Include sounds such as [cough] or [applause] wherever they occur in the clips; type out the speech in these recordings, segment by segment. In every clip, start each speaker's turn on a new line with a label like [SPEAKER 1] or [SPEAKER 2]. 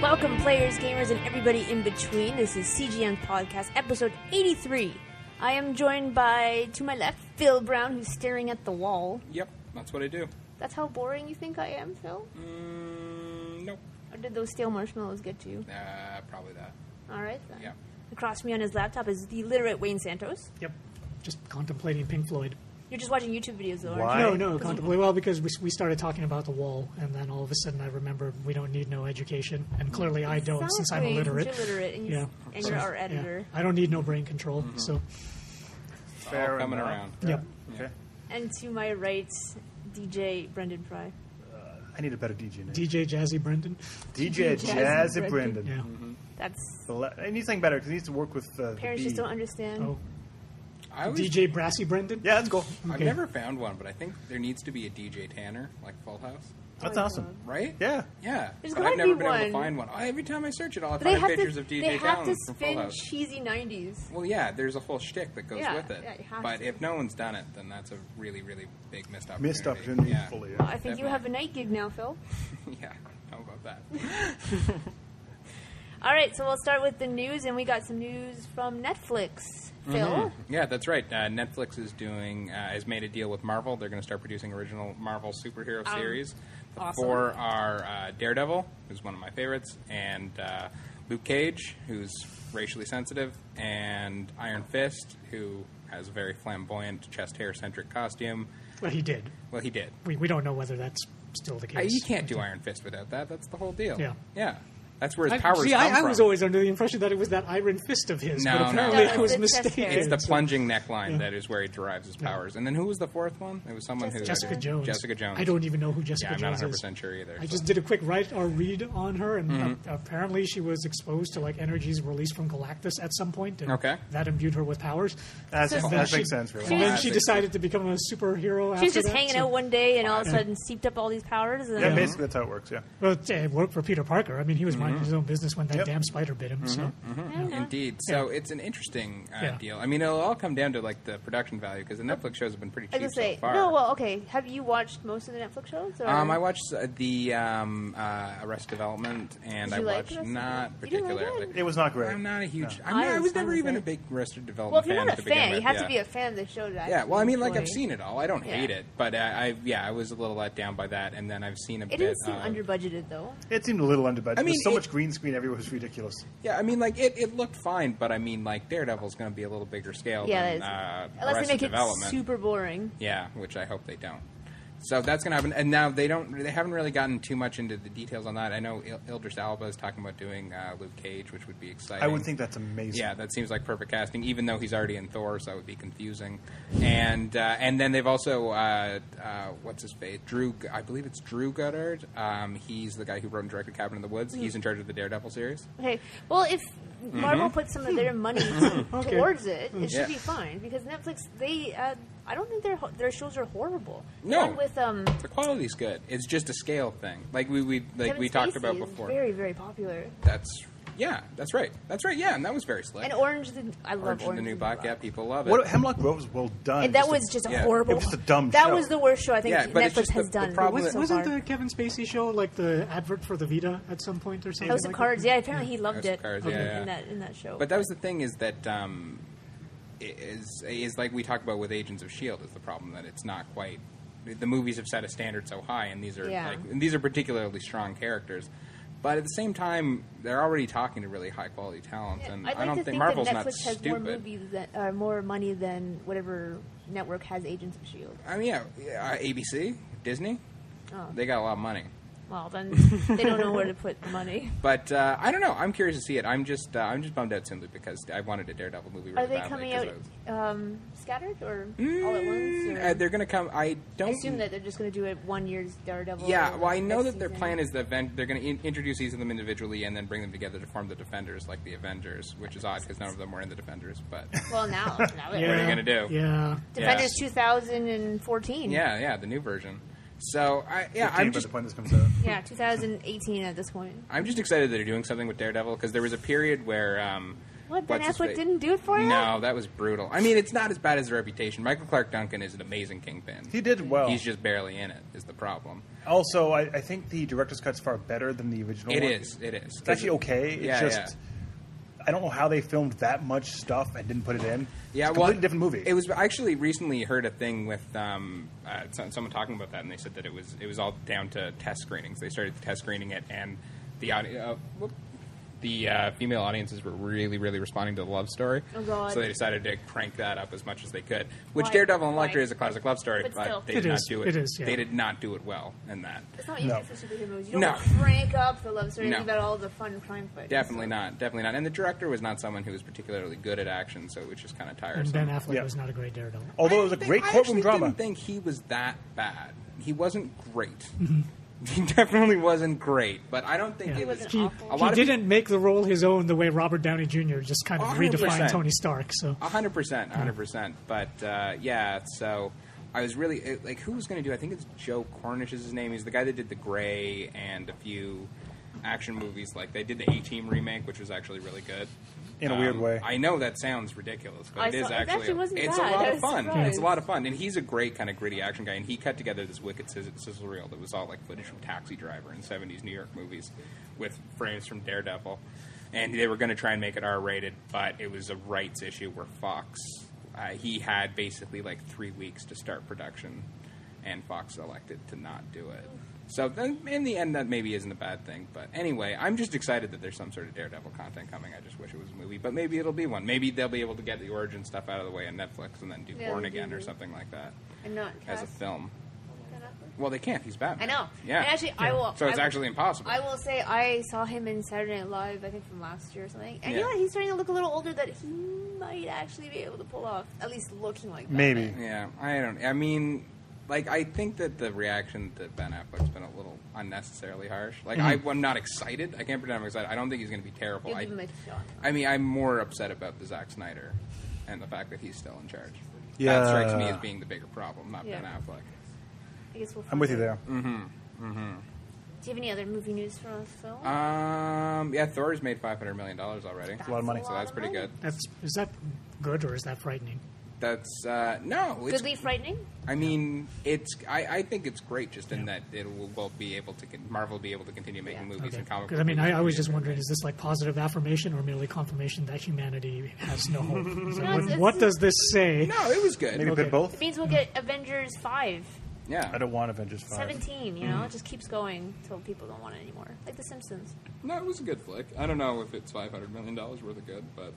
[SPEAKER 1] Welcome, players, gamers, and everybody in between. This is CGN Podcast, episode 83. I am joined by, to my left, Phil Brown, who's staring at the wall.
[SPEAKER 2] Yep, that's what I do.
[SPEAKER 1] That's how boring you think I am, Phil?
[SPEAKER 2] Mm, nope.
[SPEAKER 1] Or did those stale marshmallows get to you?
[SPEAKER 2] Uh, probably that.
[SPEAKER 1] All right, then.
[SPEAKER 2] Yeah.
[SPEAKER 1] Across from me on his laptop is the literate Wayne Santos.
[SPEAKER 3] Yep. Just contemplating Pink Floyd.
[SPEAKER 1] You're just watching YouTube videos, though, aren't
[SPEAKER 4] Why?
[SPEAKER 3] No, no, contemplate. Well, because we, we started talking about the wall, and then all of a sudden I remembered we don't need no education, and clearly I don't since I'm
[SPEAKER 1] Exactly, 'cause
[SPEAKER 3] illiterate.
[SPEAKER 1] You're literate, and, you
[SPEAKER 3] Yeah.
[SPEAKER 1] and you're our editor.
[SPEAKER 3] Yeah. I don't need no brain control.
[SPEAKER 2] Mm-hmm.
[SPEAKER 3] So,
[SPEAKER 2] It's
[SPEAKER 4] Fair
[SPEAKER 2] all coming
[SPEAKER 4] enough.
[SPEAKER 2] around.
[SPEAKER 3] yep.
[SPEAKER 4] Okay.
[SPEAKER 1] And to my right, DJ Brendan Fry.
[SPEAKER 4] I need a better DJ name.
[SPEAKER 3] DJ Jazzy Brendan.
[SPEAKER 4] DJ
[SPEAKER 1] Jazzy
[SPEAKER 4] Jazzy
[SPEAKER 1] Brendan.
[SPEAKER 4] Brendan.
[SPEAKER 3] Yeah.
[SPEAKER 2] Mm-hmm.
[SPEAKER 1] That's
[SPEAKER 4] The le- I need something better because he needs to work with uh, the
[SPEAKER 1] parents
[SPEAKER 4] B.
[SPEAKER 1] just don't understand.
[SPEAKER 3] Oh,
[SPEAKER 2] I always,
[SPEAKER 3] DJ Brassy Brendan.
[SPEAKER 4] Yeah, let's go.
[SPEAKER 2] I've
[SPEAKER 3] okay.
[SPEAKER 2] never found one, but I think there needs to be a DJ Tanner, like Full House,
[SPEAKER 4] That's
[SPEAKER 1] my
[SPEAKER 4] awesome.
[SPEAKER 1] Oh, God.
[SPEAKER 2] right?
[SPEAKER 4] Yeah.
[SPEAKER 2] Yeah.
[SPEAKER 1] There's
[SPEAKER 2] but
[SPEAKER 1] gotta
[SPEAKER 2] I've never
[SPEAKER 1] be
[SPEAKER 2] been able
[SPEAKER 1] one.
[SPEAKER 2] to find one. I, every time I search it, all I
[SPEAKER 1] But they
[SPEAKER 2] find are
[SPEAKER 1] have
[SPEAKER 2] pictures
[SPEAKER 1] to,
[SPEAKER 2] of DJ
[SPEAKER 1] they have to
[SPEAKER 2] Tanner from Full
[SPEAKER 1] spin
[SPEAKER 2] House.
[SPEAKER 1] cheesy 90s.
[SPEAKER 2] well, yeah, there's a whole shtick that goes
[SPEAKER 1] Yeah,
[SPEAKER 2] with it.
[SPEAKER 1] yeah, you have
[SPEAKER 2] but
[SPEAKER 1] to.
[SPEAKER 2] if no one's done it, then that's a really, really big missed opportunity.
[SPEAKER 4] Missed opportunity.
[SPEAKER 2] Yeah.
[SPEAKER 4] Fully,
[SPEAKER 1] Well, Oh,
[SPEAKER 4] yeah.
[SPEAKER 1] I think you
[SPEAKER 2] Definitely.
[SPEAKER 1] have a night gig now, Phil.
[SPEAKER 2] [laughs] yeah. How about
[SPEAKER 1] [laughs]
[SPEAKER 2] that?
[SPEAKER 1] All right, so we'll start with the news, and we got some news from Netflix.
[SPEAKER 2] Mm-hmm.
[SPEAKER 1] Phil,
[SPEAKER 2] Yeah, that's right. Uh, Netflix is doing uh, has made a deal with Marvel. They're going to start producing original Marvel superhero
[SPEAKER 3] Oh,
[SPEAKER 1] Um,
[SPEAKER 2] series. The
[SPEAKER 1] awesome.
[SPEAKER 2] four are uh, Daredevil, who's one of my favorites, and uh, Luke Cage, who's racially sensitive, and Iron Fist, who has a very flamboyant chest hair centric costume.
[SPEAKER 3] Well, he did.
[SPEAKER 2] Well, he did.
[SPEAKER 3] We, we don't know whether that's still the
[SPEAKER 2] Uh,
[SPEAKER 3] case.
[SPEAKER 2] you can't do Iron Fist without that. That's the whole deal.
[SPEAKER 3] Yeah.
[SPEAKER 2] yeah. That's where his
[SPEAKER 3] I,
[SPEAKER 2] powers
[SPEAKER 3] see,
[SPEAKER 2] come
[SPEAKER 3] I, I
[SPEAKER 2] from.
[SPEAKER 3] was always under the impression that it was that iron fist of his,
[SPEAKER 2] No, no,
[SPEAKER 3] but apparently
[SPEAKER 1] no,
[SPEAKER 3] I was
[SPEAKER 1] no. It's the chest hair.
[SPEAKER 3] mistaken.
[SPEAKER 2] It's the
[SPEAKER 3] [laughs] So-
[SPEAKER 2] plunging neckline
[SPEAKER 3] Yeah.
[SPEAKER 2] that is where he derives his powers. And then who was the fourth one? It was someone who
[SPEAKER 3] Jessica Jones.
[SPEAKER 2] Jessica Jones.
[SPEAKER 3] I don't even know who Jessica
[SPEAKER 2] Yeah, I'm not
[SPEAKER 3] Jones
[SPEAKER 2] 100
[SPEAKER 3] is.
[SPEAKER 2] percent sure either.
[SPEAKER 3] I
[SPEAKER 2] so-
[SPEAKER 3] just did a quick write or read on her, and
[SPEAKER 2] Mm-hmm.
[SPEAKER 3] a- apparently she was exposed to like energies released from Galactus at some point, and
[SPEAKER 2] Okay.
[SPEAKER 3] that imbued her with powers.
[SPEAKER 4] That's,
[SPEAKER 1] So-
[SPEAKER 4] that
[SPEAKER 3] Then she-
[SPEAKER 4] makes sense, really.
[SPEAKER 3] And then
[SPEAKER 2] She
[SPEAKER 3] she
[SPEAKER 2] was-
[SPEAKER 3] decided to become a superhero.
[SPEAKER 1] she was
[SPEAKER 3] after
[SPEAKER 1] just
[SPEAKER 3] that,
[SPEAKER 1] hanging
[SPEAKER 3] so-
[SPEAKER 1] out one day, and all of a sudden seeped up all these powers. And
[SPEAKER 4] Yeah, basically that's how it works, yeah.
[SPEAKER 3] Well, it, it worked for Peter Parker. I mean, he was
[SPEAKER 2] Mm-hmm.
[SPEAKER 3] minding his own business when that
[SPEAKER 4] Yep.
[SPEAKER 3] damn spider bit him. So
[SPEAKER 2] Indeed. So it's an interesting uh,
[SPEAKER 3] Yeah.
[SPEAKER 2] deal. I mean, it'll all come down to like the production value because the Netflix shows have been pretty
[SPEAKER 1] I
[SPEAKER 2] cheap
[SPEAKER 1] was gonna say,
[SPEAKER 2] so far.
[SPEAKER 1] no, well, okay. Have you watched most of the Netflix shows? Or?
[SPEAKER 2] um, I watched uh, the um, uh, Arrest Development, and
[SPEAKER 1] Did
[SPEAKER 2] I
[SPEAKER 1] you like
[SPEAKER 2] watched
[SPEAKER 1] Arrested
[SPEAKER 2] not
[SPEAKER 1] Development? You didn't like
[SPEAKER 2] particularly.
[SPEAKER 1] it?
[SPEAKER 4] It was not great.
[SPEAKER 2] I'm not a huge. I'm
[SPEAKER 1] I
[SPEAKER 2] not, I
[SPEAKER 1] was
[SPEAKER 2] was
[SPEAKER 1] fine
[SPEAKER 2] never
[SPEAKER 1] with
[SPEAKER 2] even
[SPEAKER 1] it.
[SPEAKER 2] a big Arrested Development
[SPEAKER 1] well, if you're
[SPEAKER 2] fan
[SPEAKER 1] not a
[SPEAKER 2] to begin
[SPEAKER 1] fan, you
[SPEAKER 2] with,
[SPEAKER 1] have
[SPEAKER 2] yeah.
[SPEAKER 1] to be a fan of the show. To
[SPEAKER 2] Yeah,
[SPEAKER 1] actually
[SPEAKER 2] well, I mean, like I've
[SPEAKER 1] enjoy.
[SPEAKER 2] seen it all. I don't
[SPEAKER 1] Yeah.
[SPEAKER 2] hate it, but uh, I, I yeah, I was a little let down by that, and then I've seen a
[SPEAKER 1] It
[SPEAKER 2] bit.
[SPEAKER 1] didn't seem
[SPEAKER 2] of-
[SPEAKER 1] under budgeted though.
[SPEAKER 4] It seemed a little under budget.
[SPEAKER 2] I mean,
[SPEAKER 4] There's so
[SPEAKER 2] it-
[SPEAKER 4] much green screen everywhere. It was ridiculous.
[SPEAKER 2] Yeah, I mean, like it, it looked fine, but I mean, like Daredevil's going to be a little bigger scale
[SPEAKER 1] Yeah,
[SPEAKER 2] than
[SPEAKER 1] that
[SPEAKER 2] uh,
[SPEAKER 1] is, unless they
[SPEAKER 2] Arrested
[SPEAKER 1] make it
[SPEAKER 2] Development.
[SPEAKER 1] super boring.
[SPEAKER 2] yeah, which I hope they don't. So that's going to happen. And now they don't. They haven't really gotten too much into the details on that. I know Il- Ildris Alba is talking about doing uh, Luke Cage, which would be exciting.
[SPEAKER 4] I would think that's amazing.
[SPEAKER 2] Yeah, that seems like perfect casting. Even though he's already in Thor, so that would be confusing. And uh, and then they've also uh, uh, what's his face? Drew, I believe it's Drew Goddard. Um, he's the guy who wrote and directed Cabin in the Woods.
[SPEAKER 1] Mm-hmm.
[SPEAKER 2] He's in charge of the Daredevil series.
[SPEAKER 1] Okay. Well, if Marvel puts some of their
[SPEAKER 2] [laughs]
[SPEAKER 1] money
[SPEAKER 3] Okay.
[SPEAKER 1] towards it,
[SPEAKER 4] Mm-hmm.
[SPEAKER 1] it should
[SPEAKER 2] Mm-hmm. Yeah.
[SPEAKER 1] be fine because Netflix. They, uh, I don't think their ho- their shows are horrible. The
[SPEAKER 2] No.
[SPEAKER 1] one with um,
[SPEAKER 2] The quality's good. It's just a scale thing. Like we, we like
[SPEAKER 1] Kevin
[SPEAKER 2] we talked
[SPEAKER 1] Spacey
[SPEAKER 2] about
[SPEAKER 1] is
[SPEAKER 2] before.
[SPEAKER 1] Very very popular.
[SPEAKER 2] That's yeah, that's right. That's right. Yeah, and that was very slick.
[SPEAKER 1] And Orange, is the, I love
[SPEAKER 2] Orange
[SPEAKER 1] Orange,
[SPEAKER 2] is the new
[SPEAKER 1] is
[SPEAKER 2] black. Yeah, people love it.
[SPEAKER 4] What, Hemlock Grove was well done.
[SPEAKER 1] And that
[SPEAKER 4] Just
[SPEAKER 1] was
[SPEAKER 4] a-
[SPEAKER 1] just a
[SPEAKER 2] yeah.
[SPEAKER 1] horrible.
[SPEAKER 4] It was just a dumb
[SPEAKER 1] That
[SPEAKER 4] show.
[SPEAKER 1] was the worst show I think
[SPEAKER 2] Yeah, but it's
[SPEAKER 1] Netflix
[SPEAKER 2] just the-
[SPEAKER 1] has
[SPEAKER 2] the
[SPEAKER 1] done.
[SPEAKER 2] problem
[SPEAKER 1] so
[SPEAKER 2] is-
[SPEAKER 3] was, not
[SPEAKER 1] far.
[SPEAKER 3] the Kevin Spacey show like the advert for the Vita at some point or something?
[SPEAKER 1] House of
[SPEAKER 3] like
[SPEAKER 1] Cards?
[SPEAKER 3] That?
[SPEAKER 1] Yeah, apparently he loved
[SPEAKER 2] House of
[SPEAKER 1] it.
[SPEAKER 2] Cards,
[SPEAKER 1] in-
[SPEAKER 2] yeah, yeah.
[SPEAKER 1] in that in that show.
[SPEAKER 2] But that was the thing is that um, i- is is like we talk about with Agents of Shield E is the problem that it's not quite the movies have set a standard so high, and these are
[SPEAKER 1] Yeah.
[SPEAKER 2] like and these are particularly strong characters. But at the same time, they're already talking to really high quality talent,
[SPEAKER 1] Yeah,
[SPEAKER 2] and
[SPEAKER 1] I'd
[SPEAKER 2] I
[SPEAKER 1] like
[SPEAKER 2] don't
[SPEAKER 1] to
[SPEAKER 2] think,
[SPEAKER 1] think
[SPEAKER 2] Marvel's
[SPEAKER 1] that
[SPEAKER 2] not
[SPEAKER 1] Netflix has more
[SPEAKER 2] stupid.
[SPEAKER 1] movies that uh, more money than whatever network has Agents of Shield.
[SPEAKER 2] I mean, yeah, yeah, uh, ABC, Disney,
[SPEAKER 1] Oh.
[SPEAKER 2] they got a lot of money.
[SPEAKER 1] Well,
[SPEAKER 2] [laughs]
[SPEAKER 1] then they don't know where to put the money.
[SPEAKER 2] But uh, I don't know. I'm curious to see it. I'm just uh, I'm just bummed out simply because I wanted a Daredevil movie. Really
[SPEAKER 1] Are they
[SPEAKER 2] badly
[SPEAKER 1] coming
[SPEAKER 2] 'cause
[SPEAKER 1] out
[SPEAKER 2] I was-
[SPEAKER 1] um, scattered or all at once? Or
[SPEAKER 2] Uh, they're going to come. I
[SPEAKER 1] I
[SPEAKER 2] don't
[SPEAKER 1] assume that they're just going to do it one year's Daredevil.
[SPEAKER 2] Yeah, well, I know
[SPEAKER 1] next
[SPEAKER 2] that their
[SPEAKER 1] season.
[SPEAKER 2] plan is the event. They're going to in- introduce each of them individually and then bring them together to form the Defenders, like the Avengers, which is odd because none of them were in the Defenders.
[SPEAKER 4] [laughs]
[SPEAKER 2] But
[SPEAKER 1] Well, now,
[SPEAKER 2] [laughs]
[SPEAKER 1] now
[SPEAKER 3] Yeah.
[SPEAKER 1] yeah.
[SPEAKER 2] you gonna do?
[SPEAKER 3] Yeah.
[SPEAKER 1] Defenders
[SPEAKER 2] Yeah.
[SPEAKER 1] 2014.
[SPEAKER 2] yeah, yeah, the new version. So I, yeah,
[SPEAKER 4] It came
[SPEAKER 2] I'm
[SPEAKER 4] by
[SPEAKER 2] just
[SPEAKER 4] the point this comes out.
[SPEAKER 1] yeah, 2018 at this point.
[SPEAKER 2] I'm just excited that they're doing something with Daredevil because there was a period where um,
[SPEAKER 1] What Ben
[SPEAKER 2] what's his
[SPEAKER 1] Affleck
[SPEAKER 2] face-
[SPEAKER 1] didn't do it for you?
[SPEAKER 2] No, that was brutal. I mean, it's not as bad as Reputation. Michael Clark Duncan is an amazing Kingpin.
[SPEAKER 4] He Oh. did well.
[SPEAKER 2] He's just barely in it. Is the problem.
[SPEAKER 4] Also, I, I think the director's cut's far better than the original.
[SPEAKER 2] It
[SPEAKER 4] one.
[SPEAKER 2] is. It is.
[SPEAKER 4] It's actually okay. It's
[SPEAKER 2] Yeah,
[SPEAKER 4] just
[SPEAKER 2] yeah.
[SPEAKER 4] I don't know how they filmed that much stuff and didn't put it in.
[SPEAKER 2] Yeah,
[SPEAKER 4] it's a
[SPEAKER 2] well,
[SPEAKER 4] completely different movie.
[SPEAKER 2] It was I actually recently heard a thing with um, uh, some- someone talking about that, and they said that it was it was all down to test screenings. They started test screening it, and the audi- uh, whoop, the uh, female audiences were really, really responding to the love story.
[SPEAKER 1] Oh, God.
[SPEAKER 2] So they decided to crank that up as much as they could. Which
[SPEAKER 1] Why?
[SPEAKER 2] Daredevil and Electra
[SPEAKER 1] Why?
[SPEAKER 2] is a classic love story,
[SPEAKER 1] But
[SPEAKER 2] but,
[SPEAKER 1] still.
[SPEAKER 2] they
[SPEAKER 5] It
[SPEAKER 2] did not
[SPEAKER 5] is.
[SPEAKER 2] do it.
[SPEAKER 5] It is, yeah.
[SPEAKER 2] They did not do it well in that.
[SPEAKER 1] It's not easy
[SPEAKER 4] No.
[SPEAKER 1] for superhero movies. You don't
[SPEAKER 2] No.
[SPEAKER 1] crank up the love story and
[SPEAKER 2] No.
[SPEAKER 1] leave out all the fun crime fighters.
[SPEAKER 2] Definitely not. Definitely not. And the director was not someone who was particularly good at action, so it was just kind of
[SPEAKER 5] And
[SPEAKER 2] tiresome.
[SPEAKER 5] Ben Affleck
[SPEAKER 4] Yeah.
[SPEAKER 5] was not a great Daredevil.
[SPEAKER 4] Although it was a
[SPEAKER 2] think-
[SPEAKER 4] great
[SPEAKER 2] I
[SPEAKER 4] courtroom
[SPEAKER 2] actually
[SPEAKER 4] drama.
[SPEAKER 2] didn't think he was that bad. He wasn't great.
[SPEAKER 1] Mm-hmm.
[SPEAKER 2] [laughs] he definitely wasn't great, but I don't think
[SPEAKER 5] Yeah.
[SPEAKER 2] it was.
[SPEAKER 1] wasn't
[SPEAKER 5] he
[SPEAKER 1] awful.
[SPEAKER 2] A
[SPEAKER 5] he
[SPEAKER 2] lot of
[SPEAKER 5] didn't make the role his own the way Robert Downey Jr. just kind of
[SPEAKER 2] 100%.
[SPEAKER 5] redefined Tony Stark. So
[SPEAKER 2] A hundred percent, a hundred percent. But uh, yeah, so I was really it, like, who was going to do? I think it's Joe Cornish is his name. He's the guy that did The Gray and a few action movies. Like they did the A Team remake, which was actually really good. Um,
[SPEAKER 4] In a weird way.
[SPEAKER 2] I know that sounds ridiculous, but
[SPEAKER 1] I
[SPEAKER 2] it is
[SPEAKER 1] saw- it
[SPEAKER 2] actually,
[SPEAKER 1] actually wasn't
[SPEAKER 2] it's
[SPEAKER 1] bad.
[SPEAKER 2] a lot
[SPEAKER 1] I
[SPEAKER 2] of
[SPEAKER 1] was
[SPEAKER 2] fun.
[SPEAKER 1] surprised.
[SPEAKER 2] It's a lot of fun, and he's a great kind of gritty action guy. And he cut together this wicked sizz- sizzle reel that was all like footage from Taxi Driver and '70s New York movies, with frames from Daredevil. And they were going to try and make it R-rated, but it was a rights issue where Fox, uh, he had basically like three weeks to start production, and Fox elected to not do it. So then, in the end, that maybe isn't a bad thing. But anyway, I'm just excited that there's some sort of Daredevil content coming. I just wish it was a movie, but maybe it'll be one. Maybe they'll be able to get the origin stuff out of the way on Netflix and then do
[SPEAKER 1] Yeah,
[SPEAKER 2] Born
[SPEAKER 1] they
[SPEAKER 2] Again
[SPEAKER 1] do.
[SPEAKER 2] or something like that
[SPEAKER 1] And not
[SPEAKER 2] as a
[SPEAKER 1] cast
[SPEAKER 2] film.
[SPEAKER 1] Ben Affleck.
[SPEAKER 2] Well, they can't. He's Batman.
[SPEAKER 1] I know.
[SPEAKER 2] Yeah.
[SPEAKER 1] And actually, I will.
[SPEAKER 2] so it's
[SPEAKER 1] I will-
[SPEAKER 2] actually impossible.
[SPEAKER 1] I will say I saw him in Saturday Night Live, I think from last year or something. And
[SPEAKER 2] Yeah.
[SPEAKER 1] yeah, he's starting to look a little older that he might actually be able to pull off, at least looking like that.
[SPEAKER 4] Maybe.
[SPEAKER 2] Yeah, I don't. I mean, like, I think that the reaction to Ben Affleck's been a little unnecessarily harsh. Like, I, I'm not excited. I can't pretend I'm excited. I don't think he's going to be terrible.
[SPEAKER 1] Mm-hmm. You'll
[SPEAKER 2] I,
[SPEAKER 1] give him a shot.
[SPEAKER 2] I mean, I'm more upset about the Zack Snyder and the fact that he's still in charge.
[SPEAKER 4] Yeah.
[SPEAKER 2] That strikes me as being the bigger problem, not Ben
[SPEAKER 1] Yeah.
[SPEAKER 2] Affleck.
[SPEAKER 1] I guess we'll
[SPEAKER 4] I'm with you there.
[SPEAKER 2] Mm.
[SPEAKER 1] Do you have any other movie news for us, Phil?
[SPEAKER 2] Uh, Um, yeah, Thor's made five hundred million dollars already.
[SPEAKER 1] That's
[SPEAKER 4] a lot of money.
[SPEAKER 2] so that's pretty
[SPEAKER 1] money.
[SPEAKER 2] good.
[SPEAKER 5] that's is that good or is that frightening?
[SPEAKER 2] That's uh, no, it's
[SPEAKER 1] Goodly frightening.
[SPEAKER 2] I mean, it's. I, I think it's great, just in that it will, will be able to con- Marvel will be able to continue making
[SPEAKER 1] Yeah.
[SPEAKER 2] movies
[SPEAKER 5] Because
[SPEAKER 2] and comic.
[SPEAKER 5] I
[SPEAKER 2] book
[SPEAKER 5] mean, I,
[SPEAKER 2] movies.
[SPEAKER 5] I was just wondering: is this like positive affirmation or merely confirmation that humanity has no
[SPEAKER 1] [laughs]
[SPEAKER 5] hope? It's like,
[SPEAKER 1] No,
[SPEAKER 5] what,
[SPEAKER 1] it's-
[SPEAKER 5] what does this say?
[SPEAKER 2] No, it was good.
[SPEAKER 4] Maybe a
[SPEAKER 5] Okay.
[SPEAKER 4] bit both.
[SPEAKER 1] It means we'll get Avengers 5,
[SPEAKER 2] Yeah.
[SPEAKER 4] I don't want Avengers Five.
[SPEAKER 1] 17, you
[SPEAKER 2] Mm.
[SPEAKER 1] know? It just keeps going until people don't want it anymore. Like The Simpsons.
[SPEAKER 2] No, it was a good flick. I don't know if it's five hundred million dollars worth of good, but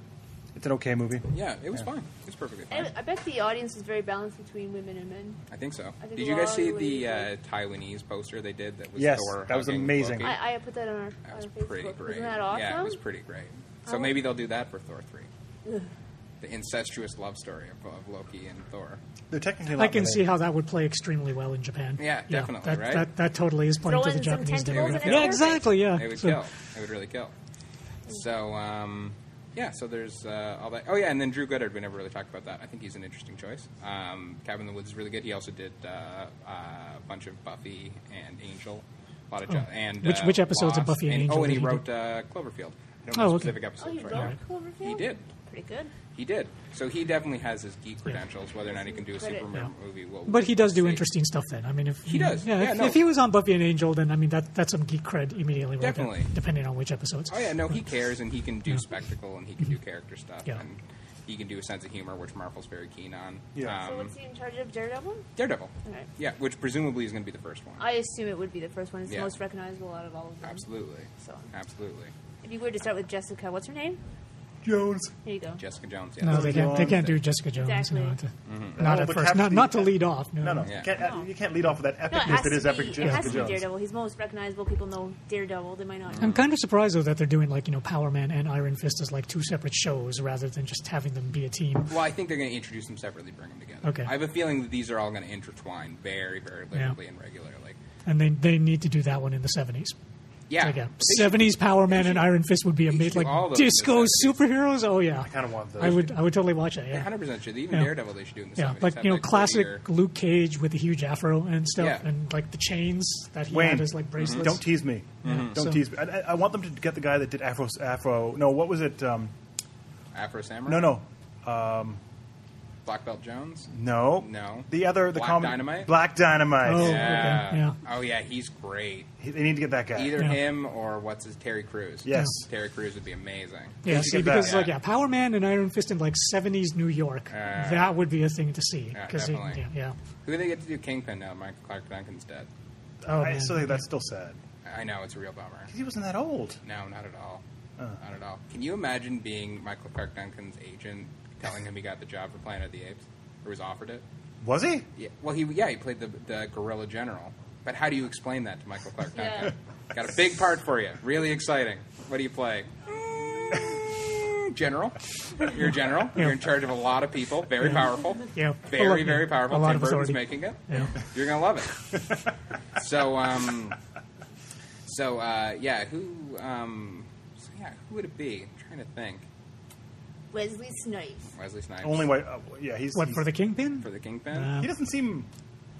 [SPEAKER 4] It's an okay movie.
[SPEAKER 2] yeah, it was fine. It was perfectly fine.
[SPEAKER 1] And I bet the audience is very balanced between women and men.
[SPEAKER 2] I think so.
[SPEAKER 1] I think
[SPEAKER 2] did you guys see the
[SPEAKER 1] Lolly-
[SPEAKER 2] uh, Taiwanese poster they did? That was
[SPEAKER 4] Yes,
[SPEAKER 2] Thor
[SPEAKER 4] that was
[SPEAKER 2] hugging
[SPEAKER 4] amazing.
[SPEAKER 2] Loki?
[SPEAKER 1] I, I put that on our,
[SPEAKER 2] that
[SPEAKER 1] on
[SPEAKER 2] was
[SPEAKER 1] our Facebook.
[SPEAKER 2] pretty great.
[SPEAKER 1] Isn't that awesome?
[SPEAKER 2] Yeah, it was pretty great. So
[SPEAKER 1] Oh.
[SPEAKER 2] maybe they'll do that for Thor three. The incestuous love story of, of Loki and Thor.
[SPEAKER 4] They're technically.
[SPEAKER 5] I can see how that would play extremely well in Japan.
[SPEAKER 2] Yeah, definitely,
[SPEAKER 5] that,
[SPEAKER 2] right?
[SPEAKER 5] That, that totally is playing
[SPEAKER 1] Throw in
[SPEAKER 5] to the
[SPEAKER 1] some
[SPEAKER 5] Japanese
[SPEAKER 1] tentacles
[SPEAKER 5] demographic.
[SPEAKER 2] and
[SPEAKER 5] Yeah,
[SPEAKER 2] it's
[SPEAKER 5] exactly. [laughs] Yeah,
[SPEAKER 2] It would
[SPEAKER 5] So-
[SPEAKER 2] kill. It would really kill. So, um, yeah, so there's uh, all that. Oh, yeah, and then Drew Goddard, we never really talked about that. I think he's an interesting choice. Um, Cabin in the Woods is really good. He also did uh, uh, a bunch of Buffy and Angel. A lot of jo-
[SPEAKER 5] Oh.
[SPEAKER 2] and
[SPEAKER 5] Which-
[SPEAKER 2] uh,
[SPEAKER 5] which episodes of
[SPEAKER 2] Lost,
[SPEAKER 5] Buffy and Angel
[SPEAKER 2] Oh, and
[SPEAKER 5] did
[SPEAKER 2] he
[SPEAKER 5] he do?
[SPEAKER 2] wrote uh, Cloverfield. I don't
[SPEAKER 5] Oh,
[SPEAKER 2] know
[SPEAKER 5] okay.
[SPEAKER 2] specific
[SPEAKER 1] Oh,
[SPEAKER 2] episodes
[SPEAKER 1] you
[SPEAKER 2] right
[SPEAKER 1] wrote
[SPEAKER 2] now.
[SPEAKER 1] Cloverfield?
[SPEAKER 2] He did.
[SPEAKER 1] Pretty good.
[SPEAKER 2] He did. So he definitely has his geek credentials. Whether or not he can do a
[SPEAKER 1] Credit.
[SPEAKER 2] Superman movie, well,
[SPEAKER 5] But he does do
[SPEAKER 2] we'll see.
[SPEAKER 5] interesting stuff. Then I mean, if
[SPEAKER 2] He does.
[SPEAKER 5] yeah,
[SPEAKER 2] Yeah,
[SPEAKER 5] if,
[SPEAKER 2] no.
[SPEAKER 5] if he was on Buffy and Angel, then I mean that that's some geek cred immediately. Right there,
[SPEAKER 2] Definitely.
[SPEAKER 5] depending on which episodes.
[SPEAKER 2] Oh yeah, no, he cares, and he can do spectacle, and he can do character stuff,
[SPEAKER 5] Yeah.
[SPEAKER 2] and he can do a sense of humor, which Marvel's very keen on.
[SPEAKER 4] Yeah.
[SPEAKER 1] so
[SPEAKER 2] Um,
[SPEAKER 1] what's he in charge of, Daredevil?
[SPEAKER 2] Daredevil.
[SPEAKER 1] Alright.
[SPEAKER 2] Yeah, which presumably is going to be the first one.
[SPEAKER 1] I assume it would be the first one. It's
[SPEAKER 2] Yeah.
[SPEAKER 1] the most recognizable out of all of them.
[SPEAKER 2] Absolutely.
[SPEAKER 1] So.
[SPEAKER 2] Absolutely.
[SPEAKER 1] It'd be weird to start with Jessica. What's her name?
[SPEAKER 4] Jones.
[SPEAKER 1] Here you go.
[SPEAKER 2] Jessica Jones. Yeah.
[SPEAKER 5] No,
[SPEAKER 2] that's
[SPEAKER 5] they
[SPEAKER 2] the
[SPEAKER 5] can't. They
[SPEAKER 2] one
[SPEAKER 5] can't
[SPEAKER 2] that-
[SPEAKER 5] do Jessica Jones.
[SPEAKER 1] Exactly.
[SPEAKER 5] No, to- not
[SPEAKER 2] Mm-hmm.
[SPEAKER 4] No,
[SPEAKER 5] at
[SPEAKER 4] but
[SPEAKER 5] first.
[SPEAKER 4] have
[SPEAKER 5] Not
[SPEAKER 4] to be-
[SPEAKER 5] not to lead off. No,
[SPEAKER 4] No, no,
[SPEAKER 2] Yeah.
[SPEAKER 4] you, can't, uh, you can't lead off with that
[SPEAKER 1] no, it
[SPEAKER 4] epicness
[SPEAKER 1] has,
[SPEAKER 4] that
[SPEAKER 1] to
[SPEAKER 4] is epic.
[SPEAKER 1] be, it
[SPEAKER 4] Jessica
[SPEAKER 1] has to be
[SPEAKER 4] Jones.
[SPEAKER 1] Daredevil. He's the most recognizable. People know Daredevil. They might not.
[SPEAKER 5] I'm kind of surprised though that they're doing like you know Power Man and Iron Fist as like two separate shows rather than just having them be a team.
[SPEAKER 2] Well, I think they're going to introduce them separately, bring them together.
[SPEAKER 5] Okay.
[SPEAKER 2] I have a feeling that these are all going to intertwine very, very liberally and regularly.
[SPEAKER 5] And they they need to do that one in the 70s.
[SPEAKER 2] Yeah.
[SPEAKER 5] Like, yeah,
[SPEAKER 2] They should-
[SPEAKER 5] 70s Power Man and
[SPEAKER 2] should-
[SPEAKER 5] Iron Fist would be
[SPEAKER 2] should
[SPEAKER 5] amazing.
[SPEAKER 2] do all
[SPEAKER 5] Like
[SPEAKER 2] those in the
[SPEAKER 5] disco
[SPEAKER 2] 70s.
[SPEAKER 5] superheroes. Oh yeah, I
[SPEAKER 4] kinda want those.
[SPEAKER 5] I would I would totally watch that.
[SPEAKER 2] They
[SPEAKER 5] Yeah.
[SPEAKER 2] 100% should. Even
[SPEAKER 5] Yeah.
[SPEAKER 2] Daredevil they should do in the
[SPEAKER 5] Yeah,
[SPEAKER 2] 70s.
[SPEAKER 5] like
[SPEAKER 2] Have,
[SPEAKER 5] you know,
[SPEAKER 2] like,
[SPEAKER 5] classic
[SPEAKER 2] grittier-
[SPEAKER 5] Luke Cage with the huge afro and stuff,
[SPEAKER 2] Yeah.
[SPEAKER 5] and like the chains that he
[SPEAKER 4] Wayne, mm-hmm.
[SPEAKER 5] had as like bracelets.
[SPEAKER 4] don't tease me. Don't
[SPEAKER 2] Mm-hmm.
[SPEAKER 5] So-
[SPEAKER 4] tease me. I, I- I want them to get the guy that did Afro. Afro. No, what was it? Um,
[SPEAKER 2] Afro Samurai.
[SPEAKER 4] no, no. Um,
[SPEAKER 2] Black Belt Jones?
[SPEAKER 4] No.
[SPEAKER 2] No.
[SPEAKER 4] The other, the
[SPEAKER 2] Black
[SPEAKER 4] comedy.
[SPEAKER 2] Dynamite?
[SPEAKER 4] Black Dynamite.
[SPEAKER 5] Oh.
[SPEAKER 2] Yeah.
[SPEAKER 5] okay, yeah.
[SPEAKER 2] Oh yeah, he's great.
[SPEAKER 4] He- They need to get that guy.
[SPEAKER 2] Either
[SPEAKER 5] Yeah.
[SPEAKER 2] him or what's his Terry Crews.
[SPEAKER 4] Yes.
[SPEAKER 2] Terry Crews would be amazing.
[SPEAKER 5] Yeah,
[SPEAKER 4] Did you
[SPEAKER 5] see,
[SPEAKER 4] get that?
[SPEAKER 5] because like
[SPEAKER 2] Yeah.
[SPEAKER 5] yeah, Power Man and Iron Fist in like '70s New York,
[SPEAKER 2] Yeah.
[SPEAKER 5] that would be a thing to see.
[SPEAKER 2] Yeah,
[SPEAKER 5] 'cause it-
[SPEAKER 2] definitely.
[SPEAKER 5] yeah, yeah.
[SPEAKER 2] Who do they get to do Kingpin now? Michael Clark Duncan's dead.
[SPEAKER 5] Oh,
[SPEAKER 4] I
[SPEAKER 5] man.
[SPEAKER 4] still think that's still sad.
[SPEAKER 2] I know it's a real bummer.
[SPEAKER 4] He wasn't that old.
[SPEAKER 2] No, not at all.
[SPEAKER 5] Uh.
[SPEAKER 2] Not at all. Can you imagine being Michael Clark Duncan's agent, telling him he got the job for Planet of the Apes, or was offered it?
[SPEAKER 4] Was he?
[SPEAKER 2] Yeah. Well, he yeah he played the the gorilla general. But how do you explain that to Michael Clark Duncan? Got a big part for you. Really exciting. What do you play? Mm, General. You're a general. You're in charge of a lot of people. Very powerful.
[SPEAKER 5] Yeah. A
[SPEAKER 2] Very
[SPEAKER 5] lot-
[SPEAKER 2] very
[SPEAKER 5] yeah.
[SPEAKER 2] powerful.
[SPEAKER 5] A lot
[SPEAKER 2] Tim
[SPEAKER 5] of
[SPEAKER 2] Burton's
[SPEAKER 5] authority.
[SPEAKER 2] making it.
[SPEAKER 5] Yeah.
[SPEAKER 2] You're gonna love it. so um, so uh, yeah. Who um, so yeah. Who would it be? I'm trying to think.
[SPEAKER 1] Wesley Snipes.
[SPEAKER 2] Wesley Snipes.
[SPEAKER 4] Only way. Uh, yeah, he's.
[SPEAKER 5] What
[SPEAKER 4] he's-
[SPEAKER 5] for the Kingpin?
[SPEAKER 2] for the Kingpin.
[SPEAKER 5] Uh,
[SPEAKER 4] He doesn't seem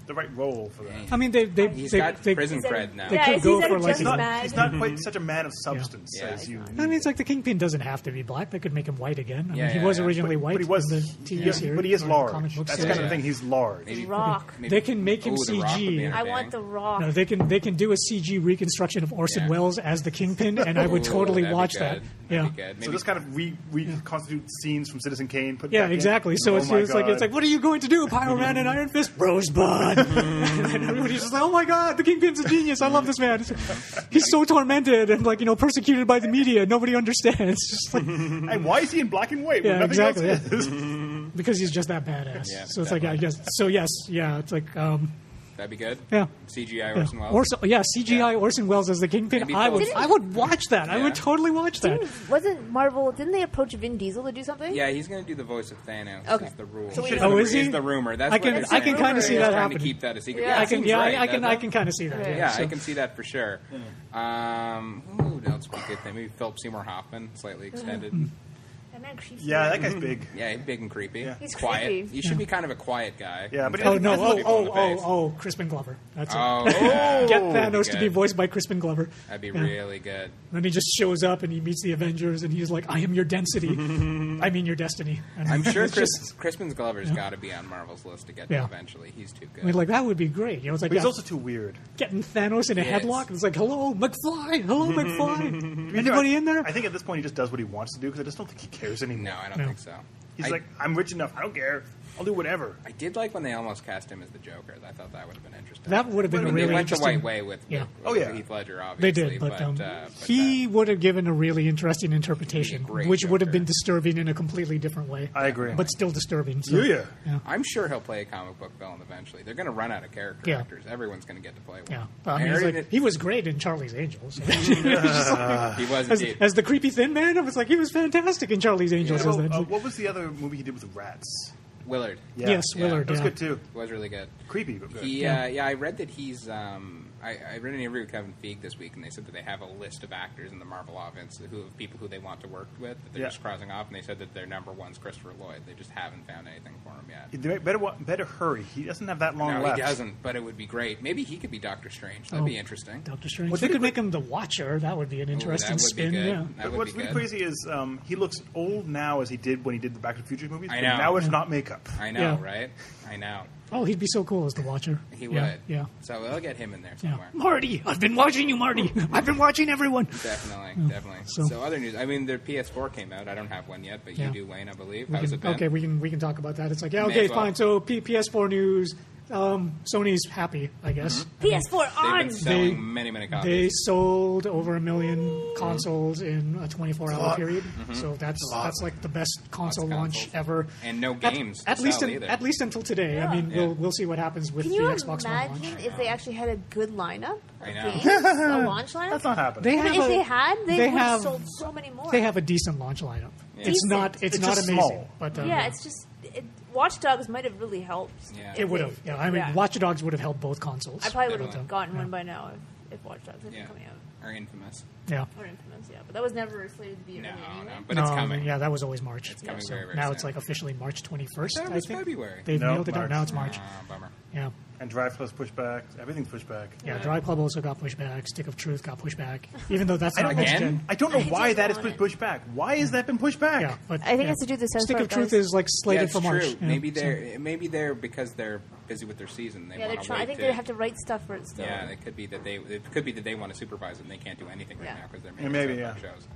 [SPEAKER 4] the right role for that.
[SPEAKER 5] I mean, they they
[SPEAKER 2] He's
[SPEAKER 5] they,
[SPEAKER 2] got
[SPEAKER 5] they-
[SPEAKER 2] prison
[SPEAKER 1] Is that-
[SPEAKER 2] cred now.
[SPEAKER 5] They
[SPEAKER 1] Yeah,
[SPEAKER 5] could
[SPEAKER 1] is
[SPEAKER 5] go
[SPEAKER 1] he that
[SPEAKER 5] for, like,
[SPEAKER 1] just
[SPEAKER 4] He's not,
[SPEAKER 1] bad?
[SPEAKER 4] he's not quite such a man of substance
[SPEAKER 2] Yeah.
[SPEAKER 4] as you.
[SPEAKER 1] I
[SPEAKER 5] I mean, it's like the Kingpin doesn't have to be black. They could make him white again. I
[SPEAKER 2] Yeah,
[SPEAKER 5] mean,
[SPEAKER 2] yeah,
[SPEAKER 5] he was
[SPEAKER 2] yeah.
[SPEAKER 5] originally
[SPEAKER 4] But,
[SPEAKER 5] white
[SPEAKER 4] but he was.
[SPEAKER 5] in the
[SPEAKER 4] he-
[SPEAKER 5] TV
[SPEAKER 4] yeah,
[SPEAKER 5] series.
[SPEAKER 4] but he is
[SPEAKER 5] or
[SPEAKER 4] large.
[SPEAKER 5] Comic book
[SPEAKER 4] That's
[SPEAKER 5] series.
[SPEAKER 4] kind of the thing. He's large.
[SPEAKER 2] Maybe-
[SPEAKER 1] Rock.
[SPEAKER 2] maybe-
[SPEAKER 5] They can make him
[SPEAKER 2] Ooh, The Rock would be
[SPEAKER 5] CG.
[SPEAKER 1] I
[SPEAKER 2] entertaining.
[SPEAKER 1] want The Rock.
[SPEAKER 5] No, they can they can do a CG reconstruction of Orson
[SPEAKER 2] Yeah.
[SPEAKER 5] Welles as the Kingpin, and
[SPEAKER 4] [laughs]
[SPEAKER 5] I
[SPEAKER 4] Oh,
[SPEAKER 5] would
[SPEAKER 2] Ooh,
[SPEAKER 5] totally
[SPEAKER 2] that'd be
[SPEAKER 5] watch
[SPEAKER 2] good.
[SPEAKER 5] that.
[SPEAKER 2] That'd
[SPEAKER 5] Yeah.
[SPEAKER 2] be good.
[SPEAKER 4] So
[SPEAKER 2] Maybe-
[SPEAKER 4] this kind of re- reconstitute scenes from Citizen Kane. Put
[SPEAKER 5] Yeah,
[SPEAKER 4] back in.
[SPEAKER 5] exactly. So
[SPEAKER 4] Oh
[SPEAKER 5] it's,
[SPEAKER 4] my
[SPEAKER 5] it's like
[SPEAKER 4] God.
[SPEAKER 5] it's like, what are you going to do, Pyro Man and Iron Fist?
[SPEAKER 4] [laughs]
[SPEAKER 5] Rosebud. [laughs] and everybody's just like, oh my god, the Kingpin's a genius. I love this man. It's- he's so tormented and like you know persecuted by the media. Nobody understands. It's just like-
[SPEAKER 4] Hey, why is he in black and white? when
[SPEAKER 5] Yeah,
[SPEAKER 4] nothing else
[SPEAKER 5] exactly.
[SPEAKER 4] is?
[SPEAKER 5] because he's just that badass.
[SPEAKER 2] Yeah,
[SPEAKER 5] so it's like, yeah, I
[SPEAKER 2] definitely.
[SPEAKER 5] guess. So yes, yeah, it's like, um,
[SPEAKER 2] That'd be good.
[SPEAKER 5] Yeah.
[SPEAKER 2] CGI
[SPEAKER 5] yeah.
[SPEAKER 2] Orson Welles.
[SPEAKER 5] Orson, yeah, CGI
[SPEAKER 2] Yeah.
[SPEAKER 5] Orson Welles as the Kingpin.
[SPEAKER 2] Maybe
[SPEAKER 5] I would,
[SPEAKER 2] both.
[SPEAKER 5] I would watch that. I
[SPEAKER 2] Yeah.
[SPEAKER 5] would totally watch that.
[SPEAKER 1] Didn't- wasn't Marvel? Didn't they approach Vin Diesel to do something?
[SPEAKER 2] Yeah, he's going to do the voice of Thanos.
[SPEAKER 1] Okay.
[SPEAKER 2] Is the rule.
[SPEAKER 1] So we
[SPEAKER 2] Is
[SPEAKER 1] know-
[SPEAKER 2] the-
[SPEAKER 5] Oh, is he?
[SPEAKER 2] the rumor. That's
[SPEAKER 5] I
[SPEAKER 2] what
[SPEAKER 5] can-
[SPEAKER 2] they're
[SPEAKER 1] I can
[SPEAKER 2] saying.
[SPEAKER 1] kinda
[SPEAKER 2] They're
[SPEAKER 1] see that
[SPEAKER 2] trying to
[SPEAKER 5] happening.
[SPEAKER 2] keep that a secret.
[SPEAKER 1] Yeah.
[SPEAKER 2] Yeah,
[SPEAKER 5] I
[SPEAKER 2] it
[SPEAKER 5] can,
[SPEAKER 2] seems
[SPEAKER 5] yeah,
[SPEAKER 2] right,
[SPEAKER 5] I, I can,
[SPEAKER 2] doesn't
[SPEAKER 5] I
[SPEAKER 2] it?
[SPEAKER 5] can kind of see that.
[SPEAKER 1] Right.
[SPEAKER 5] Yeah,
[SPEAKER 2] Yeah, I
[SPEAKER 5] so-
[SPEAKER 2] can see that for sure. Um, who else we could think? Maybe Philip Seymour Hoffman, slightly extended.
[SPEAKER 5] Mm.
[SPEAKER 1] That man creeps me
[SPEAKER 4] [laughs] yeah,
[SPEAKER 1] out.
[SPEAKER 4] that guy's big.
[SPEAKER 2] Yeah, he's big and creepy.
[SPEAKER 1] He's
[SPEAKER 2] quiet.
[SPEAKER 1] creepy.
[SPEAKER 2] You should be kind of a quiet guy.
[SPEAKER 4] Yeah, but
[SPEAKER 5] Oh no!
[SPEAKER 4] I think that's
[SPEAKER 5] Oh
[SPEAKER 2] People in
[SPEAKER 5] oh
[SPEAKER 2] the
[SPEAKER 5] oh
[SPEAKER 2] face.
[SPEAKER 5] oh! Crispin Glover. That's it.
[SPEAKER 2] Oh, [laughs] yeah.
[SPEAKER 5] Get Thanos to be
[SPEAKER 2] good. Uh,
[SPEAKER 5] voiced by Crispin Glover.
[SPEAKER 2] That'd be
[SPEAKER 5] Yeah.
[SPEAKER 2] really good.
[SPEAKER 5] Then he just shows up and he meets the Avengers and he's like, "I am
[SPEAKER 2] [laughs]
[SPEAKER 5] your density. I mean your destiny." And
[SPEAKER 2] I'm sure
[SPEAKER 5] [laughs] it's
[SPEAKER 2] Chris,
[SPEAKER 5] just-
[SPEAKER 2] Crispin Glover's got to be on Marvel's list to get
[SPEAKER 5] Yeah.
[SPEAKER 2] to eventually. He's too good.
[SPEAKER 5] I mean, like that would be great. You know, it's like
[SPEAKER 4] But he's
[SPEAKER 5] yeah,
[SPEAKER 4] also too weird.
[SPEAKER 5] getting Thanos in a
[SPEAKER 2] Yes.
[SPEAKER 5] headlock. It's like, "Hello, McFly.
[SPEAKER 2] [laughs]
[SPEAKER 5] Hello, McFly. Anybody
[SPEAKER 4] I-
[SPEAKER 5] in there?"
[SPEAKER 4] I think at this point he just does what he wants to do because I just don't think he cares anymore.
[SPEAKER 2] no, I don't
[SPEAKER 5] No.
[SPEAKER 2] think so.
[SPEAKER 4] He's
[SPEAKER 2] I-
[SPEAKER 4] like, I'm rich enough. I don't care. I'll do whatever.
[SPEAKER 2] I did like when they almost cast him as the Joker. I thought that would have been interesting.
[SPEAKER 5] That would have been
[SPEAKER 2] I
[SPEAKER 5] a
[SPEAKER 2] mean,
[SPEAKER 5] really
[SPEAKER 2] they went the
[SPEAKER 5] interesting-
[SPEAKER 2] white way with,
[SPEAKER 5] Yeah.
[SPEAKER 2] with
[SPEAKER 4] Oh, yeah.
[SPEAKER 2] Heath Ledger,
[SPEAKER 5] They
[SPEAKER 2] obviously.
[SPEAKER 5] did, but, um,
[SPEAKER 2] uh, but
[SPEAKER 5] he
[SPEAKER 2] that-
[SPEAKER 5] would have given a really interesting interpretation,
[SPEAKER 2] great
[SPEAKER 5] which would have
[SPEAKER 2] Joker.
[SPEAKER 5] been disturbing in a completely different way.
[SPEAKER 4] I agree.
[SPEAKER 5] but still disturbing. So,
[SPEAKER 4] Yeah, yeah.
[SPEAKER 2] I'm sure he'll play a comic book villain eventually. They're going to run out of character
[SPEAKER 5] Yeah.
[SPEAKER 2] actors. Everyone's going to get to play one.
[SPEAKER 5] Yeah. I
[SPEAKER 2] I
[SPEAKER 5] mean, he's
[SPEAKER 2] already
[SPEAKER 5] like,
[SPEAKER 2] did-
[SPEAKER 5] he was great in Charlie's Angels.
[SPEAKER 2] he was
[SPEAKER 5] [laughs] as,
[SPEAKER 2] indeed.
[SPEAKER 5] as the creepy thin man, I was like, he was fantastic in Charlie's Angels.
[SPEAKER 4] So,
[SPEAKER 5] as that-
[SPEAKER 4] uh, what was the other movie he did with rats?
[SPEAKER 2] Willard.
[SPEAKER 4] Yeah.
[SPEAKER 5] Yes,
[SPEAKER 2] Yeah.
[SPEAKER 5] Willard.
[SPEAKER 4] That was
[SPEAKER 5] yeah.
[SPEAKER 4] good too.
[SPEAKER 2] Was really good.
[SPEAKER 4] Creepy, but good.
[SPEAKER 2] He, yeah. Uh, yeah, I read that he's. Um, I, I read an interview with Kevin Feige this week, and they said that they have a list of actors in the Marvel offense who people who they want to work with. That they're
[SPEAKER 4] Yeah.
[SPEAKER 2] just crossing off, and they said that their number one's Christopher Lloyd. They just haven't found anything for him yet.
[SPEAKER 4] He did- better, wa- better hurry. He doesn't have that long
[SPEAKER 2] no,
[SPEAKER 4] left.
[SPEAKER 2] he doesn't. But it would be great. Maybe he could be Doctor Strange. That'd
[SPEAKER 5] Oh.
[SPEAKER 2] be interesting.
[SPEAKER 5] Doctor Strange.
[SPEAKER 4] What's
[SPEAKER 5] they
[SPEAKER 4] really
[SPEAKER 5] could
[SPEAKER 4] cra-
[SPEAKER 5] make him the Watcher. That would be an
[SPEAKER 2] Ooh,
[SPEAKER 5] interesting
[SPEAKER 2] that would
[SPEAKER 5] spin.
[SPEAKER 2] be good.
[SPEAKER 5] Yeah.
[SPEAKER 2] That would
[SPEAKER 4] What's
[SPEAKER 2] be
[SPEAKER 4] really
[SPEAKER 2] good.
[SPEAKER 4] crazy is um, he looks old now as he did when he did the Back to the Future movies.
[SPEAKER 2] I
[SPEAKER 4] but
[SPEAKER 2] know.
[SPEAKER 4] Now it's not makeup.
[SPEAKER 2] I know,
[SPEAKER 5] Yeah.
[SPEAKER 2] right? I know.
[SPEAKER 5] Oh, he'd be so cool as the Watcher.
[SPEAKER 2] He
[SPEAKER 5] yeah.
[SPEAKER 2] would.
[SPEAKER 5] Yeah.
[SPEAKER 2] So we'll get him in there
[SPEAKER 5] Yeah.
[SPEAKER 2] somewhere.
[SPEAKER 5] Marty, I've been watching you, Marty. I've been watching everyone.
[SPEAKER 2] Definitely, definitely. So.
[SPEAKER 5] So-
[SPEAKER 2] other news. I mean, their PS4 came out. I don't have one yet, but
[SPEAKER 5] Yeah.
[SPEAKER 2] you do, Wayne, I believe.
[SPEAKER 5] We
[SPEAKER 2] How's
[SPEAKER 5] can-
[SPEAKER 2] it been?
[SPEAKER 5] okay, we can we can talk about that. It's like, yeah,
[SPEAKER 2] May
[SPEAKER 5] okay,
[SPEAKER 2] as well.
[SPEAKER 5] fine. So P- PS4 news. Um, Sony's happy, I guess.
[SPEAKER 2] Mm-hmm.
[SPEAKER 1] PS4
[SPEAKER 2] They've
[SPEAKER 1] on.
[SPEAKER 2] been selling
[SPEAKER 5] They-
[SPEAKER 2] many, many
[SPEAKER 5] They
[SPEAKER 2] copies.
[SPEAKER 5] sold over a million consoles in a 24-hour period,
[SPEAKER 2] Mm-hmm.
[SPEAKER 5] so that's that's like the best console launch
[SPEAKER 2] consoles.
[SPEAKER 5] ever.
[SPEAKER 2] And no
[SPEAKER 5] At-
[SPEAKER 2] games to
[SPEAKER 5] At, least
[SPEAKER 2] sell
[SPEAKER 5] in-
[SPEAKER 2] either.
[SPEAKER 5] at least until today. I mean,
[SPEAKER 2] Yeah.
[SPEAKER 5] we'll we'll see what happens with
[SPEAKER 1] Can
[SPEAKER 5] the
[SPEAKER 1] you
[SPEAKER 5] Xbox One launch.
[SPEAKER 1] imagine if they actually had a good lineup?
[SPEAKER 2] I
[SPEAKER 1] of
[SPEAKER 2] know.
[SPEAKER 1] games? a launch lineup?
[SPEAKER 4] That's not happening.
[SPEAKER 5] They
[SPEAKER 1] But
[SPEAKER 5] have
[SPEAKER 1] if
[SPEAKER 5] a-
[SPEAKER 1] they had, they,
[SPEAKER 5] they
[SPEAKER 1] would
[SPEAKER 5] have-
[SPEAKER 1] have sold so many more.
[SPEAKER 5] They have a decent launch lineup. It's
[SPEAKER 1] Decent.
[SPEAKER 5] not it's,
[SPEAKER 4] It's
[SPEAKER 5] not
[SPEAKER 4] just
[SPEAKER 5] amazing,
[SPEAKER 4] small.
[SPEAKER 5] but um,
[SPEAKER 1] yeah, it's just it, Watch Dogs might have really helped.
[SPEAKER 2] Yeah.
[SPEAKER 1] if
[SPEAKER 5] it would
[SPEAKER 1] they-
[SPEAKER 5] have. Yeah, I mean, Watch Dogs would have helped both consoles.
[SPEAKER 1] I probably would
[SPEAKER 2] Definitely.
[SPEAKER 1] have gotten one by now if, if Watch Dogs had been
[SPEAKER 2] yeah,
[SPEAKER 1] coming out.
[SPEAKER 2] are infamous.
[SPEAKER 5] yeah.
[SPEAKER 1] Or Infamous, yeah, but that was never slated to be
[SPEAKER 2] No,
[SPEAKER 1] early
[SPEAKER 2] no,
[SPEAKER 1] anyway.
[SPEAKER 2] but it's
[SPEAKER 5] No,
[SPEAKER 2] coming.
[SPEAKER 5] Yeah, that was always March.
[SPEAKER 2] It's coming
[SPEAKER 5] so
[SPEAKER 2] very, very
[SPEAKER 5] now
[SPEAKER 2] soon.
[SPEAKER 5] it's like officially March 21st.
[SPEAKER 2] That
[SPEAKER 5] I
[SPEAKER 2] was
[SPEAKER 5] think
[SPEAKER 2] February.
[SPEAKER 5] they've
[SPEAKER 4] No,
[SPEAKER 5] nailed it down.
[SPEAKER 4] March.
[SPEAKER 5] Now it's March.
[SPEAKER 2] Ah, bummer.
[SPEAKER 5] Yeah.
[SPEAKER 4] And Drive Club's pushback. Everything's pushback.
[SPEAKER 5] Yeah, Dry Club also got pushed back. Stick of Truth got pushed back, even
[SPEAKER 2] [laughs]
[SPEAKER 5] though that's
[SPEAKER 4] I
[SPEAKER 5] not
[SPEAKER 4] don't,
[SPEAKER 5] next
[SPEAKER 2] Again?
[SPEAKER 5] gen.
[SPEAKER 4] I don't know
[SPEAKER 1] I
[SPEAKER 4] why
[SPEAKER 1] just
[SPEAKER 4] that is
[SPEAKER 1] want it.
[SPEAKER 4] pushed back. Why has that been pushed back?
[SPEAKER 5] Yeah, but
[SPEAKER 1] I think
[SPEAKER 5] yeah.
[SPEAKER 1] it has to do with the South
[SPEAKER 5] Stick
[SPEAKER 1] Park
[SPEAKER 5] of Truth
[SPEAKER 1] guys.
[SPEAKER 5] is like
[SPEAKER 2] Yeah,
[SPEAKER 5] slated
[SPEAKER 2] it's
[SPEAKER 5] for March.
[SPEAKER 2] true.
[SPEAKER 5] yeah.
[SPEAKER 2] Maybe
[SPEAKER 5] So-
[SPEAKER 2] they're maybe they're because they're busy with their season. They
[SPEAKER 1] Yeah, they're
[SPEAKER 2] want
[SPEAKER 1] trying. I think
[SPEAKER 2] to.
[SPEAKER 1] they have to write stuff for it still.
[SPEAKER 2] Yeah, it could be that they it could be that they want to supervise it and they can't do anything right
[SPEAKER 1] Yeah.
[SPEAKER 2] now because they're
[SPEAKER 4] Yeah,
[SPEAKER 2] making
[SPEAKER 4] maybe,
[SPEAKER 2] South Park
[SPEAKER 4] yeah.
[SPEAKER 2] shows.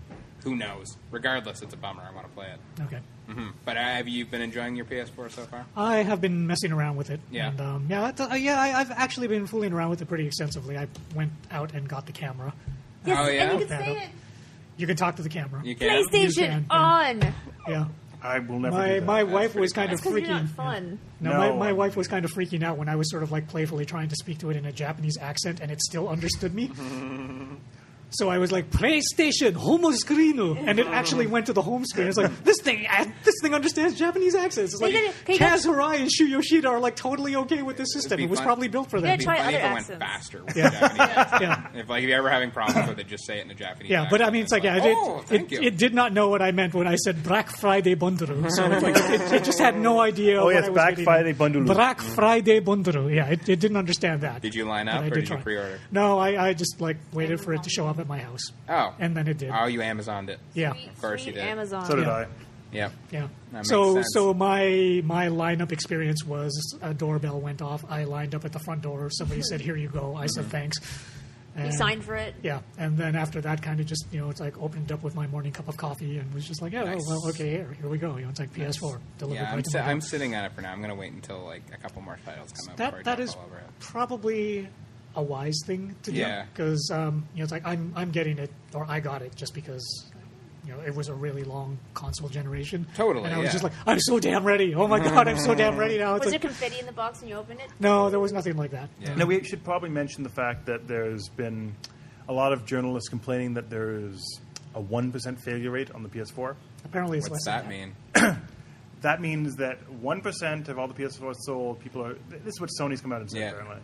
[SPEAKER 2] Who knows? Regardless, it's a bummer. I want to play it.
[SPEAKER 5] Okay.
[SPEAKER 2] Hmm. But uh, have you been enjoying your PS4 so far?
[SPEAKER 5] I have been messing around with it.
[SPEAKER 2] Yeah.
[SPEAKER 5] And, um, yeah, that, uh, yeah. I, I've actually been fooling around with it pretty extensively. I went out and got the camera.
[SPEAKER 1] Yes,
[SPEAKER 2] Oh, yeah?
[SPEAKER 1] and you can
[SPEAKER 5] Yeah,
[SPEAKER 1] say
[SPEAKER 5] no.
[SPEAKER 1] it.
[SPEAKER 5] You can talk to the camera.
[SPEAKER 2] You can.
[SPEAKER 1] PlayStation
[SPEAKER 5] You can,
[SPEAKER 1] on.
[SPEAKER 5] yeah.
[SPEAKER 4] I will never. do
[SPEAKER 5] My
[SPEAKER 4] that.
[SPEAKER 5] my wife
[SPEAKER 2] pretty
[SPEAKER 5] was kind
[SPEAKER 1] That's
[SPEAKER 5] of
[SPEAKER 1] because
[SPEAKER 5] freaking.
[SPEAKER 1] you're not
[SPEAKER 5] yeah.
[SPEAKER 1] fun.
[SPEAKER 5] No,
[SPEAKER 4] No.
[SPEAKER 5] My, my wife was kind of freaking out when I was sort of like playfully trying to speak to it in a Japanese accent and it still understood me. so I was like, PlayStation, home screen. And it actually went to the home screen. It's like, this thing uh, this thing understands Japanese accents. It's like,
[SPEAKER 1] You gotta- you
[SPEAKER 5] Kaz Hirai and Shu Yoshida are like totally okay with this system.
[SPEAKER 2] be
[SPEAKER 5] It was
[SPEAKER 2] fun.
[SPEAKER 5] probably built for
[SPEAKER 2] It'd
[SPEAKER 5] them.
[SPEAKER 2] be
[SPEAKER 1] try
[SPEAKER 2] funny
[SPEAKER 1] other
[SPEAKER 2] if it
[SPEAKER 1] accents.
[SPEAKER 2] went faster. With the Japanese accent.
[SPEAKER 5] [laughs] Yeah.
[SPEAKER 2] If like if you're ever having problems with it, just say it in a Japanese.
[SPEAKER 5] Yeah, but I mean, it's like, I did,
[SPEAKER 2] oh, thank
[SPEAKER 5] it,
[SPEAKER 2] you.
[SPEAKER 5] it did not know what I meant when I said Black Friday Bunduru. So it's like, it, it just had no idea. what
[SPEAKER 4] Oh, yes,
[SPEAKER 5] I was
[SPEAKER 4] Black
[SPEAKER 5] getting.
[SPEAKER 4] Friday Bunduru.
[SPEAKER 5] Black Friday Bunduru. Yeah, it, it didn't understand that.
[SPEAKER 2] Did you line
[SPEAKER 5] But
[SPEAKER 2] up
[SPEAKER 5] I
[SPEAKER 2] or did you
[SPEAKER 5] try.
[SPEAKER 2] pre-order?
[SPEAKER 5] No, I, I just like waited for it to show up at my house.
[SPEAKER 2] Oh,
[SPEAKER 5] And then it did.
[SPEAKER 2] oh, you Amazoned it.
[SPEAKER 5] yeah,
[SPEAKER 2] Of course you
[SPEAKER 1] Sweet
[SPEAKER 2] did.
[SPEAKER 1] Amazon.
[SPEAKER 4] So did
[SPEAKER 5] Yeah.
[SPEAKER 4] I.
[SPEAKER 2] Yep.
[SPEAKER 5] yeah.
[SPEAKER 2] That makes
[SPEAKER 5] So
[SPEAKER 2] sense.
[SPEAKER 5] so my my lineup experience was a doorbell went off. I lined up at the front door. Somebody said, "Here you go." I
[SPEAKER 2] Mm-hmm.
[SPEAKER 5] said, "Thanks."
[SPEAKER 1] You
[SPEAKER 5] And-
[SPEAKER 1] signed for it.
[SPEAKER 5] Yeah, and then after that, kind of just you know, it's like opened up with my morning cup of coffee and was just like, oh
[SPEAKER 2] Nice.
[SPEAKER 5] well, okay, here, here we go. You know, it's like PS4 delivered
[SPEAKER 2] Yeah, I'm,
[SPEAKER 5] right to
[SPEAKER 2] si-
[SPEAKER 5] my door.
[SPEAKER 2] I'm sitting on it for now. I'm going to wait until like a couple more titles come out. before I
[SPEAKER 5] that that
[SPEAKER 2] jump
[SPEAKER 5] is
[SPEAKER 2] all over it.
[SPEAKER 5] probably a wise thing to do
[SPEAKER 2] Yeah.
[SPEAKER 5] because um, you know it's like I'm I'm getting it or I got it just because you know it was a really long console generation.
[SPEAKER 2] Totally,
[SPEAKER 5] and I was
[SPEAKER 2] yeah.
[SPEAKER 5] just like, I'm so damn ready. Oh
[SPEAKER 2] [laughs]
[SPEAKER 5] my god, I'm so damn ready now. It's
[SPEAKER 1] Was there
[SPEAKER 5] like,
[SPEAKER 1] confetti in the box when you opened it?
[SPEAKER 5] no, there was nothing like that.
[SPEAKER 2] Yeah.
[SPEAKER 4] Now we should probably mention the fact that there's been a lot of journalists complaining that there's a one percent failure rate on the PS4.
[SPEAKER 5] Apparently, it's
[SPEAKER 2] What's
[SPEAKER 5] less.
[SPEAKER 2] that
[SPEAKER 5] than
[SPEAKER 2] mean?
[SPEAKER 4] That means that one percent of all the PS4s sold, people are. This is what Sony's come out and said.
[SPEAKER 2] Yeah.
[SPEAKER 4] Apparently.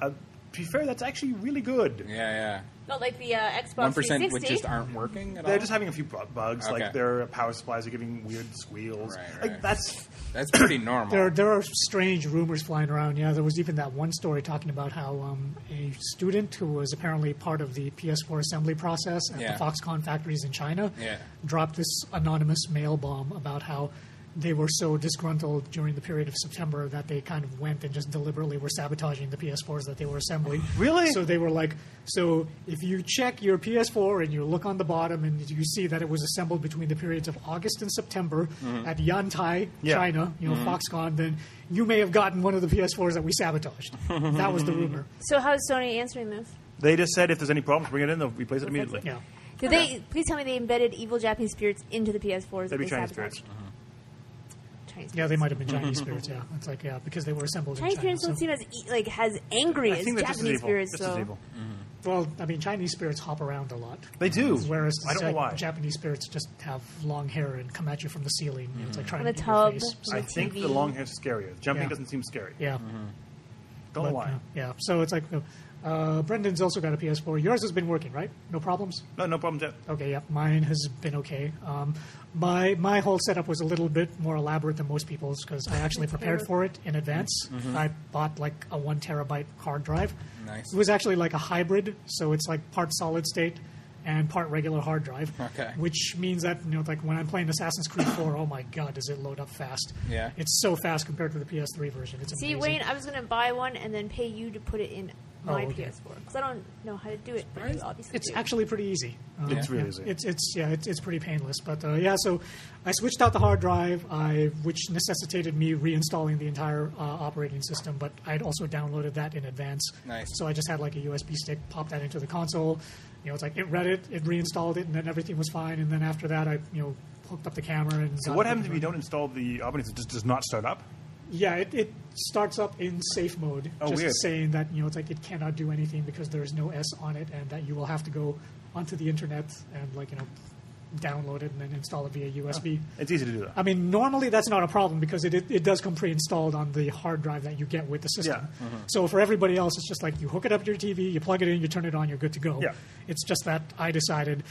[SPEAKER 4] Uh, to be fair, that's actually really good.
[SPEAKER 2] Yeah,
[SPEAKER 1] Not like the uh,
[SPEAKER 2] yeah. One
[SPEAKER 1] Xbox
[SPEAKER 2] percent which
[SPEAKER 1] 360.
[SPEAKER 2] just aren't working at
[SPEAKER 4] They're
[SPEAKER 2] all.
[SPEAKER 4] just having a few bu- bugs,
[SPEAKER 2] Okay.
[SPEAKER 4] like their power supplies are giving weird squeals.
[SPEAKER 2] Right,
[SPEAKER 4] like
[SPEAKER 2] right.
[SPEAKER 4] that's
[SPEAKER 2] That's
[SPEAKER 5] [coughs]
[SPEAKER 2] pretty normal.
[SPEAKER 5] There, there are strange rumors flying around. Yeah, there was even that one story talking about how um, a student who was apparently part of the PS4 assembly process at
[SPEAKER 2] Yeah.
[SPEAKER 5] the Foxconn factories in China
[SPEAKER 2] Yeah.
[SPEAKER 5] dropped this anonymous mail bomb about how they were so disgruntled during the period of September that they kind of went and just deliberately were sabotaging the PS4s that they were assembling.
[SPEAKER 4] Really?
[SPEAKER 5] So they were like, so if you check your PS4 and you look on the bottom and you see that it was assembled between the periods of August and September at Yantai,
[SPEAKER 4] Mm-hmm. Yeah. Mm-hmm.
[SPEAKER 5] China, you know, Foxconn, then you may have gotten one of the PS4s that we
[SPEAKER 4] [laughs]
[SPEAKER 5] sabotaged. that was the rumor.
[SPEAKER 1] So how's Sony answering this?
[SPEAKER 4] they just said if there's any problems, bring it in. They'll replace it immediately.
[SPEAKER 5] Yeah.
[SPEAKER 1] Did they? Please tell me they embedded evil Japanese spirits into the PS4s.
[SPEAKER 4] They'd
[SPEAKER 1] that
[SPEAKER 4] be
[SPEAKER 1] they
[SPEAKER 4] Chinese
[SPEAKER 1] sabotaged?
[SPEAKER 4] spirits.
[SPEAKER 1] Chinese
[SPEAKER 5] Yeah, they might have been Chinese spirits, yeah. It's like, yeah, because they were assembled
[SPEAKER 1] Chinese
[SPEAKER 5] in China.
[SPEAKER 1] spirits don't
[SPEAKER 5] so-
[SPEAKER 1] seem as e- like as angry
[SPEAKER 4] I
[SPEAKER 1] as
[SPEAKER 4] think they're just as
[SPEAKER 1] Japanese
[SPEAKER 4] evil.
[SPEAKER 1] spirits.
[SPEAKER 4] just
[SPEAKER 1] so
[SPEAKER 4] as evil.
[SPEAKER 5] well, I mean, Chinese spirits hop around a lot.
[SPEAKER 4] They do.
[SPEAKER 5] Whereas
[SPEAKER 4] I don't know
[SPEAKER 5] Jap-
[SPEAKER 4] why.
[SPEAKER 5] Japanese spirits just have long hair and come at you from the ceiling. It's like trying
[SPEAKER 1] On a
[SPEAKER 5] to eat your
[SPEAKER 1] tub.
[SPEAKER 5] face. So-
[SPEAKER 4] I think the long hair's scarier. Jumping
[SPEAKER 5] Yeah.
[SPEAKER 4] doesn't seem scary.
[SPEAKER 5] yeah.
[SPEAKER 4] Don't know
[SPEAKER 5] But,
[SPEAKER 4] why.
[SPEAKER 5] uh, yeah. So it's like, uh, Brendan's also got a PS4. Yours has been working, right? No problems.
[SPEAKER 4] No, no problem, Jeff.
[SPEAKER 5] Okay, yep, mine has been okay. Um, my my whole setup was a little bit more elaborate than most people's because
[SPEAKER 2] [laughs]
[SPEAKER 5] I actually prepared for it in advance. I bought like a one terabyte hard drive.
[SPEAKER 2] Mm-hmm. Nice.
[SPEAKER 5] It was actually like a hybrid, so it's like part solid state and part regular hard drive.
[SPEAKER 2] Okay.
[SPEAKER 5] Which means that you know, like when I'm playing Assassin's Creed 4, oh my god, does it load up fast?
[SPEAKER 2] Yeah.
[SPEAKER 5] It's so fast compared to the PS3 version. It's
[SPEAKER 1] See,
[SPEAKER 5] amazing.
[SPEAKER 1] Wayne, I was going to buy one and then pay you to put it in my
[SPEAKER 5] Oh, okay.
[SPEAKER 1] PS4 because I don't know how to do it. But you obviously,
[SPEAKER 5] It's
[SPEAKER 1] do.
[SPEAKER 5] actually pretty easy. Um,
[SPEAKER 4] It's really
[SPEAKER 5] yeah.
[SPEAKER 4] easy.
[SPEAKER 5] It's it's yeah, it's, it's pretty painless. But uh, yeah, so I switched out the hard drive, I which necessitated me reinstalling the entire uh, operating system. But I'd also downloaded that in advance.
[SPEAKER 2] Nice.
[SPEAKER 5] So I just had like a USB stick, popped that into the console. You know, it's like it read it, it reinstalled it, and then everything was fine. And then after that, I you know hooked up the camera and.
[SPEAKER 4] So
[SPEAKER 5] got
[SPEAKER 4] what
[SPEAKER 5] it
[SPEAKER 4] happens if you
[SPEAKER 5] working.
[SPEAKER 4] don't install the operating system? It just does not start up?
[SPEAKER 5] Yeah, it, it starts up in safe mode,
[SPEAKER 4] Oh,
[SPEAKER 5] just
[SPEAKER 4] weird.
[SPEAKER 5] saying that you know it's like it cannot do anything because there is no S on it, and that you will have to go onto the internet and like you know download it and then install it via USB.
[SPEAKER 4] It's easy to do that.
[SPEAKER 5] I mean, normally that's not a problem because it, it, it does come pre-installed on the hard drive that you get with the system.
[SPEAKER 4] Yeah. uh-huh.
[SPEAKER 5] So for everybody else, it's just like you hook it up to your TV, you plug it in, you turn it on, you're good to go.
[SPEAKER 4] Yeah.
[SPEAKER 5] It's just that I decided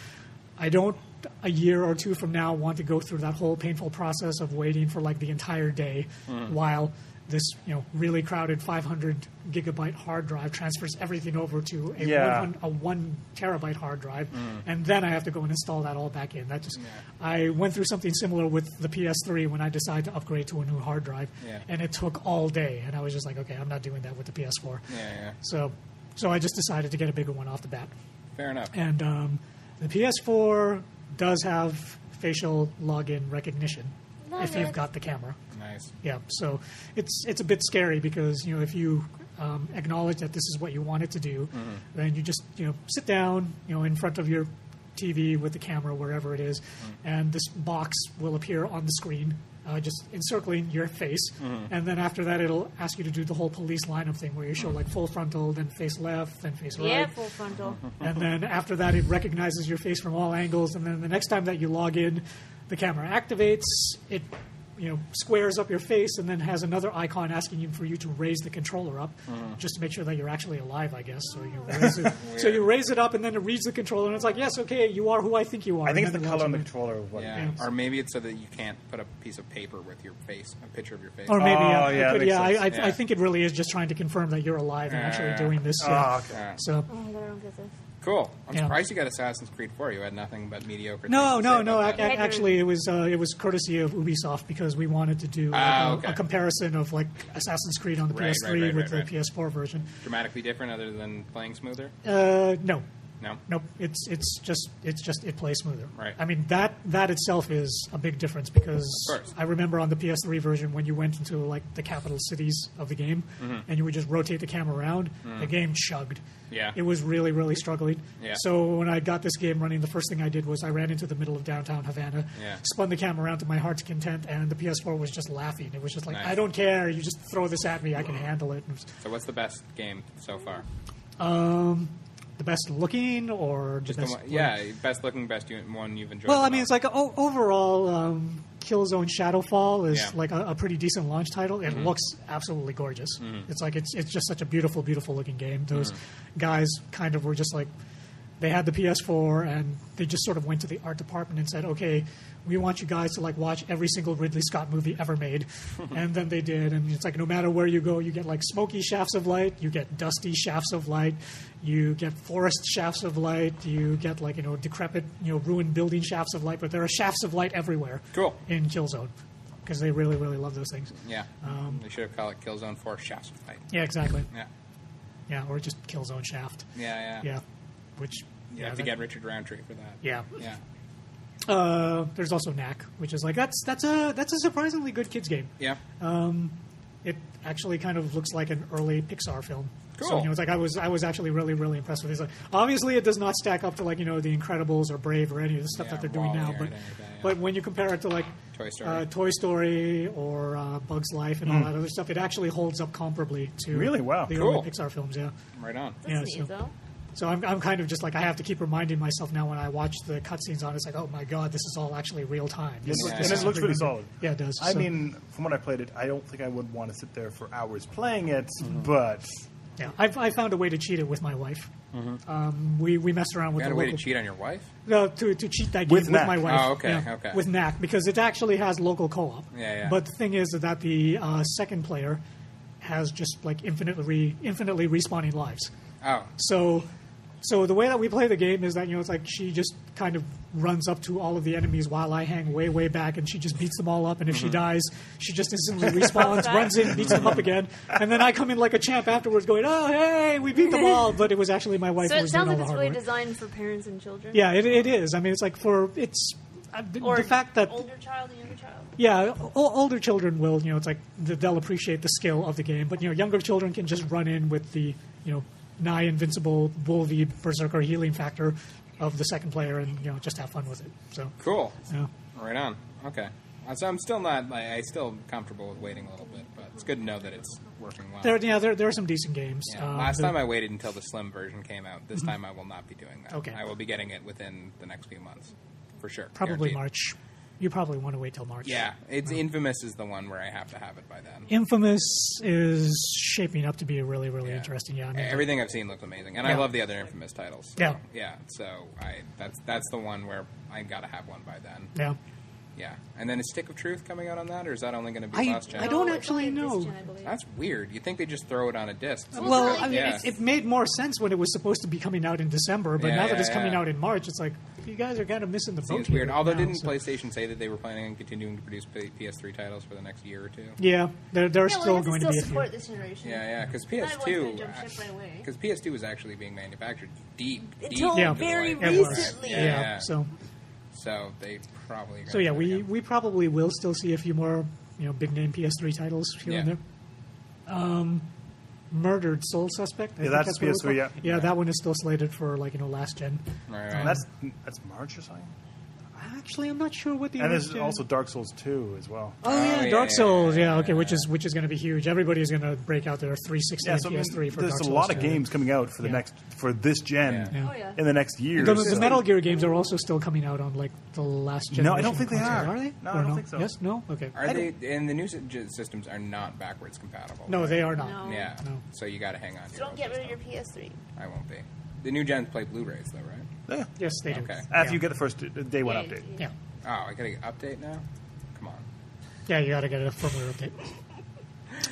[SPEAKER 5] I don't a year or
[SPEAKER 4] Mm-hmm.
[SPEAKER 5] two from now want to go through that whole painful process of waiting for like the entire day while this you know really crowded 500 gigabyte hard drive transfers everything over to a,
[SPEAKER 4] Yeah.
[SPEAKER 5] 100 a one terabyte hard drive,
[SPEAKER 2] Mm.
[SPEAKER 5] and then I have to go and install that all back in. That just I went through something similar with the PS3 when I decided to upgrade to a new hard drive,
[SPEAKER 2] Yeah.
[SPEAKER 5] and it took all day, and I was just like, okay, I'm not doing that with the PS4.
[SPEAKER 2] Yeah, yeah.
[SPEAKER 5] So, so I just decided to get a bigger one off the bat,
[SPEAKER 2] Fair enough.
[SPEAKER 5] and um, the PS4 does have facial login recognition if
[SPEAKER 1] Love
[SPEAKER 5] you've
[SPEAKER 1] it.
[SPEAKER 5] got the camera.
[SPEAKER 2] Nice.
[SPEAKER 5] Yeah, so it's it's a bit scary because you know if you um, acknowledge that this is what you want it to do, then you just you know sit down you know in front of your TV with the camera wherever it is, and this box will appear on the screen. Uh, just encircling your face, and then after that, it'll ask you to do the whole police lineup thing, where you show like full frontal, then face left, then face right,
[SPEAKER 1] Yeah, full frontal.
[SPEAKER 5] [laughs]
[SPEAKER 1] Oh,
[SPEAKER 5] and then after that it recognizes your face from all angles and then the next time that you log in the camera activates it you know squares up your face and then has another icon asking you for you to raise the controller up
[SPEAKER 4] Uh-huh.
[SPEAKER 5] just to make sure that you're actually alive i guess so
[SPEAKER 4] [laughs]
[SPEAKER 5] you raise it so you raise it up and then it reads the controller and it's like yes okay you are who i think you are
[SPEAKER 4] I think
[SPEAKER 5] and then
[SPEAKER 4] it's the
[SPEAKER 5] it
[SPEAKER 4] color on the
[SPEAKER 5] lets you in.
[SPEAKER 4] controller. Of what
[SPEAKER 2] Yeah. Or maybe it's so that you can't put a piece of paper with your face, a picture of your face.
[SPEAKER 5] or maybe yeah,
[SPEAKER 4] Oh, yeah,
[SPEAKER 5] I,
[SPEAKER 4] that
[SPEAKER 5] could-
[SPEAKER 4] makes
[SPEAKER 5] yeah, I, I,
[SPEAKER 2] sense. Yeah.
[SPEAKER 5] I think it really is just trying to confirm that you're alive and actually
[SPEAKER 2] Yeah.
[SPEAKER 5] doing this yeah.
[SPEAKER 4] Ah, okay.
[SPEAKER 2] Yeah.
[SPEAKER 5] so
[SPEAKER 1] Oh my god, I don't get this.
[SPEAKER 2] Cool. I'm
[SPEAKER 5] Yeah.
[SPEAKER 2] surprised you got Assassin's Creed 4. You had nothing but mediocre.
[SPEAKER 5] No,
[SPEAKER 2] things to
[SPEAKER 5] no,
[SPEAKER 2] say
[SPEAKER 5] no.
[SPEAKER 2] about
[SPEAKER 5] ac-
[SPEAKER 2] that.
[SPEAKER 5] ac- actually, it was uh, it was courtesy of Ubisoft because we wanted to do like,
[SPEAKER 2] Ah,
[SPEAKER 5] a,
[SPEAKER 2] okay.
[SPEAKER 5] a comparison of like Assassin's Creed on the
[SPEAKER 2] Right,
[SPEAKER 5] PS3
[SPEAKER 2] right, right,
[SPEAKER 5] with
[SPEAKER 2] right, right.
[SPEAKER 5] the PS4 version.
[SPEAKER 2] dramatically different, other than playing smoother.
[SPEAKER 5] Uh, no,
[SPEAKER 2] No.
[SPEAKER 5] nope. It's it's just it's just it plays smoother.
[SPEAKER 2] Right.
[SPEAKER 5] I mean that that itself is a big difference because
[SPEAKER 2] Of course.
[SPEAKER 5] I remember on the PS3 version when you went into like the capital cities of the game
[SPEAKER 2] Mm-hmm.
[SPEAKER 5] and you would just rotate the camera around, the game chugged.
[SPEAKER 2] Mm. Yeah.
[SPEAKER 5] It was really, really struggling.
[SPEAKER 2] Yeah.
[SPEAKER 5] So when I got this game running, the first thing I did was I ran into the middle of downtown Havana,
[SPEAKER 2] Yeah.
[SPEAKER 5] spun the camera around to my heart's content, and the PS4 was just laughing. It was just like,
[SPEAKER 2] Nice.
[SPEAKER 5] I don't care. You just throw this at me. I can handle it. It was
[SPEAKER 2] So what's the best game so far?
[SPEAKER 5] the best looking or
[SPEAKER 2] Just
[SPEAKER 5] the
[SPEAKER 2] the
[SPEAKER 5] best
[SPEAKER 2] one, yeah, best looking, best you, one you've enjoyed.
[SPEAKER 5] Well, I
[SPEAKER 2] the
[SPEAKER 5] mean,
[SPEAKER 2] most.
[SPEAKER 5] it's like o- overall, um, Killzone Shadowfall is
[SPEAKER 2] Yeah.
[SPEAKER 5] like a, a pretty decent launch title. It looks absolutely gorgeous. It's like it's it's just such a beautiful, beautiful looking game. Those guys kind of were just like they had the PS4 and they just sort of went to the art department and said, "Okay, we want you guys to like watch every single Ridley Scott movie ever made," and then they did. And it's like no matter where you go, you get like smoky shafts of light, you get dusty shafts of light, you get forest shafts of light, you get like you know decrepit, you know ruined building shafts of light. But there are shafts of light everywhere.
[SPEAKER 2] Cool.
[SPEAKER 5] In Killzone, because they really really love those things.
[SPEAKER 2] yeah, they should have called it Killzone 4 Shafts of Light.
[SPEAKER 5] um, Yeah, exactly.
[SPEAKER 2] Yeah,
[SPEAKER 5] Yeah, or just Killzone Shaft.
[SPEAKER 2] yeah, yeah.
[SPEAKER 5] Yeah, which
[SPEAKER 2] You have to
[SPEAKER 5] that-
[SPEAKER 2] get Richard Roundtree for that.
[SPEAKER 5] Yeah,
[SPEAKER 2] yeah.
[SPEAKER 5] Uh, there's also Knack, which is like that's that's a that's a surprisingly good kids game.
[SPEAKER 2] Yeah.
[SPEAKER 5] Uh, It actually kind of looks like an early Pixar film. So
[SPEAKER 2] Cool.
[SPEAKER 5] you know, it's like I was I was actually really really impressed with this. Like, obviously, it does not stack up to like you know the Incredibles or Brave or any of the stuff
[SPEAKER 2] Yeah,
[SPEAKER 5] that they're doing
[SPEAKER 2] Wall-E
[SPEAKER 5] now.
[SPEAKER 2] or
[SPEAKER 5] But
[SPEAKER 2] anything like that, yeah.
[SPEAKER 5] but when you compare it to like
[SPEAKER 2] Toy Story.
[SPEAKER 5] uh, Toy Story or uh, Bugs Life and all that other stuff, it actually holds up comparably to
[SPEAKER 4] Mm. Really? Wow.
[SPEAKER 5] the
[SPEAKER 2] Cool.
[SPEAKER 5] early Pixar films. Yeah.
[SPEAKER 2] right on.
[SPEAKER 5] Yeah,
[SPEAKER 1] That's
[SPEAKER 5] so-
[SPEAKER 1] neat though.
[SPEAKER 5] So I'm, I'm kind of just like I have to keep reminding myself now when I watch the cutscenes on. it, It's like, oh my god, this is all actually real time. This
[SPEAKER 4] Yeah.
[SPEAKER 5] is-
[SPEAKER 4] And
[SPEAKER 5] this
[SPEAKER 4] it
[SPEAKER 5] is
[SPEAKER 4] looks really
[SPEAKER 5] something-
[SPEAKER 4] solid.
[SPEAKER 5] Yeah, it does.
[SPEAKER 4] I
[SPEAKER 5] So,
[SPEAKER 4] mean, from what I played it, I don't think I would want to sit there for hours playing it,
[SPEAKER 2] Mm-hmm.
[SPEAKER 4] but
[SPEAKER 5] yeah, I've, I found a way to cheat it with my wife. Um, we we messed around
[SPEAKER 2] Mm-hmm. You
[SPEAKER 5] with
[SPEAKER 2] got
[SPEAKER 5] the
[SPEAKER 2] a way
[SPEAKER 5] local
[SPEAKER 2] to cheat on your wife?
[SPEAKER 5] No, to, to cheat that game
[SPEAKER 4] With
[SPEAKER 5] with,
[SPEAKER 4] Knack.
[SPEAKER 5] my wife.
[SPEAKER 2] Oh, okay,
[SPEAKER 5] yeah,
[SPEAKER 2] okay.
[SPEAKER 5] With Knack, because it actually has local co op.
[SPEAKER 2] Yeah, yeah.
[SPEAKER 5] But the thing is that the uh, second player has just like infinitely infinitely respawning lives.
[SPEAKER 2] Oh,
[SPEAKER 5] So, so the way that we play the game is that you know it's like she just kind of runs up to all of the enemies while I hang way way back, and she just beats them all up. And if she dies, she just instantly respawns, runs in, beats them up again, and then I come in like a champ afterwards, going, "Oh hey, we beat them all!" But it was actually my wife.
[SPEAKER 1] So
[SPEAKER 5] who
[SPEAKER 1] it
[SPEAKER 5] was doing
[SPEAKER 1] sounds like
[SPEAKER 5] all the
[SPEAKER 1] it's
[SPEAKER 5] hard
[SPEAKER 1] really
[SPEAKER 5] work.
[SPEAKER 1] designed for parents and children.
[SPEAKER 5] Yeah, it, it is. I mean, it's like for it's uh, the,
[SPEAKER 1] Or
[SPEAKER 5] the fact that
[SPEAKER 1] older child and younger child.
[SPEAKER 5] yeah, o- older children will, you know, it's like th- they'll appreciate the skill of the game, but you know, younger children can just run in with the, you know, nigh invincible Wolvie berserker healing factor of the second player, and you know, just have fun with it. So,
[SPEAKER 2] cool.
[SPEAKER 5] yeah.
[SPEAKER 2] Right on. Okay. Uh, So I'm still not. Like, I still comfortable with waiting a little bit, but it's good to know that it's working well.
[SPEAKER 5] there, yeah, there, there are some decent games.
[SPEAKER 2] Yeah.
[SPEAKER 5] Um,
[SPEAKER 2] Last
[SPEAKER 5] the- Mm-hmm.
[SPEAKER 2] time I waited until the slim version came out. This time I will not be doing that.
[SPEAKER 5] Okay.
[SPEAKER 2] I will be getting it within the next few months, for sure.
[SPEAKER 5] probably
[SPEAKER 2] guaranteed.
[SPEAKER 5] March. You probably want to wait till March.
[SPEAKER 2] Yeah, it's infamous is the one where I have to have it by then.
[SPEAKER 5] Infamous is shaping up to be a really, really
[SPEAKER 2] Yeah.
[SPEAKER 5] interesting. Yeah, I mean,
[SPEAKER 2] Everything I've seen looks amazing, and I
[SPEAKER 5] Yeah.
[SPEAKER 2] love the other infamous titles. so-
[SPEAKER 5] Yeah.
[SPEAKER 2] yeah. So I that's that's the one where I gotta have one by then.
[SPEAKER 5] yeah.
[SPEAKER 2] Yeah, and then is Stick of Truth coming out on that, or is that only going to be
[SPEAKER 5] I,
[SPEAKER 2] last gen?
[SPEAKER 5] I don't
[SPEAKER 1] No, it's
[SPEAKER 5] actually
[SPEAKER 1] only Oh, this
[SPEAKER 5] know.
[SPEAKER 1] gen, I believe.
[SPEAKER 2] That's weird. You think they just throw it on a disc?
[SPEAKER 5] Well, I mean,
[SPEAKER 2] Yeah.
[SPEAKER 5] it, it made more sense when it was supposed to be coming out in December, but
[SPEAKER 2] Yeah,
[SPEAKER 5] now that
[SPEAKER 2] yeah,
[SPEAKER 5] it's coming
[SPEAKER 2] yeah.
[SPEAKER 5] out in March, it's like you guys are kind of missing the boat.
[SPEAKER 2] seems
[SPEAKER 5] here
[SPEAKER 2] weird.
[SPEAKER 5] right
[SPEAKER 2] Although
[SPEAKER 5] now,
[SPEAKER 2] didn't
[SPEAKER 5] so-
[SPEAKER 2] PlayStation say that they were planning on continuing to produce P- PS3 titles for the next year or two?
[SPEAKER 5] Yeah, there, there are
[SPEAKER 1] Yeah, well,
[SPEAKER 5] still
[SPEAKER 1] I guess
[SPEAKER 5] going
[SPEAKER 1] it's
[SPEAKER 5] to be a
[SPEAKER 1] still support
[SPEAKER 5] few.
[SPEAKER 1] this generation.
[SPEAKER 2] Yeah, yeah, because
[SPEAKER 1] Not everyone's
[SPEAKER 2] PS2,
[SPEAKER 1] gonna jump ship right away.
[SPEAKER 2] because PS2 was actually being manufactured deep, deep
[SPEAKER 1] Until
[SPEAKER 5] Yeah.
[SPEAKER 2] into the
[SPEAKER 1] Oh, very
[SPEAKER 2] late
[SPEAKER 5] It
[SPEAKER 2] nineties.
[SPEAKER 5] was.
[SPEAKER 1] recently.
[SPEAKER 5] Yeah.
[SPEAKER 2] Yeah.
[SPEAKER 5] So
[SPEAKER 2] So they probably.
[SPEAKER 5] so yeah, we we probably will still see a few more you know big name PS3 titles here and
[SPEAKER 2] Yeah.
[SPEAKER 5] there. Um, Murdered Soul Suspect. I
[SPEAKER 4] Yeah,
[SPEAKER 5] think
[SPEAKER 4] that's
[SPEAKER 5] what it was
[SPEAKER 4] PS3,
[SPEAKER 5] called.
[SPEAKER 4] yeah.
[SPEAKER 5] yeah, that one is still slated for like you know last gen.
[SPEAKER 2] Right, right.
[SPEAKER 4] That's that's March or something.
[SPEAKER 5] Actually, I'm not sure what the
[SPEAKER 4] And there's
[SPEAKER 5] original-
[SPEAKER 4] also Dark Souls 2 as well.
[SPEAKER 5] Oh, yeah,
[SPEAKER 2] yeah,
[SPEAKER 5] Dark
[SPEAKER 2] yeah,
[SPEAKER 5] Souls.
[SPEAKER 2] yeah,
[SPEAKER 5] Yeah, okay, which is which is going to be huge. Everybody's going to break out their 360
[SPEAKER 4] Yeah,
[SPEAKER 5] and
[SPEAKER 4] so I mean,
[SPEAKER 5] PS3 for
[SPEAKER 4] there's
[SPEAKER 5] Dark
[SPEAKER 4] a
[SPEAKER 5] Souls
[SPEAKER 4] lot of
[SPEAKER 5] too.
[SPEAKER 4] games coming out for the
[SPEAKER 5] Yeah.
[SPEAKER 4] next for this gen
[SPEAKER 2] Yeah.
[SPEAKER 1] Oh, yeah.
[SPEAKER 4] in the next year.
[SPEAKER 5] The,
[SPEAKER 4] so-
[SPEAKER 5] the Metal Gear games are also still coming out on like the last generation.
[SPEAKER 4] No, I don't think they
[SPEAKER 5] console.
[SPEAKER 4] are.
[SPEAKER 5] Are they?
[SPEAKER 4] No, I
[SPEAKER 5] Or
[SPEAKER 4] don't think so.
[SPEAKER 5] Yes, no. Okay.
[SPEAKER 2] Are they? And the new sy- j- systems are not backwards compatible.
[SPEAKER 5] No, they are not.
[SPEAKER 1] No.
[SPEAKER 2] Yeah.
[SPEAKER 5] No.
[SPEAKER 2] So you got to hang on. to
[SPEAKER 1] Oh. So
[SPEAKER 2] your
[SPEAKER 1] don't
[SPEAKER 2] old
[SPEAKER 1] get rid of your
[SPEAKER 2] system.
[SPEAKER 1] PS3.
[SPEAKER 2] I won't be. The new gens play Blu-rays though, right?
[SPEAKER 4] yeah.
[SPEAKER 5] Yes, they do.
[SPEAKER 2] Okay.
[SPEAKER 5] Yeah.
[SPEAKER 4] After you get the first d- day one
[SPEAKER 1] Yeah,
[SPEAKER 4] update.
[SPEAKER 1] yeah.
[SPEAKER 5] yeah,
[SPEAKER 2] Oh, I got to update now. Come on.
[SPEAKER 5] yeah, you got to get a firmware update.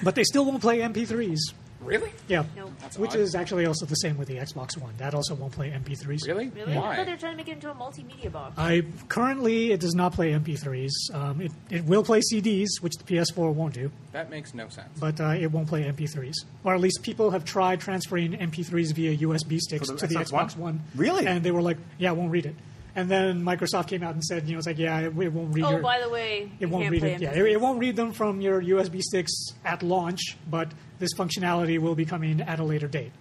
[SPEAKER 5] But they still won't play MP3s.
[SPEAKER 2] Really?
[SPEAKER 5] Yeah,
[SPEAKER 1] Nope.
[SPEAKER 2] That's
[SPEAKER 5] which
[SPEAKER 2] odd.
[SPEAKER 5] is actually also the same with the Xbox One. That also won't play MP3s.
[SPEAKER 2] Really?
[SPEAKER 1] Really? I thought they were
[SPEAKER 2] Why?
[SPEAKER 1] trying to make it into a multimedia box.
[SPEAKER 5] I currently it does not play MP3s. Um, it it will play CDs, which the PS4 won't do.
[SPEAKER 2] That makes no sense.
[SPEAKER 5] but uh, it won't play MP3s. Or at least people have tried transferring MP3s via USB sticks
[SPEAKER 4] For the
[SPEAKER 5] to the
[SPEAKER 4] Xbox One?
[SPEAKER 5] Xbox One.
[SPEAKER 4] Really?
[SPEAKER 5] And they were like, "Yeah, it won't read it." And then Microsoft came out and said, "You know, it's like, yeah, it, it won't read
[SPEAKER 1] Oh,
[SPEAKER 5] your,
[SPEAKER 1] by the way,
[SPEAKER 5] it
[SPEAKER 1] you
[SPEAKER 5] won't
[SPEAKER 1] can't
[SPEAKER 5] read
[SPEAKER 1] play
[SPEAKER 5] it. Yeah, it,
[SPEAKER 1] MP3s.
[SPEAKER 5] it won't read them from your USB sticks at launch, but this functionality will be coming at a later date."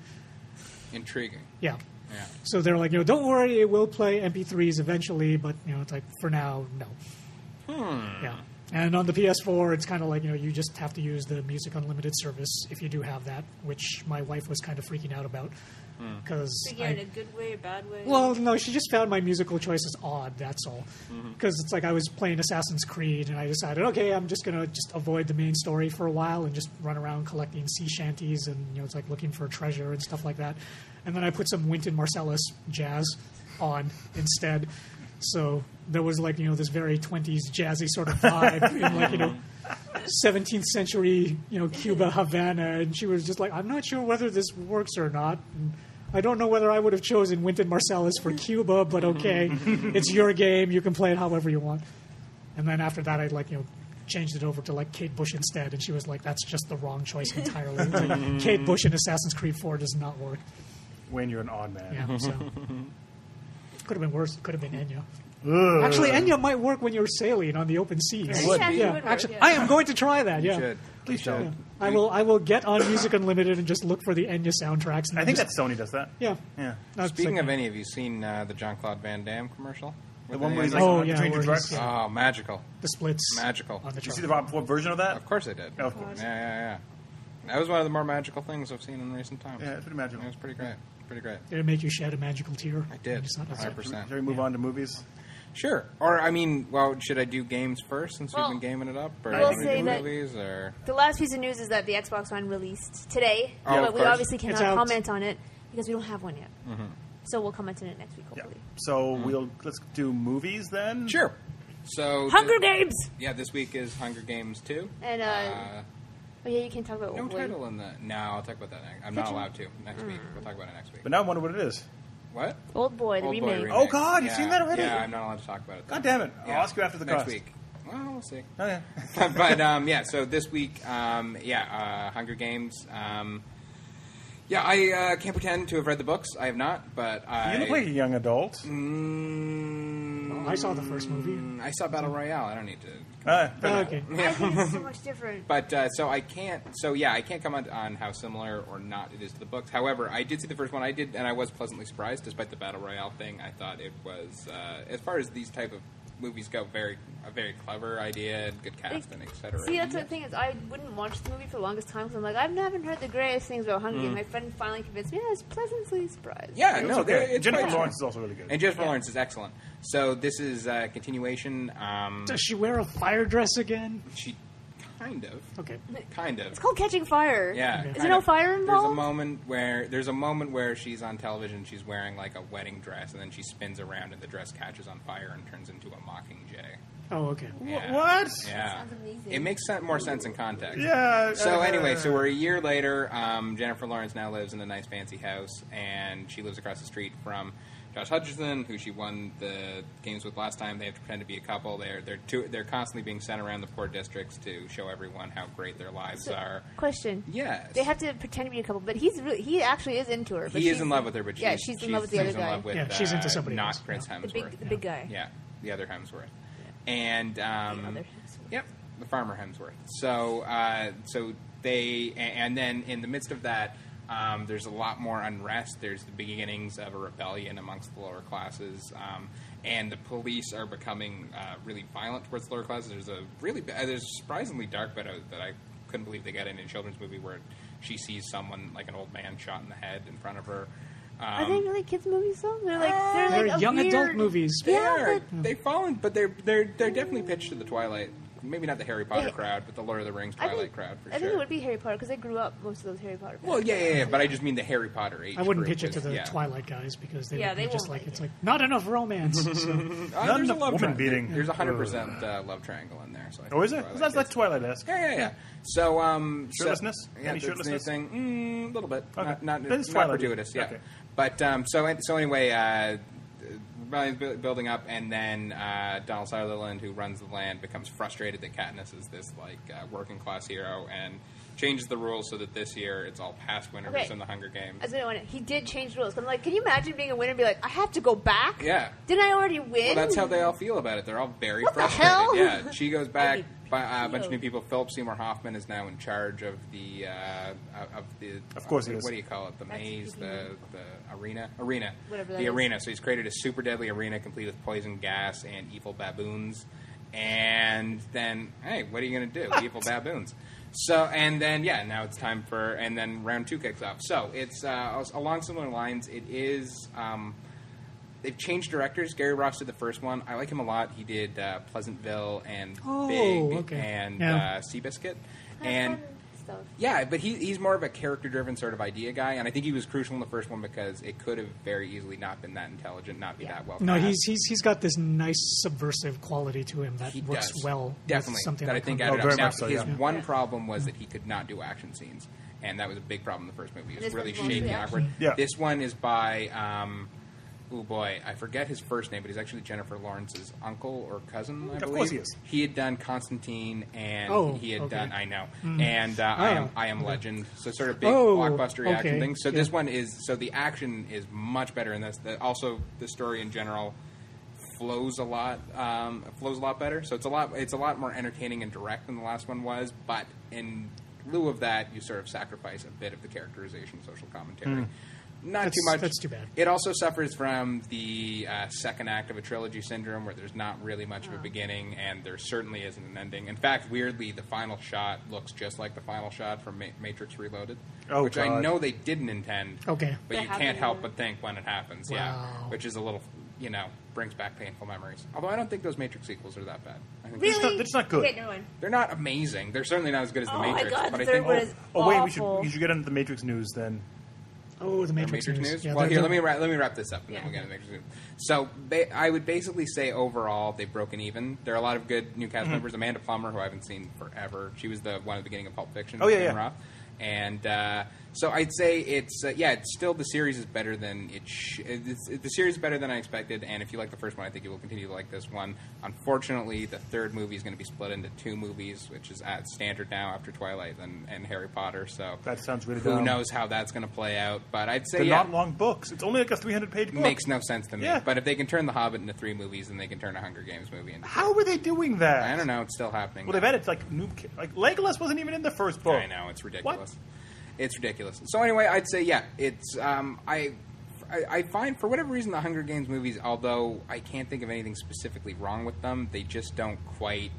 [SPEAKER 2] Intriguing.
[SPEAKER 5] Yeah.
[SPEAKER 2] Yeah.
[SPEAKER 5] So they're like, you know, don't worry, it will play MP3s eventually, but you know, it's like for now, no. Yeah. And on the PS4, it's kind of like you know, you just have to use the Music Unlimited service if you do have that, which my wife was kind of freaking out about because.
[SPEAKER 1] Figure in a good way, a bad way.
[SPEAKER 5] well, no, she just found my musical choices odd. That's all, because it's like I was playing Assassin's Creed, and I decided, okay, I'm just gonna just avoid the main story for a while and just run around collecting sea shanties and you know, it's like looking for treasure and stuff like that. And then I put some Wynton Marcellus jazz on instead, so there was like you know this very 20s jazzy sort of vibe in like you know 17th century, you know, Cuba Havana, and she was just like, I'm not sure whether this works or not. And I don't know whether I would have chosen Wynton Marsalis for Cuba, but okay, it's your game. You can play it however you want. And then after that, I like you know changed it over to like Kate Bush instead, and she was like, "That's just the wrong choice entirely." It's like, Kate Bush in Assassin's Creed 4 does not work.
[SPEAKER 4] When you're an odd man.
[SPEAKER 5] Yeah, so could have been worse. Could have been Enya. Actually, Enya might work when you're sailing on the open seas.
[SPEAKER 1] It would.
[SPEAKER 5] Yeah,
[SPEAKER 1] Actually, it would work,
[SPEAKER 5] actually,
[SPEAKER 1] yeah.
[SPEAKER 5] I am going to try that. Yeah.
[SPEAKER 2] Should.
[SPEAKER 4] Please
[SPEAKER 2] Should.
[SPEAKER 4] don't.
[SPEAKER 5] I will. I will get on Music Unlimited and just look for the Enya soundtracks. And
[SPEAKER 4] I think
[SPEAKER 5] just,
[SPEAKER 4] that Sony does that.
[SPEAKER 5] yeah.
[SPEAKER 4] Yeah.
[SPEAKER 5] That's
[SPEAKER 2] Speaking
[SPEAKER 5] like-
[SPEAKER 2] of any, have you seen uh, the Jean Claude Van Damme commercial?
[SPEAKER 4] The
[SPEAKER 2] With
[SPEAKER 4] one
[SPEAKER 2] any
[SPEAKER 4] where
[SPEAKER 2] of
[SPEAKER 4] he's like,
[SPEAKER 5] Oh,
[SPEAKER 4] oh,
[SPEAKER 5] yeah,
[SPEAKER 4] between two
[SPEAKER 5] where
[SPEAKER 4] drugs.
[SPEAKER 5] he's-
[SPEAKER 4] Uh,
[SPEAKER 2] Oh, magical.
[SPEAKER 5] the splits,
[SPEAKER 2] Magical.
[SPEAKER 5] on the
[SPEAKER 4] you
[SPEAKER 5] chart.
[SPEAKER 4] see the Rob Ford version of that?
[SPEAKER 2] Of course I did.
[SPEAKER 4] Of course.
[SPEAKER 2] Yeah, yeah, yeah. That was one of the more magical things I've seen in recent times.
[SPEAKER 4] Yeah, it's pretty magical.
[SPEAKER 2] It was pretty great. Pretty great.
[SPEAKER 5] Did it make you shed a magical tear?
[SPEAKER 2] I did.
[SPEAKER 5] It's not- that's it.
[SPEAKER 2] 100%.
[SPEAKER 4] Shall we move on to movies?
[SPEAKER 2] Sure. Or, I mean, well, should I do games first since
[SPEAKER 1] Well,
[SPEAKER 2] we've been gaming it up? Or
[SPEAKER 1] I will
[SPEAKER 2] should we
[SPEAKER 1] say
[SPEAKER 2] do
[SPEAKER 1] that-
[SPEAKER 2] movies? Or...
[SPEAKER 1] The last piece of news is that the Xbox One released today,
[SPEAKER 2] Oh, of
[SPEAKER 1] but we
[SPEAKER 2] course.
[SPEAKER 1] obviously
[SPEAKER 5] It's out.
[SPEAKER 1] cannot comment on it because we don't have one yet. So we'll comment on it next week,
[SPEAKER 4] Yeah.
[SPEAKER 1] hopefully.
[SPEAKER 4] So
[SPEAKER 5] Mm-hmm.
[SPEAKER 4] we'll let's do movies then.
[SPEAKER 2] Sure. So
[SPEAKER 1] Hunger
[SPEAKER 2] thi-
[SPEAKER 1] Games!
[SPEAKER 2] Yeah, this week is Hunger Games 2.
[SPEAKER 1] And, uh,
[SPEAKER 2] uh,
[SPEAKER 1] Oh, yeah, you can talk about
[SPEAKER 2] no
[SPEAKER 1] what
[SPEAKER 2] title in the. No, I'll talk about that. Next. I'm not
[SPEAKER 1] you? Mm.
[SPEAKER 2] allowed to next week. We'll talk about it next week.
[SPEAKER 4] But now I wonder what it is.
[SPEAKER 2] What?
[SPEAKER 1] Old Boy, the
[SPEAKER 2] Old Boy
[SPEAKER 1] remake.
[SPEAKER 2] remake.
[SPEAKER 4] Oh, God, you've
[SPEAKER 2] Yeah,
[SPEAKER 4] seen that already?
[SPEAKER 2] Yeah, I'm not allowed to talk about it. though.
[SPEAKER 4] God damn it. I'll
[SPEAKER 2] Yeah.
[SPEAKER 4] ask you after the
[SPEAKER 2] next
[SPEAKER 4] cost.
[SPEAKER 2] week. Well, we'll see.
[SPEAKER 4] Oh, yeah.
[SPEAKER 2] but um, yeah, so this week, um, yeah, uh, Hunger Games. Um, yeah, I uh, can't pretend to have read the books. I have not, but I.
[SPEAKER 4] You look like a young adult.
[SPEAKER 2] Mm,
[SPEAKER 5] I saw the first movie.
[SPEAKER 2] I saw Battle Royale. I don't need to
[SPEAKER 4] Uh, fair
[SPEAKER 5] Oh,
[SPEAKER 4] enough.
[SPEAKER 5] okay.
[SPEAKER 1] [laughs] I think it's so much different.
[SPEAKER 2] But uh, so I can't. So yeah, I can't comment on how similar or not it is to the books. However, I did see the first one. I did, and I was pleasantly surprised, despite the battle royale thing. I thought it was, uh, as far as these type of movies go, very a very clever idea, and good casting, etc.
[SPEAKER 1] See, that's the thing is, I wouldn't watch the movie for the longest time because I'm like, I haven't heard the greatest things about Hunger Games. My friend finally convinced me, I was pleasantly surprised.
[SPEAKER 2] Hmm. Yeah,
[SPEAKER 4] It's
[SPEAKER 2] no,
[SPEAKER 4] okay.
[SPEAKER 2] they're- it's
[SPEAKER 4] Jennifer
[SPEAKER 2] quite-
[SPEAKER 4] Lawrence is also really good.
[SPEAKER 2] and Jennifer Lawrence is excellent. So this is a continuation. Um,
[SPEAKER 5] Does she wear a fire dress again?
[SPEAKER 2] she kind of,
[SPEAKER 5] Okay.
[SPEAKER 2] kind of.
[SPEAKER 1] It's called Catching Fire.
[SPEAKER 2] Yeah.
[SPEAKER 1] Is there
[SPEAKER 2] kind
[SPEAKER 1] no
[SPEAKER 2] of.
[SPEAKER 1] fire
[SPEAKER 2] There's a
[SPEAKER 1] involved?
[SPEAKER 2] moment where there's a moment where she's on television. She's wearing like a wedding dress, and then she spins around, and the dress catches on fire and turns into a mockingjay.
[SPEAKER 5] Oh, okay.
[SPEAKER 2] Yeah.
[SPEAKER 4] What?
[SPEAKER 2] Yeah.
[SPEAKER 1] Sounds amazing.
[SPEAKER 2] It makes sen- more sense in context.
[SPEAKER 4] Yeah.
[SPEAKER 2] So
[SPEAKER 4] uh,
[SPEAKER 2] anyway, so we're a year later. Um, Jennifer Lawrence now lives in a nice fancy house, and she lives across the street from Josh Hutcherson, who she won the games with last time. They have to pretend to be a couple. They're they're too, they're constantly being sent around the poor districts to show everyone how great their lives
[SPEAKER 1] So-
[SPEAKER 2] are.
[SPEAKER 1] Question.
[SPEAKER 2] Yes.
[SPEAKER 1] They have to pretend to be a couple, but he's really, he actually is into her. But
[SPEAKER 2] he is
[SPEAKER 1] she's-
[SPEAKER 2] in love with her, but she's,
[SPEAKER 1] yeah, she's, in love with the other
[SPEAKER 2] she's in
[SPEAKER 1] guy.
[SPEAKER 2] love with,
[SPEAKER 5] Yeah, she's into
[SPEAKER 2] uh,
[SPEAKER 5] somebody
[SPEAKER 2] not
[SPEAKER 5] else.
[SPEAKER 2] Prince
[SPEAKER 1] the
[SPEAKER 2] Hemsworth.
[SPEAKER 1] big, the big guy.
[SPEAKER 2] Yeah, the other Hemsworth. And um,
[SPEAKER 1] The other Hemsworth.
[SPEAKER 2] yep, the farmer Hemsworth. So uh, so they a- and then in the midst of that, um, there's a lot more unrest. There's the beginnings of a rebellion amongst the lower classes. Um, and the police are becoming uh, really violent towards the lower classes. There's a really ba- uh, there's a surprisingly dark bit of- that I couldn't believe they got in a children's movie where she sees someone like an old man shot in the head in front of her. Um,
[SPEAKER 1] Are they really kids' movies though? They're like they're,
[SPEAKER 5] They're
[SPEAKER 1] like a
[SPEAKER 5] young
[SPEAKER 1] weird-
[SPEAKER 5] adult movies.
[SPEAKER 2] they
[SPEAKER 1] Yeah,
[SPEAKER 2] are.
[SPEAKER 1] but-
[SPEAKER 2] They've fallen, but they're they're they're definitely pitched to the Twilight. Maybe not the Harry Potter
[SPEAKER 1] They-
[SPEAKER 2] crowd, but the Lord of the Rings
[SPEAKER 1] I
[SPEAKER 2] Twilight
[SPEAKER 1] think,
[SPEAKER 2] crowd for
[SPEAKER 1] I think
[SPEAKER 2] sure.
[SPEAKER 1] it would be Harry Potter because I grew up most of those Harry Potter.
[SPEAKER 2] well,
[SPEAKER 1] movies.
[SPEAKER 2] yeah, yeah, yeah, but I just mean the Harry Potter age.
[SPEAKER 5] I wouldn't
[SPEAKER 2] group
[SPEAKER 5] pitch it to
[SPEAKER 2] is-
[SPEAKER 5] the
[SPEAKER 2] yeah.
[SPEAKER 5] Twilight guys because they
[SPEAKER 1] Yeah,
[SPEAKER 5] would
[SPEAKER 1] they
[SPEAKER 5] be just
[SPEAKER 1] won't
[SPEAKER 5] like
[SPEAKER 1] like
[SPEAKER 5] it's
[SPEAKER 1] it.
[SPEAKER 5] like not enough romance.
[SPEAKER 2] [laughs]
[SPEAKER 5] so.
[SPEAKER 2] Uh,
[SPEAKER 4] None
[SPEAKER 2] there's a
[SPEAKER 4] of the
[SPEAKER 2] love
[SPEAKER 4] woman
[SPEAKER 2] triangle.
[SPEAKER 4] beating.
[SPEAKER 2] There's a hundred percent uh, love triangle in there. So I
[SPEAKER 4] Oh,
[SPEAKER 2] think
[SPEAKER 4] is it?
[SPEAKER 2] Twilight
[SPEAKER 4] That's like
[SPEAKER 2] is-
[SPEAKER 4] Twilight-esque.
[SPEAKER 2] Yeah, yeah, yeah. So, um, so-
[SPEAKER 4] Shirtlessness?
[SPEAKER 2] yeah,
[SPEAKER 4] Any
[SPEAKER 2] that's the
[SPEAKER 4] shirtlessness?
[SPEAKER 2] thing. Mm, a little bit.
[SPEAKER 4] Okay.
[SPEAKER 2] Not, not,
[SPEAKER 4] Then it's
[SPEAKER 2] not
[SPEAKER 4] Twilight.
[SPEAKER 2] gratuitous. Yeah.
[SPEAKER 4] Okay.
[SPEAKER 2] But um, so an- so anyway, uh, Rebellion's bu- building up, and then uh, Donald Sutherland, who runs the land, becomes frustrated that Katniss is this like uh, working class hero, and changes the rules so that this year it's all past winners
[SPEAKER 1] Okay.
[SPEAKER 2] in the Hunger Games.
[SPEAKER 1] I was gonna win. He did change rules. I'm like, can you imagine being a winner and be like, I have to go back?
[SPEAKER 2] Yeah.
[SPEAKER 1] Didn't I already win?
[SPEAKER 2] Well, that's how they all feel about it. They're all very
[SPEAKER 1] What the
[SPEAKER 2] frustrated.
[SPEAKER 1] hell?
[SPEAKER 2] Yeah, she goes back.
[SPEAKER 1] I'd be
[SPEAKER 2] By, uh, a bunch of new
[SPEAKER 1] peeled.
[SPEAKER 2] people. Philip Seymour Hoffman is now in charge of the uh, of the. uh,
[SPEAKER 4] Of course he
[SPEAKER 2] what,
[SPEAKER 4] is.
[SPEAKER 2] what do you call it? The
[SPEAKER 1] That's
[SPEAKER 2] maze, the
[SPEAKER 1] PPE.
[SPEAKER 2] the arena, arena,
[SPEAKER 1] Whatever that
[SPEAKER 2] the
[SPEAKER 1] is.
[SPEAKER 2] arena. So he's created a super deadly arena complete with poison gas and evil baboons. And then, hey, what are you going to do? Evil baboons. So and then yeah, now it's time for and then round two kicks off. So it's uh, along similar lines. It is. Um, They've changed directors. Gary Ross did the first one. I like him a lot. He did uh, Pleasantville and
[SPEAKER 5] Oh,
[SPEAKER 2] Big
[SPEAKER 5] okay.
[SPEAKER 2] and
[SPEAKER 5] Yeah.
[SPEAKER 2] uh, Seabiscuit.
[SPEAKER 1] Have
[SPEAKER 2] And
[SPEAKER 1] fun stuff.
[SPEAKER 2] yeah, but he, he's more of a character-driven sort of idea guy, and I think he was crucial in the first one because it could have very easily not been that intelligent, not be
[SPEAKER 1] Yeah.
[SPEAKER 2] that well.
[SPEAKER 5] no,
[SPEAKER 2] cast.
[SPEAKER 5] he's he's he's got this nice subversive quality to him that
[SPEAKER 2] He
[SPEAKER 5] works
[SPEAKER 2] does.
[SPEAKER 5] well.
[SPEAKER 2] Definitely,
[SPEAKER 5] with something
[SPEAKER 2] that I
[SPEAKER 5] like
[SPEAKER 2] think
[SPEAKER 5] Hunger
[SPEAKER 2] added
[SPEAKER 4] Oh, very
[SPEAKER 2] up. Now,
[SPEAKER 4] much so,
[SPEAKER 2] his
[SPEAKER 4] yeah.
[SPEAKER 2] one problem was that he could not do action scenes, and that was a big problem in the first movie.
[SPEAKER 1] And
[SPEAKER 2] It was
[SPEAKER 1] this
[SPEAKER 2] really
[SPEAKER 1] one's mostly
[SPEAKER 2] shaky, and
[SPEAKER 1] action.
[SPEAKER 2] awkward.
[SPEAKER 4] Yeah.
[SPEAKER 2] This one is by. Um, Oh boy, I forget his first name, but he's actually Jennifer Lawrence's uncle or cousin. I
[SPEAKER 4] Of
[SPEAKER 2] believe.
[SPEAKER 4] course he is.
[SPEAKER 2] He had done Constantine, and
[SPEAKER 5] Oh,
[SPEAKER 2] he had
[SPEAKER 5] okay. Hmm.
[SPEAKER 2] done I know, and uh, I am
[SPEAKER 5] Oh.
[SPEAKER 2] I am Legend. So sort of big
[SPEAKER 5] Oh,
[SPEAKER 2] blockbuster action
[SPEAKER 5] okay.
[SPEAKER 2] things. So
[SPEAKER 5] Yeah.
[SPEAKER 2] this one is so the action is much better in this. The, also, the story in general flows a lot um, flows a lot better. So it's a lot it's a lot more entertaining and direct than the last one was. But in lieu of that, you sort of sacrifice a bit of the characterization, social commentary. Not
[SPEAKER 5] Hmm. That's-
[SPEAKER 2] too much.
[SPEAKER 5] that's too bad.
[SPEAKER 2] It also suffers from the uh, second act of a trilogy syndrome, where there's not really much
[SPEAKER 5] Oh.
[SPEAKER 2] of a beginning, and there certainly isn't an ending. In fact, weirdly, the final shot looks just like the final shot from Ma- Matrix Reloaded,
[SPEAKER 4] Oh,
[SPEAKER 2] which I
[SPEAKER 4] God.
[SPEAKER 2] know they didn't intend.
[SPEAKER 5] Okay.
[SPEAKER 2] but
[SPEAKER 1] That
[SPEAKER 2] you can't
[SPEAKER 1] happened.
[SPEAKER 2] help but think when it happens. Yeah,
[SPEAKER 5] Wow.
[SPEAKER 2] which is a little, you know, brings back painful memories. Although I don't think those Matrix sequels are that bad. I think
[SPEAKER 1] Really?
[SPEAKER 4] not- it's not good.
[SPEAKER 1] Okay, never mind.
[SPEAKER 2] they're not amazing. They're certainly not as good as the
[SPEAKER 1] Oh my
[SPEAKER 2] Matrix.
[SPEAKER 1] God,
[SPEAKER 2] but
[SPEAKER 1] the
[SPEAKER 2] I
[SPEAKER 1] third
[SPEAKER 2] think
[SPEAKER 1] one is-
[SPEAKER 4] Oh wait, we should
[SPEAKER 1] Awful.
[SPEAKER 4] we should get into the Matrix news then.
[SPEAKER 5] Oh, the
[SPEAKER 2] The
[SPEAKER 5] Matrix,
[SPEAKER 2] Matrix news.
[SPEAKER 5] Yeah,
[SPEAKER 2] well,
[SPEAKER 5] they're-
[SPEAKER 2] here let me
[SPEAKER 5] they're-
[SPEAKER 2] wrap, let me wrap this up, and
[SPEAKER 1] Yeah.
[SPEAKER 2] then we'll get to Matrix news. So ba- I would basically say overall they've broken even. There are a lot of good new
[SPEAKER 4] Mm-hmm.
[SPEAKER 2] cast members. Amanda Plummer, who I haven't seen forever, she was the one at the beginning of Pulp Fiction.
[SPEAKER 4] Oh, yeah,
[SPEAKER 2] Tim
[SPEAKER 4] yeah.
[SPEAKER 2] Roth. And uh, so I'd say it's uh, yeah, it's still the series is better than it. Sh- it's, it- the series is better than I expected, and if you like the first one, I think you will continue to like this one. Unfortunately, the third movie is going to be split into two movies, which is at standard now after Twilight and, and Harry Potter. So
[SPEAKER 4] That sounds really
[SPEAKER 2] who
[SPEAKER 4] dumb.
[SPEAKER 2] knows how that's going to play out? But I'd say
[SPEAKER 4] They're
[SPEAKER 2] yeah,
[SPEAKER 4] not long books. It's only like a 300 page book.
[SPEAKER 2] makes no sense to me.
[SPEAKER 4] Yeah.
[SPEAKER 2] But if they can turn The Hobbit into three movies, then they can turn a Hunger Games movie into.
[SPEAKER 4] How were they doing that?
[SPEAKER 2] I don't know. It's still happening.
[SPEAKER 4] Well, they've added like new ki- like Legolas wasn't even in the first book.
[SPEAKER 2] I know it's ridiculous. It's ridiculous. So anyway, I'd say yeah. It's um, I, I I find for whatever reason the Hunger Games movies, although I can't think of anything specifically wrong with them, they just don't quite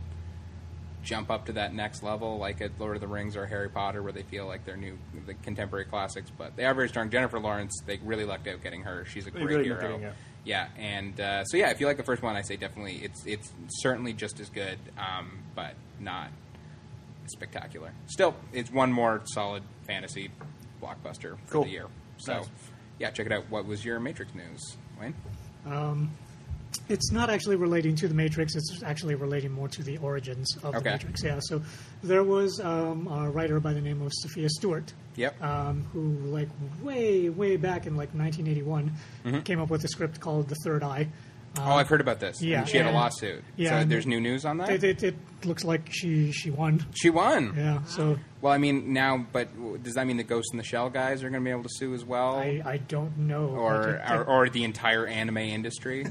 [SPEAKER 2] jump up to that next level like at Lord of the Rings or Harry Potter where they feel like they're new the contemporary classics but they are very strong Jennifer Lawrence they really lucked out getting her she's a
[SPEAKER 4] They
[SPEAKER 2] great
[SPEAKER 4] really
[SPEAKER 2] hero
[SPEAKER 4] lucked out, yeah.
[SPEAKER 2] Yeah, and uh, so yeah, if you like the first one, I say definitely it's it's certainly just as good, um, but not spectacular. Still, it's one more solid fantasy blockbuster for
[SPEAKER 4] Cool.
[SPEAKER 2] the year. So
[SPEAKER 4] Nice.
[SPEAKER 2] yeah, check it out. What was your Matrix news, Wayne?
[SPEAKER 5] It's not actually relating to the Matrix. It's actually relating more to the origins of
[SPEAKER 2] Okay.
[SPEAKER 5] the Matrix. Yeah. So there was um, a writer by the name of Sophia Stewart.
[SPEAKER 2] Yep.
[SPEAKER 5] Um, who like way way back in like 1981
[SPEAKER 2] Mm-hmm.
[SPEAKER 5] came up with a script called The Third Eye.
[SPEAKER 2] oh, I've heard about this.
[SPEAKER 5] yeah,
[SPEAKER 2] and she had a
[SPEAKER 5] and-
[SPEAKER 2] lawsuit.
[SPEAKER 5] yeah,
[SPEAKER 2] so
[SPEAKER 5] and-
[SPEAKER 2] there's new news on that.
[SPEAKER 5] It, it, it looks like she she won.
[SPEAKER 2] she won.
[SPEAKER 5] Yeah. So
[SPEAKER 2] Well, I mean now, but w- does that mean the Ghost in the Shell guys are going to be able to sue as well?
[SPEAKER 5] I, I don't know.
[SPEAKER 2] or,
[SPEAKER 5] Like, it-
[SPEAKER 2] or or the entire anime industry,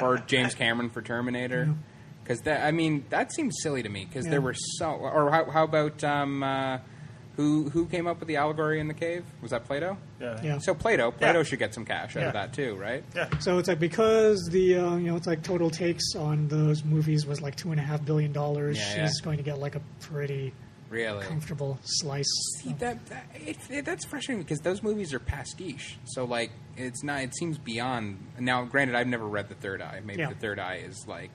[SPEAKER 2] or James Cameron for Terminator. Because that, I mean, that seems silly to me. Because
[SPEAKER 5] Yeah.
[SPEAKER 2] there were so, or how, how about um, uh, who who came up with the allegory in the cave? Was that Plato?
[SPEAKER 4] Yeah.
[SPEAKER 5] Yeah.
[SPEAKER 2] So Plato, Plato
[SPEAKER 4] Yeah.
[SPEAKER 2] should get some cash out
[SPEAKER 5] Yeah.
[SPEAKER 2] of that too, right?
[SPEAKER 4] Yeah.
[SPEAKER 5] So it's like because the uh, you know it's like total takes on those movies was like two and a half billion dollars.
[SPEAKER 2] Yeah,
[SPEAKER 5] she's
[SPEAKER 2] yeah.
[SPEAKER 5] going to get like a pretty
[SPEAKER 2] Really.
[SPEAKER 5] comfortable slice.
[SPEAKER 2] See that, that it, it, that's frustrating because those movies are pastiche. So like it's not. It seems beyond. Now, granted, I've never read The Third Eye. Maybe
[SPEAKER 5] Yeah.
[SPEAKER 2] The Third Eye is like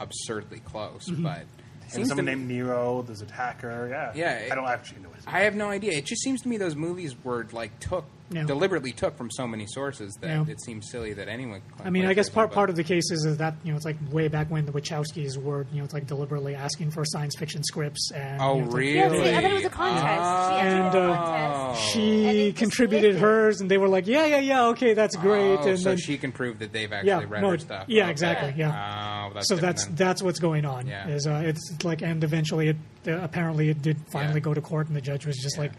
[SPEAKER 2] absurdly close, but it
[SPEAKER 4] And
[SPEAKER 2] seems to
[SPEAKER 4] someone
[SPEAKER 2] me-
[SPEAKER 4] named Nero. There's a hacker. Yeah.
[SPEAKER 2] Yeah, it-
[SPEAKER 4] I don't actually know. What his name
[SPEAKER 2] I have no idea. It just seems to me those movies were like took
[SPEAKER 5] Yeah.
[SPEAKER 2] deliberately took from so many sources that
[SPEAKER 5] Yeah.
[SPEAKER 2] it seems silly that anyone. could
[SPEAKER 5] I mean, I guess
[SPEAKER 2] plagiarism,
[SPEAKER 5] part
[SPEAKER 2] but-
[SPEAKER 5] part of the case is, is that you know it's like way back when the Wachowskis were you know it's like deliberately asking for science fiction scripts and
[SPEAKER 2] Oh,
[SPEAKER 5] you know, it's like-
[SPEAKER 2] really? Oh.
[SPEAKER 1] Yeah, see, I thought it was a contest. She entered
[SPEAKER 5] And,
[SPEAKER 1] a
[SPEAKER 5] uh,
[SPEAKER 1] contest. And it
[SPEAKER 5] She
[SPEAKER 1] just
[SPEAKER 5] contributed
[SPEAKER 1] lifted.
[SPEAKER 5] hers, and they were like, "Yeah, yeah, yeah, okay, that's great."
[SPEAKER 2] Oh,
[SPEAKER 5] and
[SPEAKER 2] so
[SPEAKER 5] then,
[SPEAKER 2] she can prove that they've actually
[SPEAKER 5] yeah,
[SPEAKER 2] read
[SPEAKER 5] no,
[SPEAKER 2] her stuff.
[SPEAKER 5] yeah,
[SPEAKER 2] Okay.
[SPEAKER 5] exactly, yeah.
[SPEAKER 2] Oh, that's
[SPEAKER 5] so
[SPEAKER 2] different
[SPEAKER 5] that's [laughs]
[SPEAKER 2] then.
[SPEAKER 5] that's what's going on.
[SPEAKER 2] Yeah.
[SPEAKER 5] Is uh, it's it's like, and eventually, it uh, apparently it did finally
[SPEAKER 2] Yeah.
[SPEAKER 5] go to court, and the judge was just
[SPEAKER 2] Yeah.
[SPEAKER 5] like,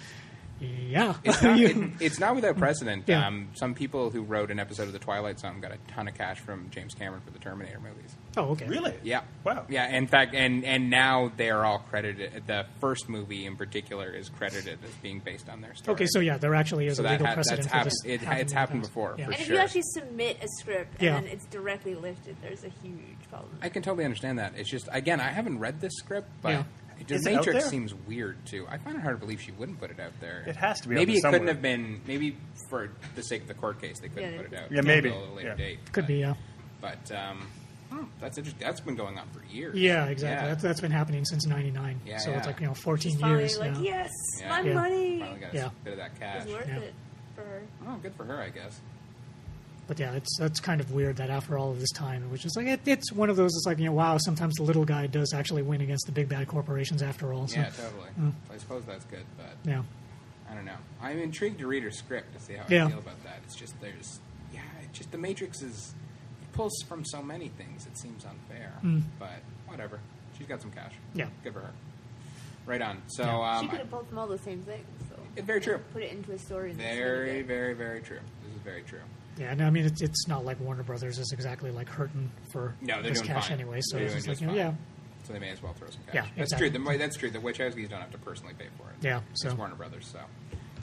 [SPEAKER 5] "Yeah,
[SPEAKER 2] It's
[SPEAKER 5] [laughs]
[SPEAKER 2] not,
[SPEAKER 5] You-
[SPEAKER 2] it, it's not without precedent.
[SPEAKER 5] Yeah.
[SPEAKER 2] Um, some people who wrote an episode of The Twilight Zone got a ton of cash from James Cameron for the Terminator movies.
[SPEAKER 5] oh, okay,
[SPEAKER 4] Really?
[SPEAKER 2] Yeah.
[SPEAKER 4] Wow.
[SPEAKER 2] Yeah. In fact, and and now they are all credited. The first movie in particular is credited as being based on their story.
[SPEAKER 5] Okay, so yeah, there actually is
[SPEAKER 2] So
[SPEAKER 5] a
[SPEAKER 2] that
[SPEAKER 5] legal
[SPEAKER 2] ha- that's
[SPEAKER 5] precedent for
[SPEAKER 2] happened-
[SPEAKER 5] this.
[SPEAKER 2] it- it's
[SPEAKER 5] happening in the
[SPEAKER 2] happened
[SPEAKER 5] past.
[SPEAKER 2] before,
[SPEAKER 5] Yeah.
[SPEAKER 2] for
[SPEAKER 5] And
[SPEAKER 1] And if
[SPEAKER 2] Sure.
[SPEAKER 1] you actually submit a script and
[SPEAKER 5] Yeah.
[SPEAKER 1] then it's directly lifted, there's a huge problem.
[SPEAKER 2] I can totally understand that. It's just again, I haven't read this script, but
[SPEAKER 5] Yeah.
[SPEAKER 2] the
[SPEAKER 4] Is it out
[SPEAKER 2] Matrix
[SPEAKER 4] there?
[SPEAKER 2] seems weird too. I find it hard to believe she wouldn't put it out there.
[SPEAKER 4] It has to be out
[SPEAKER 2] Maybe
[SPEAKER 4] there
[SPEAKER 2] it couldn't
[SPEAKER 4] somewhere.
[SPEAKER 2] have been. Maybe for the sake of the court case, they couldn't
[SPEAKER 1] Yeah,
[SPEAKER 2] put it
[SPEAKER 1] they-
[SPEAKER 2] out.
[SPEAKER 4] Yeah, maybe.
[SPEAKER 2] until a later
[SPEAKER 4] Yeah.
[SPEAKER 2] date.
[SPEAKER 5] Could
[SPEAKER 2] but,
[SPEAKER 5] be, yeah,
[SPEAKER 2] But um, hmm, that's interesting. That's been going on for years.
[SPEAKER 5] yeah, exactly.
[SPEAKER 2] Yeah.
[SPEAKER 5] That's, that's been happening since '99.
[SPEAKER 2] Yeah,
[SPEAKER 5] so
[SPEAKER 2] yeah.
[SPEAKER 5] it's like you know, 14
[SPEAKER 1] She's finally
[SPEAKER 5] years.
[SPEAKER 1] like,
[SPEAKER 5] yeah.
[SPEAKER 1] yes,
[SPEAKER 2] Yeah.
[SPEAKER 1] my
[SPEAKER 2] Yeah.
[SPEAKER 1] money
[SPEAKER 2] Finally got a
[SPEAKER 5] Yeah.
[SPEAKER 2] bit of that cash.
[SPEAKER 1] was worth
[SPEAKER 5] Yeah.
[SPEAKER 1] it for her.
[SPEAKER 2] Oh, good for her, I guess.
[SPEAKER 5] But yeah, it's that's kind of weird that after all of this time, it was just like it, it's one of those. It's like you know, wow. Sometimes the little guy does actually win against the big bad corporations after all. So, Mm.
[SPEAKER 2] Yeah, totally. So I suppose that's good, but
[SPEAKER 5] yeah.
[SPEAKER 2] I don't know. I'm intrigued to read her script to see how
[SPEAKER 5] Yeah.
[SPEAKER 2] I feel about that. It's just there's, yeah, it just the Matrix is it pulls from so many things. It seems unfair, but whatever. She's got some cash.
[SPEAKER 5] Hmm. Yeah.
[SPEAKER 2] good for her. Right on. So
[SPEAKER 1] she
[SPEAKER 2] um,
[SPEAKER 1] could have pulled from all those same things. So
[SPEAKER 2] it's very true.
[SPEAKER 1] put it into a story. And that's really
[SPEAKER 2] Very,
[SPEAKER 1] good.
[SPEAKER 2] very, very true. This is very true.
[SPEAKER 5] Yeah, and I mean, it's, it's not like Warner Brothers is exactly like hurting for
[SPEAKER 2] No, they're
[SPEAKER 5] this
[SPEAKER 2] doing
[SPEAKER 5] cash
[SPEAKER 2] fine.
[SPEAKER 5] anyway. So
[SPEAKER 2] They're
[SPEAKER 5] it's
[SPEAKER 2] doing
[SPEAKER 5] just like,
[SPEAKER 2] just
[SPEAKER 5] you know,
[SPEAKER 2] fine.
[SPEAKER 5] yeah,
[SPEAKER 2] So they may as well throw some cash.
[SPEAKER 5] Yeah,
[SPEAKER 2] that's
[SPEAKER 5] exactly.
[SPEAKER 2] true. The, that's true. The Wachowskis don't have to personally pay for it.
[SPEAKER 5] Yeah,
[SPEAKER 2] It's
[SPEAKER 5] so-
[SPEAKER 2] Warner Brothers, so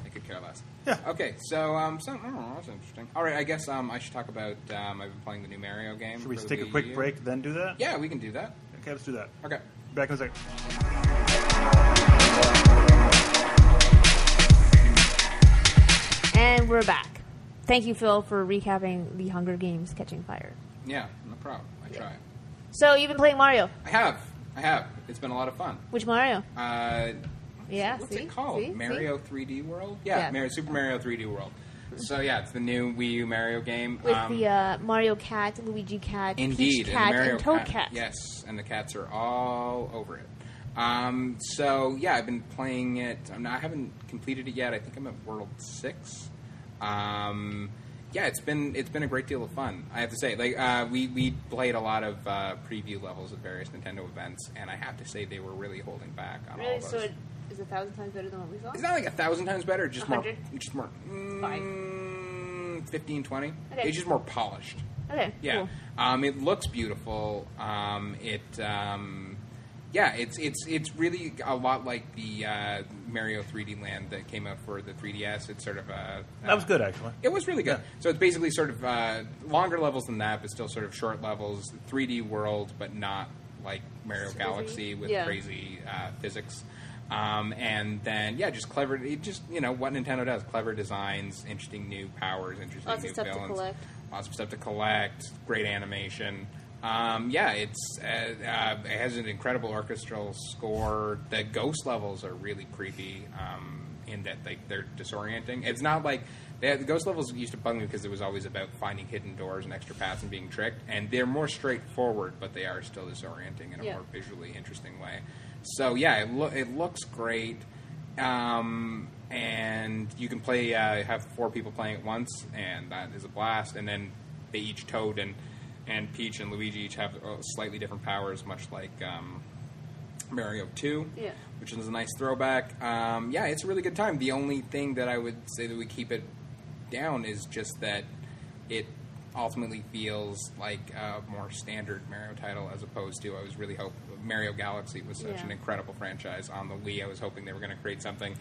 [SPEAKER 2] they could care less.
[SPEAKER 4] Yeah.
[SPEAKER 2] Okay. So, um, so I don't know, that's interesting. All right. I guess um, I should talk about. Um, I've been playing the new Mario game.
[SPEAKER 4] Should we
[SPEAKER 2] for the
[SPEAKER 4] just take a
[SPEAKER 2] Wii
[SPEAKER 4] quick
[SPEAKER 2] U.
[SPEAKER 4] break, then do that?
[SPEAKER 2] Yeah, we can do that.
[SPEAKER 4] Okay, let's do that.
[SPEAKER 2] Okay.
[SPEAKER 4] Back in a second.
[SPEAKER 1] And we're back. Thank you, Phil, for recapping the Hunger Games: Catching Fire.
[SPEAKER 2] Yeah, no problem. I try.
[SPEAKER 1] So you've been playing Mario.
[SPEAKER 2] I have. I have. It's been a lot of fun.
[SPEAKER 1] Which Mario?
[SPEAKER 2] Uh,
[SPEAKER 1] Yeah,
[SPEAKER 2] what's
[SPEAKER 1] see?
[SPEAKER 2] it called?
[SPEAKER 1] See? See?
[SPEAKER 2] Mario 3D World? Yeah,
[SPEAKER 1] Yeah.
[SPEAKER 2] Mario, Super Mario 3D World. So yeah, it's the new Wii U Mario game.
[SPEAKER 1] With
[SPEAKER 2] Um,
[SPEAKER 1] the uh, Mario Cat, Luigi Cat,
[SPEAKER 2] Indeed,
[SPEAKER 1] Peach Cat,
[SPEAKER 2] and, Mario
[SPEAKER 1] and Toad
[SPEAKER 2] Cat-
[SPEAKER 1] Cat.
[SPEAKER 2] Yes, and the cats are all over it. Um, so yeah, I've been playing it. I'm not, I haven't completed it yet. I think I'm at World Six. Um, yeah, it's been it's been a great deal of fun. I have to say, like uh, we we played a lot of uh, preview levels at various Nintendo events, and I have to say they were really holding back on all
[SPEAKER 1] Really?
[SPEAKER 2] of those.
[SPEAKER 1] So it is a thousand times better than what we saw.
[SPEAKER 2] it's not like a thousand times better, just more,
[SPEAKER 1] 100?
[SPEAKER 2] just more,
[SPEAKER 1] Five.
[SPEAKER 2] mm, 15, 20.
[SPEAKER 1] Okay.
[SPEAKER 2] It's just more polished.
[SPEAKER 1] Okay.
[SPEAKER 2] Yeah,
[SPEAKER 1] Cool.
[SPEAKER 2] um, it looks beautiful. Um, it, um, yeah, it's it's it's really a lot like the uh, Mario 3D Land that came out for the 3DS. It's sort of a uh,
[SPEAKER 4] That was good, actually.
[SPEAKER 2] It was really good.
[SPEAKER 4] Yeah.
[SPEAKER 2] So it's basically sort of uh, longer levels than that, but still sort of short levels. 3D world, but not like Mario
[SPEAKER 1] Super
[SPEAKER 2] Galaxy
[SPEAKER 1] deep.
[SPEAKER 2] with
[SPEAKER 1] Yeah.
[SPEAKER 2] crazy uh, physics. Um, and then yeah, just clever. It just you know what Nintendo does: clever designs, interesting new powers, interesting
[SPEAKER 1] Lots of
[SPEAKER 2] new
[SPEAKER 1] stuff to
[SPEAKER 2] villains
[SPEAKER 1] collect.
[SPEAKER 2] lots of stuff to collect, great animation. Um, yeah, it's uh, uh, it has an incredible orchestral score. The ghost levels are really creepy. Um, in that like they're disorienting. It's not like they, the ghost levels used to bug me because it was always about finding hidden doors and extra paths and being tricked. And they're more straightforward, but they are still disorienting in a
[SPEAKER 1] Yeah.
[SPEAKER 2] more visually interesting way. So yeah, it, loo- it looks great. Um, and you can play uh, have four people playing at once, and that is a blast. And then they each Toad and and Peach and Luigi each have uh, slightly different powers, much like um, Mario 2,
[SPEAKER 1] Yeah.
[SPEAKER 2] which is a nice throwback. Um, yeah, it's a really good time. The only thing that I would say that we keep it down is just that it ultimately feels like a more standard Mario title as opposed to I was really hope Mario Galaxy was such
[SPEAKER 1] Yeah.
[SPEAKER 2] an incredible franchise on the Wii. I was hoping they were going to create something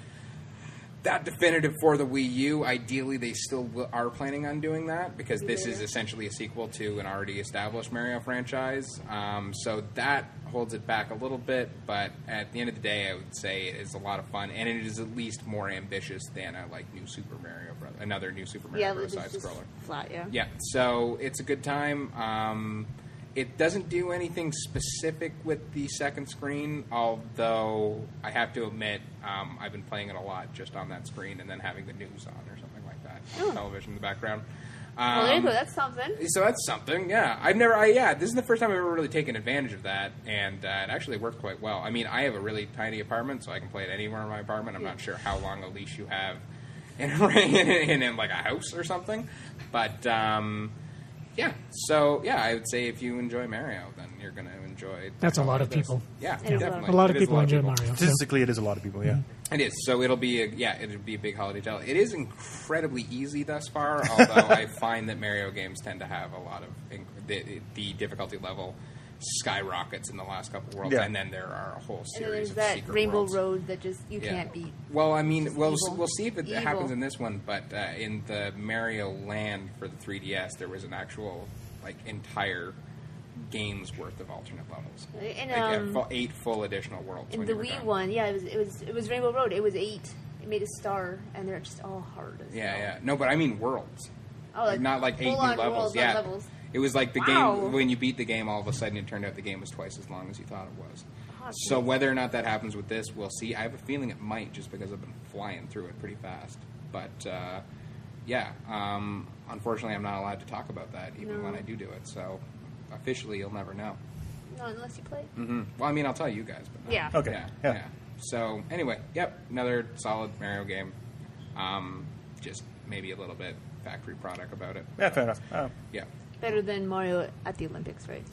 [SPEAKER 2] that definitive for the Wii U. Ideally, they still will, are planning on doing that because this is essentially a sequel to an already established Mario franchise. Um, so that holds it back a little bit, but at the end of the day, I would say it is a lot of fun and it is at least more ambitious than a like new Super Mario Bros. Another new Super Mario
[SPEAKER 1] yeah, it was
[SPEAKER 2] Bros. side
[SPEAKER 1] just
[SPEAKER 2] scroller.
[SPEAKER 1] flat. Yeah.
[SPEAKER 2] Yeah, so it's a good time. Um, it doesn't do anything specific with the second screen, although I have to admit um, I've been playing it a lot just on that screen and then having the news on or something like that on
[SPEAKER 1] Oh.
[SPEAKER 2] television in the background.
[SPEAKER 1] Well, there you
[SPEAKER 2] Um,
[SPEAKER 1] go. That's something.
[SPEAKER 2] so that's something, yeah. I've never, I, yeah, this is the first time I've ever really taken advantage of that, and uh, it actually worked quite well. I mean, I have a really tiny apartment, so I can play it anywhere in my apartment. I'm not sure how long a leash you have in, [laughs] in, in, in like a house or something, but um, yeah. So yeah, I would say if you enjoy Mario, then you're going to enjoy.
[SPEAKER 5] That's a lot of
[SPEAKER 2] this.
[SPEAKER 5] people.
[SPEAKER 2] Yeah,
[SPEAKER 1] It is a lot of
[SPEAKER 2] definitely.
[SPEAKER 5] A lot of
[SPEAKER 2] It is
[SPEAKER 5] people enjoy Mario. so-
[SPEAKER 4] Statistically, it is a lot of people. Yeah.
[SPEAKER 2] it is. So it'll be a, yeah, it'll be a big holiday title. It is incredibly easy thus far, [laughs] although I find that Mario games tend to have a lot of inc- the, the difficulty level skyrockets in the last couple worlds,
[SPEAKER 4] Yeah.
[SPEAKER 2] and then there are a whole
[SPEAKER 1] and then
[SPEAKER 2] series
[SPEAKER 1] there's
[SPEAKER 2] of
[SPEAKER 1] that
[SPEAKER 2] secret
[SPEAKER 1] Rainbow
[SPEAKER 2] worlds.
[SPEAKER 1] Road that just you
[SPEAKER 2] Yeah.
[SPEAKER 1] can't beat.
[SPEAKER 2] Well, I mean,
[SPEAKER 1] Just
[SPEAKER 2] we'll
[SPEAKER 1] evil.
[SPEAKER 2] we'll see if it
[SPEAKER 1] Evil.
[SPEAKER 2] happens in this one, but uh, in the Mario Land for the 3DS, there was an actual like entire game's worth of alternate levels,
[SPEAKER 1] And,
[SPEAKER 2] like uh,
[SPEAKER 1] um,
[SPEAKER 2] fu- eight full additional worlds.
[SPEAKER 1] In
[SPEAKER 2] when
[SPEAKER 1] the
[SPEAKER 2] you were
[SPEAKER 1] Wii
[SPEAKER 2] done.
[SPEAKER 1] one, yeah, it was it was it was Rainbow Road. It was eight. It made a star, and they're just all hard. As
[SPEAKER 2] Yeah,
[SPEAKER 1] hell.
[SPEAKER 2] yeah. No, but I mean worlds.
[SPEAKER 1] Oh,
[SPEAKER 2] Like, not like eight new
[SPEAKER 1] full-on
[SPEAKER 2] levels.
[SPEAKER 1] worlds, not
[SPEAKER 2] yeah.
[SPEAKER 1] levels.
[SPEAKER 2] It was like the
[SPEAKER 1] Wow.
[SPEAKER 2] game when you beat the game. All of a sudden, it turned out the game was twice as long as you thought it was.
[SPEAKER 1] Oh,
[SPEAKER 2] so
[SPEAKER 1] geez.
[SPEAKER 2] whether or not that happens with this, we'll see. I have a feeling it might, just because I've been flying through it pretty fast. But uh, yeah, um, unfortunately, I'm not allowed to talk about that, even
[SPEAKER 1] No.
[SPEAKER 2] when I do do it. So officially, you'll never know. [laughs]
[SPEAKER 1] No, unless you play.
[SPEAKER 2] Mm. Well, I mean, I'll tell you guys, but not-
[SPEAKER 1] Yeah.
[SPEAKER 4] Okay.
[SPEAKER 2] yeah,
[SPEAKER 4] Yeah.
[SPEAKER 2] yeah. So anyway, yep, another solid Mario game. Um, just maybe a little bit factory product about it.
[SPEAKER 4] Yeah, fair enough. Uh,
[SPEAKER 2] Yeah,
[SPEAKER 1] Better than Mario at the Olympics, right?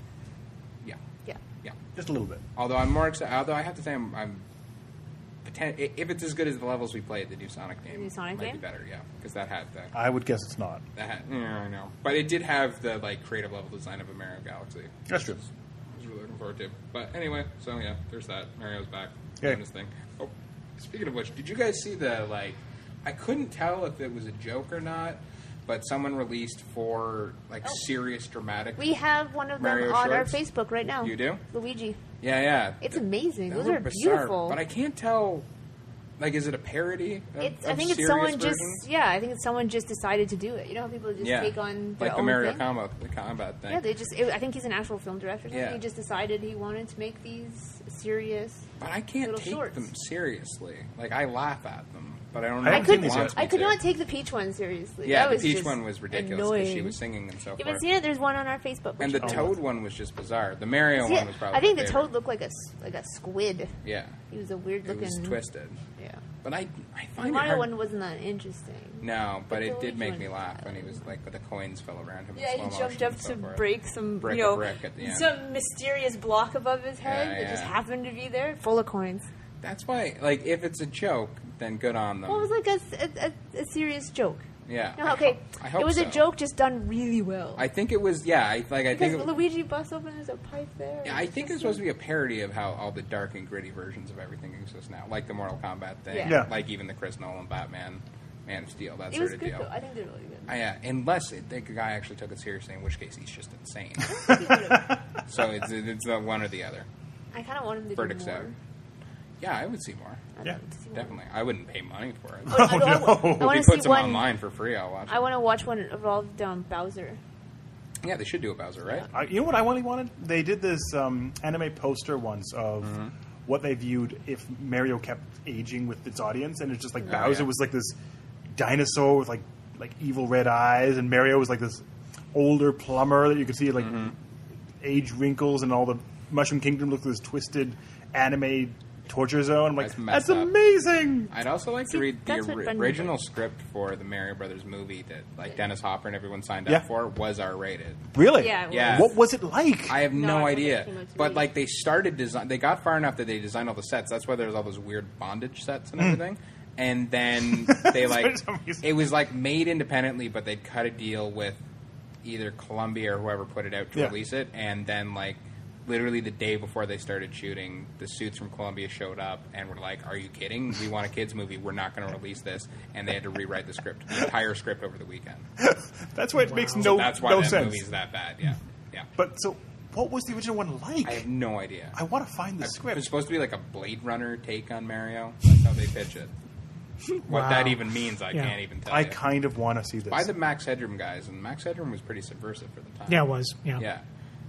[SPEAKER 2] yeah,
[SPEAKER 1] Yeah.
[SPEAKER 2] yeah.
[SPEAKER 4] just a little bit.
[SPEAKER 2] Although I'm more excited. Although I have to say, I'm, I'm poten- i- if it's as good as the levels we played, the new Sonic game
[SPEAKER 1] new Sonic
[SPEAKER 2] might be
[SPEAKER 1] game?
[SPEAKER 2] better. Yeah, because that had that.
[SPEAKER 4] I would guess it's not.
[SPEAKER 2] that had, yeah, I know, but it did have the like creative level design of a Mario Galaxy.
[SPEAKER 4] That's true.
[SPEAKER 2] I was really looking forward to. But anyway, so yeah, there's that. Mario's back
[SPEAKER 4] Yeah.
[SPEAKER 2] doing his thing. Oh, speaking of which, did you guys see the like? I couldn't tell if it was a joke or not, but someone released for like serious dramatic.
[SPEAKER 1] Oh. We have one of them
[SPEAKER 2] Mario
[SPEAKER 1] on
[SPEAKER 2] shorts?
[SPEAKER 1] our Facebook right now.
[SPEAKER 2] You do?
[SPEAKER 1] Luigi.
[SPEAKER 2] yeah, yeah.
[SPEAKER 1] It's amazing.
[SPEAKER 2] They
[SPEAKER 1] Those
[SPEAKER 2] look
[SPEAKER 1] are
[SPEAKER 2] bizarre,
[SPEAKER 1] beautiful.
[SPEAKER 2] but I can't tell. Like, is it a parody? Of,
[SPEAKER 1] it's, I
[SPEAKER 2] of
[SPEAKER 1] think it's
[SPEAKER 2] serious
[SPEAKER 1] someone
[SPEAKER 2] version?
[SPEAKER 1] just yeah. I think it's someone just decided to do it. You know how people just
[SPEAKER 2] yeah,
[SPEAKER 1] take on their
[SPEAKER 2] like the
[SPEAKER 1] own
[SPEAKER 2] Mario
[SPEAKER 1] thing?
[SPEAKER 2] combo, the combat thing.
[SPEAKER 1] Yeah, they just. It, I think he's an actual film director. now.
[SPEAKER 2] Yeah.
[SPEAKER 1] He just decided he wanted to make these serious.
[SPEAKER 2] but I can't
[SPEAKER 1] little
[SPEAKER 2] take
[SPEAKER 1] shorts.
[SPEAKER 2] them seriously. Like, I laugh at them, but I don't.
[SPEAKER 4] I
[SPEAKER 2] know
[SPEAKER 1] I
[SPEAKER 2] if
[SPEAKER 4] don't
[SPEAKER 1] could.
[SPEAKER 2] it
[SPEAKER 4] think
[SPEAKER 2] wants
[SPEAKER 4] so.
[SPEAKER 2] me
[SPEAKER 1] I could
[SPEAKER 2] to.
[SPEAKER 1] not take the Peach one seriously.
[SPEAKER 2] Yeah,
[SPEAKER 1] that
[SPEAKER 2] the
[SPEAKER 1] was
[SPEAKER 2] Peach
[SPEAKER 1] just
[SPEAKER 2] one was ridiculous because she
[SPEAKER 1] annoying.
[SPEAKER 2] was singing and so
[SPEAKER 1] You
[SPEAKER 2] forth.
[SPEAKER 1] haven't seen it? There's one on our Facebook.
[SPEAKER 2] And the
[SPEAKER 1] page.
[SPEAKER 2] Toad one was just bizarre. The Mario
[SPEAKER 1] See,
[SPEAKER 2] one was probably.
[SPEAKER 1] I think
[SPEAKER 2] my
[SPEAKER 1] the toad
[SPEAKER 2] favorite.
[SPEAKER 1] looked like a s- like a squid.
[SPEAKER 2] Yeah,
[SPEAKER 1] He was a weird
[SPEAKER 2] it
[SPEAKER 1] looking.
[SPEAKER 2] was twisted.
[SPEAKER 1] Yeah.
[SPEAKER 2] But I, I
[SPEAKER 1] The
[SPEAKER 2] find it
[SPEAKER 1] Mario
[SPEAKER 2] hard.
[SPEAKER 1] one wasn't that interesting.
[SPEAKER 2] no, but
[SPEAKER 1] the
[SPEAKER 2] it
[SPEAKER 1] Luigi
[SPEAKER 2] did make
[SPEAKER 1] one-
[SPEAKER 2] me laugh when he was like, but the coins fell around him. in
[SPEAKER 1] Yeah,
[SPEAKER 2] slow
[SPEAKER 1] he jumped
[SPEAKER 2] motion
[SPEAKER 1] up
[SPEAKER 2] and so
[SPEAKER 1] to
[SPEAKER 2] forth.
[SPEAKER 1] break some,
[SPEAKER 2] Brick
[SPEAKER 1] you know,
[SPEAKER 2] of brick at the end.
[SPEAKER 1] some mysterious block above his head
[SPEAKER 2] Yeah,
[SPEAKER 1] that just
[SPEAKER 2] yeah.
[SPEAKER 1] happened to be there, full of coins.
[SPEAKER 2] That's why, like, if it's a joke, then good on them.
[SPEAKER 1] Well, it was like a, s- a- a- a serious joke.
[SPEAKER 2] Yeah,
[SPEAKER 1] No,
[SPEAKER 2] I
[SPEAKER 1] okay.
[SPEAKER 2] ho- I hope
[SPEAKER 1] it was
[SPEAKER 2] so.
[SPEAKER 1] a joke just done really well.
[SPEAKER 2] I think it was. Yeah, I, like I
[SPEAKER 1] because
[SPEAKER 2] think. It,
[SPEAKER 1] Luigi busts open there's a pipe there.
[SPEAKER 2] yeah, I think it's supposed to be a parody of how all the dark and gritty versions of everything exist now, like the Mortal Kombat thing,
[SPEAKER 1] Yeah.
[SPEAKER 4] Yeah.
[SPEAKER 2] like even the Chris Nolan Batman, Man of Steel, that
[SPEAKER 1] It
[SPEAKER 2] sort
[SPEAKER 1] was
[SPEAKER 2] of
[SPEAKER 1] good
[SPEAKER 2] deal.
[SPEAKER 1] though. I think they're really good.
[SPEAKER 2] Uh, yeah, unless it, the guy actually took it seriously, in which case he's just insane. so it's it's the one or the other.
[SPEAKER 1] I kind of wanted to
[SPEAKER 2] Verdict's
[SPEAKER 1] do more.
[SPEAKER 2] out. Yeah, I would see more.
[SPEAKER 1] I'd
[SPEAKER 4] Yeah,
[SPEAKER 1] love to see more.
[SPEAKER 2] Definitely, I wouldn't pay money
[SPEAKER 1] [laughs]
[SPEAKER 2] for it.
[SPEAKER 1] Oh, no, I wa- I
[SPEAKER 2] [laughs]
[SPEAKER 1] want
[SPEAKER 2] if he
[SPEAKER 1] to
[SPEAKER 2] puts
[SPEAKER 1] see
[SPEAKER 2] them
[SPEAKER 1] one.
[SPEAKER 2] online for free, I'll watch.
[SPEAKER 1] I want to watch one involved um, Bowser.
[SPEAKER 2] it. Yeah, they should do a Bowser, right? Mm-hmm.
[SPEAKER 4] I, you know what I really wanted? They did this um, anime poster once of what they viewed if Mario kept aging with its audience, and it's just like
[SPEAKER 2] Oh,
[SPEAKER 4] Bowser
[SPEAKER 2] yeah.
[SPEAKER 4] was like this dinosaur with like like evil red eyes, and Mario was like this older plumber that you could see like
[SPEAKER 2] Mm-hmm.
[SPEAKER 4] age wrinkles, and all the Mushroom Kingdom looked like this twisted anime torture zone. I'm like,
[SPEAKER 2] That's
[SPEAKER 4] that's,
[SPEAKER 2] messed up."
[SPEAKER 4] amazing.
[SPEAKER 2] I'd also like
[SPEAKER 1] See,
[SPEAKER 2] to read the
[SPEAKER 1] that's what
[SPEAKER 2] ori-
[SPEAKER 1] Brendan did.
[SPEAKER 2] original script for the Mario Brothers movie that like Dennis Hopper and everyone signed
[SPEAKER 4] Yeah.
[SPEAKER 2] up for was R rated.
[SPEAKER 4] Really?
[SPEAKER 1] Yeah, it
[SPEAKER 2] Yeah.
[SPEAKER 4] What was it like?
[SPEAKER 2] I have
[SPEAKER 1] No,
[SPEAKER 2] no,
[SPEAKER 1] I don't
[SPEAKER 2] idea.
[SPEAKER 1] think it came out to
[SPEAKER 2] But
[SPEAKER 1] me.
[SPEAKER 2] like they started design, they got far enough that they designed all the sets. That's why there's all those weird bondage sets
[SPEAKER 4] Hmm.
[SPEAKER 2] and everything. And
[SPEAKER 4] [laughs]
[SPEAKER 2] then they like
[SPEAKER 4] For some reason.
[SPEAKER 2] it was like made independently, but they'd cut a deal with either Columbia or whoever put it out to
[SPEAKER 4] Yeah.
[SPEAKER 2] release it. And then like literally the day before they started shooting, the suits from Columbia showed up and were like, "Are you kidding? We want a kids movie. We're not going to release this." And they had to rewrite the script, the entire script over the weekend.
[SPEAKER 4] That's why it makes no
[SPEAKER 2] That's why
[SPEAKER 4] no
[SPEAKER 2] that
[SPEAKER 4] sense.
[SPEAKER 2] movie's that bad. Yeah, yeah.
[SPEAKER 4] But so, what was the original one like?
[SPEAKER 2] I have no idea.
[SPEAKER 4] I want to find the
[SPEAKER 2] It was
[SPEAKER 4] script.
[SPEAKER 2] supposed to be like a Blade Runner take on Mario. That's how they pitch it. What
[SPEAKER 5] Wow.
[SPEAKER 2] that even means, I
[SPEAKER 5] Yeah.
[SPEAKER 2] can't even tell.
[SPEAKER 4] I
[SPEAKER 2] you.
[SPEAKER 4] kind of want to see this.
[SPEAKER 2] By the Max Headroom guys, and Max Headroom was pretty subversive for the time.
[SPEAKER 5] Yeah, it was. Yeah.
[SPEAKER 2] Yeah.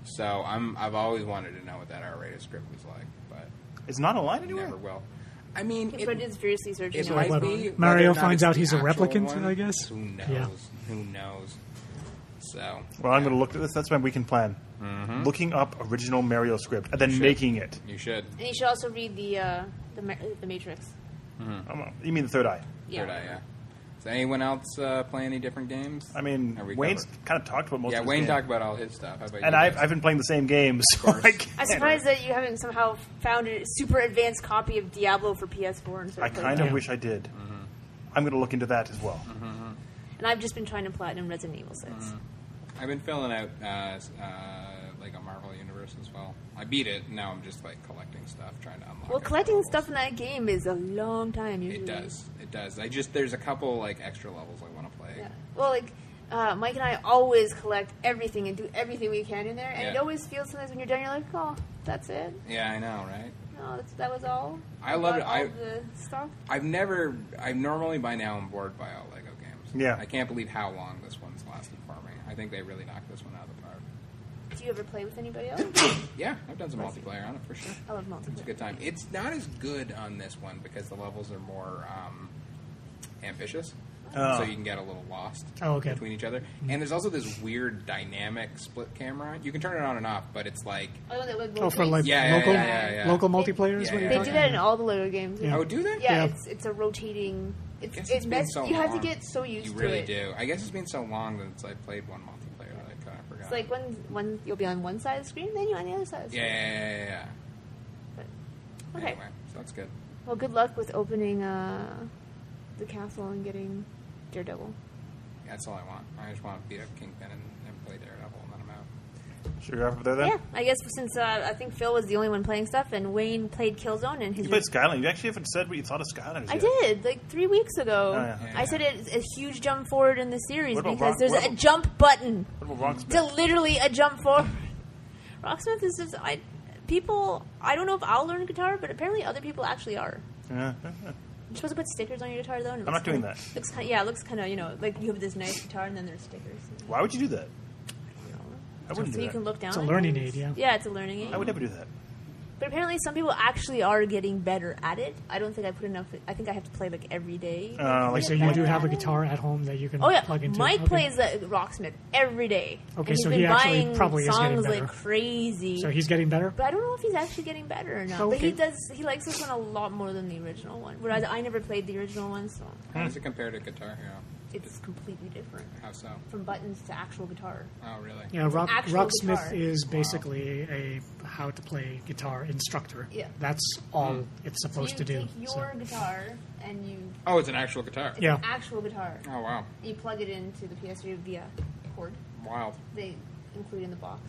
[SPEAKER 2] So I'm I've always wanted to know what that R-rated script was like, but
[SPEAKER 4] it's not online
[SPEAKER 2] I
[SPEAKER 4] anywhere.
[SPEAKER 2] never will. I mean, it,
[SPEAKER 1] but it's furiously searching.
[SPEAKER 2] it
[SPEAKER 1] now.
[SPEAKER 2] might
[SPEAKER 5] What,
[SPEAKER 2] be. whether
[SPEAKER 5] Mario
[SPEAKER 2] or not
[SPEAKER 5] finds
[SPEAKER 2] it's
[SPEAKER 5] out
[SPEAKER 2] the
[SPEAKER 5] he's a
[SPEAKER 2] actual
[SPEAKER 5] replicant,
[SPEAKER 2] one,
[SPEAKER 5] I guess?
[SPEAKER 2] Who knows?
[SPEAKER 5] Yeah.
[SPEAKER 2] Who knows? So.
[SPEAKER 4] Well, I'm
[SPEAKER 2] yeah,
[SPEAKER 4] going to look at this. That's my weekend plan.
[SPEAKER 2] Mm-hmm.
[SPEAKER 4] Looking up original Mario script and then
[SPEAKER 2] Sure.
[SPEAKER 4] making it.
[SPEAKER 2] You should.
[SPEAKER 1] And you should also read the uh, the, Ma- the Matrix.
[SPEAKER 2] Mm.
[SPEAKER 4] Um, you mean the third eye?
[SPEAKER 1] Yeah.
[SPEAKER 2] Third Eye, yeah. Does anyone else uh, play any different games?
[SPEAKER 4] I mean,
[SPEAKER 2] Are we
[SPEAKER 4] Wayne's
[SPEAKER 2] covered?
[SPEAKER 4] kind of talked about most.
[SPEAKER 2] Yeah,
[SPEAKER 4] of his
[SPEAKER 2] Wayne
[SPEAKER 4] game.
[SPEAKER 2] talked about all his stuff. How about
[SPEAKER 4] And
[SPEAKER 2] you
[SPEAKER 4] I've,
[SPEAKER 2] guys?
[SPEAKER 4] I've been playing the same games. [laughs] So
[SPEAKER 2] course.
[SPEAKER 4] I can't.
[SPEAKER 1] I'm surprised that you haven't somehow found a super advanced copy of Diablo for PS4 and
[SPEAKER 4] I
[SPEAKER 1] started playing
[SPEAKER 4] kind of
[SPEAKER 1] that.
[SPEAKER 4] wish I did.
[SPEAKER 2] Mm-hmm.
[SPEAKER 4] I'm going to look into that as well.
[SPEAKER 1] And I've just been trying to platinum Resident Evil 6.
[SPEAKER 2] Mm-hmm. I've been filling out uh, s- uh, like a Marvel universe as well. I beat it. Now I'm just like collecting stuff, trying to unlock.
[SPEAKER 1] Well,
[SPEAKER 2] it.
[SPEAKER 1] collecting stuff in that game is a long time. Usually.
[SPEAKER 2] It does. It does. I just there's a couple like extra levels I want to play.
[SPEAKER 1] Yeah. Well, like uh, Mike and I always collect everything and do everything we can in there, and it
[SPEAKER 2] Yeah.
[SPEAKER 1] always feels sometimes when you're done, you're like, oh, that's it.
[SPEAKER 2] Yeah, I know, right?
[SPEAKER 1] No, Oh, that's, that was all.
[SPEAKER 2] I love
[SPEAKER 1] Got
[SPEAKER 2] it.
[SPEAKER 1] All
[SPEAKER 2] I-
[SPEAKER 1] the stuff.
[SPEAKER 2] I've never. I normally by now I'm bored by all Lego games.
[SPEAKER 4] Yeah.
[SPEAKER 2] I can't believe how long this one's lasted for me. I think they really knocked this one out of the park.
[SPEAKER 1] Do you ever play with anybody
[SPEAKER 2] [coughs]
[SPEAKER 1] else?
[SPEAKER 2] Yeah, I've done some multiplayer on it for sure.
[SPEAKER 1] I love
[SPEAKER 2] It's a
[SPEAKER 1] multiplayer.
[SPEAKER 2] good time. It's not as good on this one because the levels are more um, ambitious,
[SPEAKER 4] Oh.
[SPEAKER 2] so you can get a little lost
[SPEAKER 5] Oh, okay.
[SPEAKER 2] between each other. And there's also this weird dynamic split camera. You can turn it on and off, but it's like
[SPEAKER 1] Oh, that would
[SPEAKER 5] Oh, for like
[SPEAKER 2] Yeah, yeah,
[SPEAKER 5] local
[SPEAKER 2] yeah, yeah, yeah.
[SPEAKER 5] local multiplayer is
[SPEAKER 2] Yeah,
[SPEAKER 5] what
[SPEAKER 2] yeah.
[SPEAKER 5] you're
[SPEAKER 1] They
[SPEAKER 5] talking
[SPEAKER 1] do that in all the Lego games.
[SPEAKER 5] Yeah.
[SPEAKER 2] oh, do they?
[SPEAKER 1] Yeah,
[SPEAKER 5] Yeah.
[SPEAKER 1] it's it's a rotating.
[SPEAKER 2] I
[SPEAKER 1] It's,
[SPEAKER 2] guess
[SPEAKER 1] it's,
[SPEAKER 2] it's been
[SPEAKER 1] mess-
[SPEAKER 2] so
[SPEAKER 1] you have to
[SPEAKER 2] long.
[SPEAKER 1] get so used
[SPEAKER 2] you
[SPEAKER 1] to
[SPEAKER 2] really
[SPEAKER 1] it.
[SPEAKER 2] do. I guess it's been so long since I played one multiplayer that I kind of forgot.
[SPEAKER 1] It's like one one you'll be on one side of the screen, then you're on the other side. Of the
[SPEAKER 2] yeah, yeah, yeah, yeah, yeah.
[SPEAKER 1] Screen. But, okay.
[SPEAKER 2] Anyway, so that's good.
[SPEAKER 1] Well, good luck with opening uh, the castle and getting Daredevil.
[SPEAKER 2] That's all I want. I just want to beat up Kingpin and, and play Daredevil, and then I'm out.
[SPEAKER 4] Should we wrap up there then?
[SPEAKER 1] Yeah, I guess since uh, I think Phil was the only one playing stuff, and Wayne played Killzone, and his
[SPEAKER 4] You played Skyline. You actually haven't said what you thought of Skyline.
[SPEAKER 1] I did like three weeks ago.
[SPEAKER 4] Oh, yeah.
[SPEAKER 1] I said it's a huge jump forward in the series
[SPEAKER 4] What about
[SPEAKER 1] because
[SPEAKER 4] Rock-
[SPEAKER 1] there's
[SPEAKER 4] what
[SPEAKER 1] a
[SPEAKER 4] about-
[SPEAKER 1] jump button.
[SPEAKER 4] What about Rocksmith?
[SPEAKER 1] It's a- literally a jump forward. [laughs] Rocksmith is just I people. I don't know if I'll learn guitar, but apparently other people actually are.
[SPEAKER 4] Yeah.
[SPEAKER 1] You're supposed to put stickers on your guitar though. And it
[SPEAKER 4] I'm
[SPEAKER 1] looks
[SPEAKER 4] not doing
[SPEAKER 1] kinda-
[SPEAKER 4] that.
[SPEAKER 1] Looks kind yeah, it looks kind of you know like you have this nice guitar and then there's stickers.
[SPEAKER 4] Why would you do that?
[SPEAKER 1] You know.
[SPEAKER 4] I wouldn't
[SPEAKER 1] So
[SPEAKER 4] do
[SPEAKER 1] you
[SPEAKER 4] that.
[SPEAKER 1] can look down.
[SPEAKER 5] It's a
[SPEAKER 1] at
[SPEAKER 5] learning
[SPEAKER 1] things.
[SPEAKER 5] aid, yeah.
[SPEAKER 1] Yeah, it's a learning aid.
[SPEAKER 4] I would never do that.
[SPEAKER 2] Mm-hmm.
[SPEAKER 1] But apparently, some people actually are getting better at it. I don't think I put enough. I think I have to play like every day.
[SPEAKER 4] Uh,
[SPEAKER 5] about.
[SPEAKER 4] like,
[SPEAKER 5] So you do have a guitar at home that you can
[SPEAKER 1] Oh yeah,
[SPEAKER 5] plug into.
[SPEAKER 1] Mike
[SPEAKER 5] Okay.
[SPEAKER 1] plays uh, Rocksmith every day. and
[SPEAKER 5] Okay,
[SPEAKER 1] he's
[SPEAKER 5] so
[SPEAKER 1] been
[SPEAKER 5] he actually
[SPEAKER 1] buying
[SPEAKER 5] probably is getting
[SPEAKER 1] songs
[SPEAKER 5] better.
[SPEAKER 1] like crazy.
[SPEAKER 5] So he's getting better.
[SPEAKER 1] but I don't know if he's actually getting better or not. But
[SPEAKER 5] Okay.
[SPEAKER 1] he does. He likes this one a lot more than the original one. Whereas I never played the original one, so
[SPEAKER 5] Hmm.
[SPEAKER 2] How does it compare to Guitar Hero?
[SPEAKER 1] it's completely different
[SPEAKER 2] How so?
[SPEAKER 1] from buttons to actual guitar.
[SPEAKER 2] Oh, really?
[SPEAKER 5] Yeah, rock,
[SPEAKER 1] actual
[SPEAKER 5] Rocksmith
[SPEAKER 1] guitar.
[SPEAKER 5] is basically a how to play guitar instructor.
[SPEAKER 1] Yeah.
[SPEAKER 5] That's all
[SPEAKER 2] Hmm.
[SPEAKER 5] it's
[SPEAKER 1] So you
[SPEAKER 5] supposed
[SPEAKER 1] take
[SPEAKER 5] to do. so.
[SPEAKER 1] your guitar and you
[SPEAKER 2] Oh, it's an actual guitar.
[SPEAKER 5] Yeah.
[SPEAKER 1] actual guitar.
[SPEAKER 2] Oh, wow.
[SPEAKER 1] You plug it into the PS3 via cord.
[SPEAKER 2] Wild.
[SPEAKER 1] They include in the box.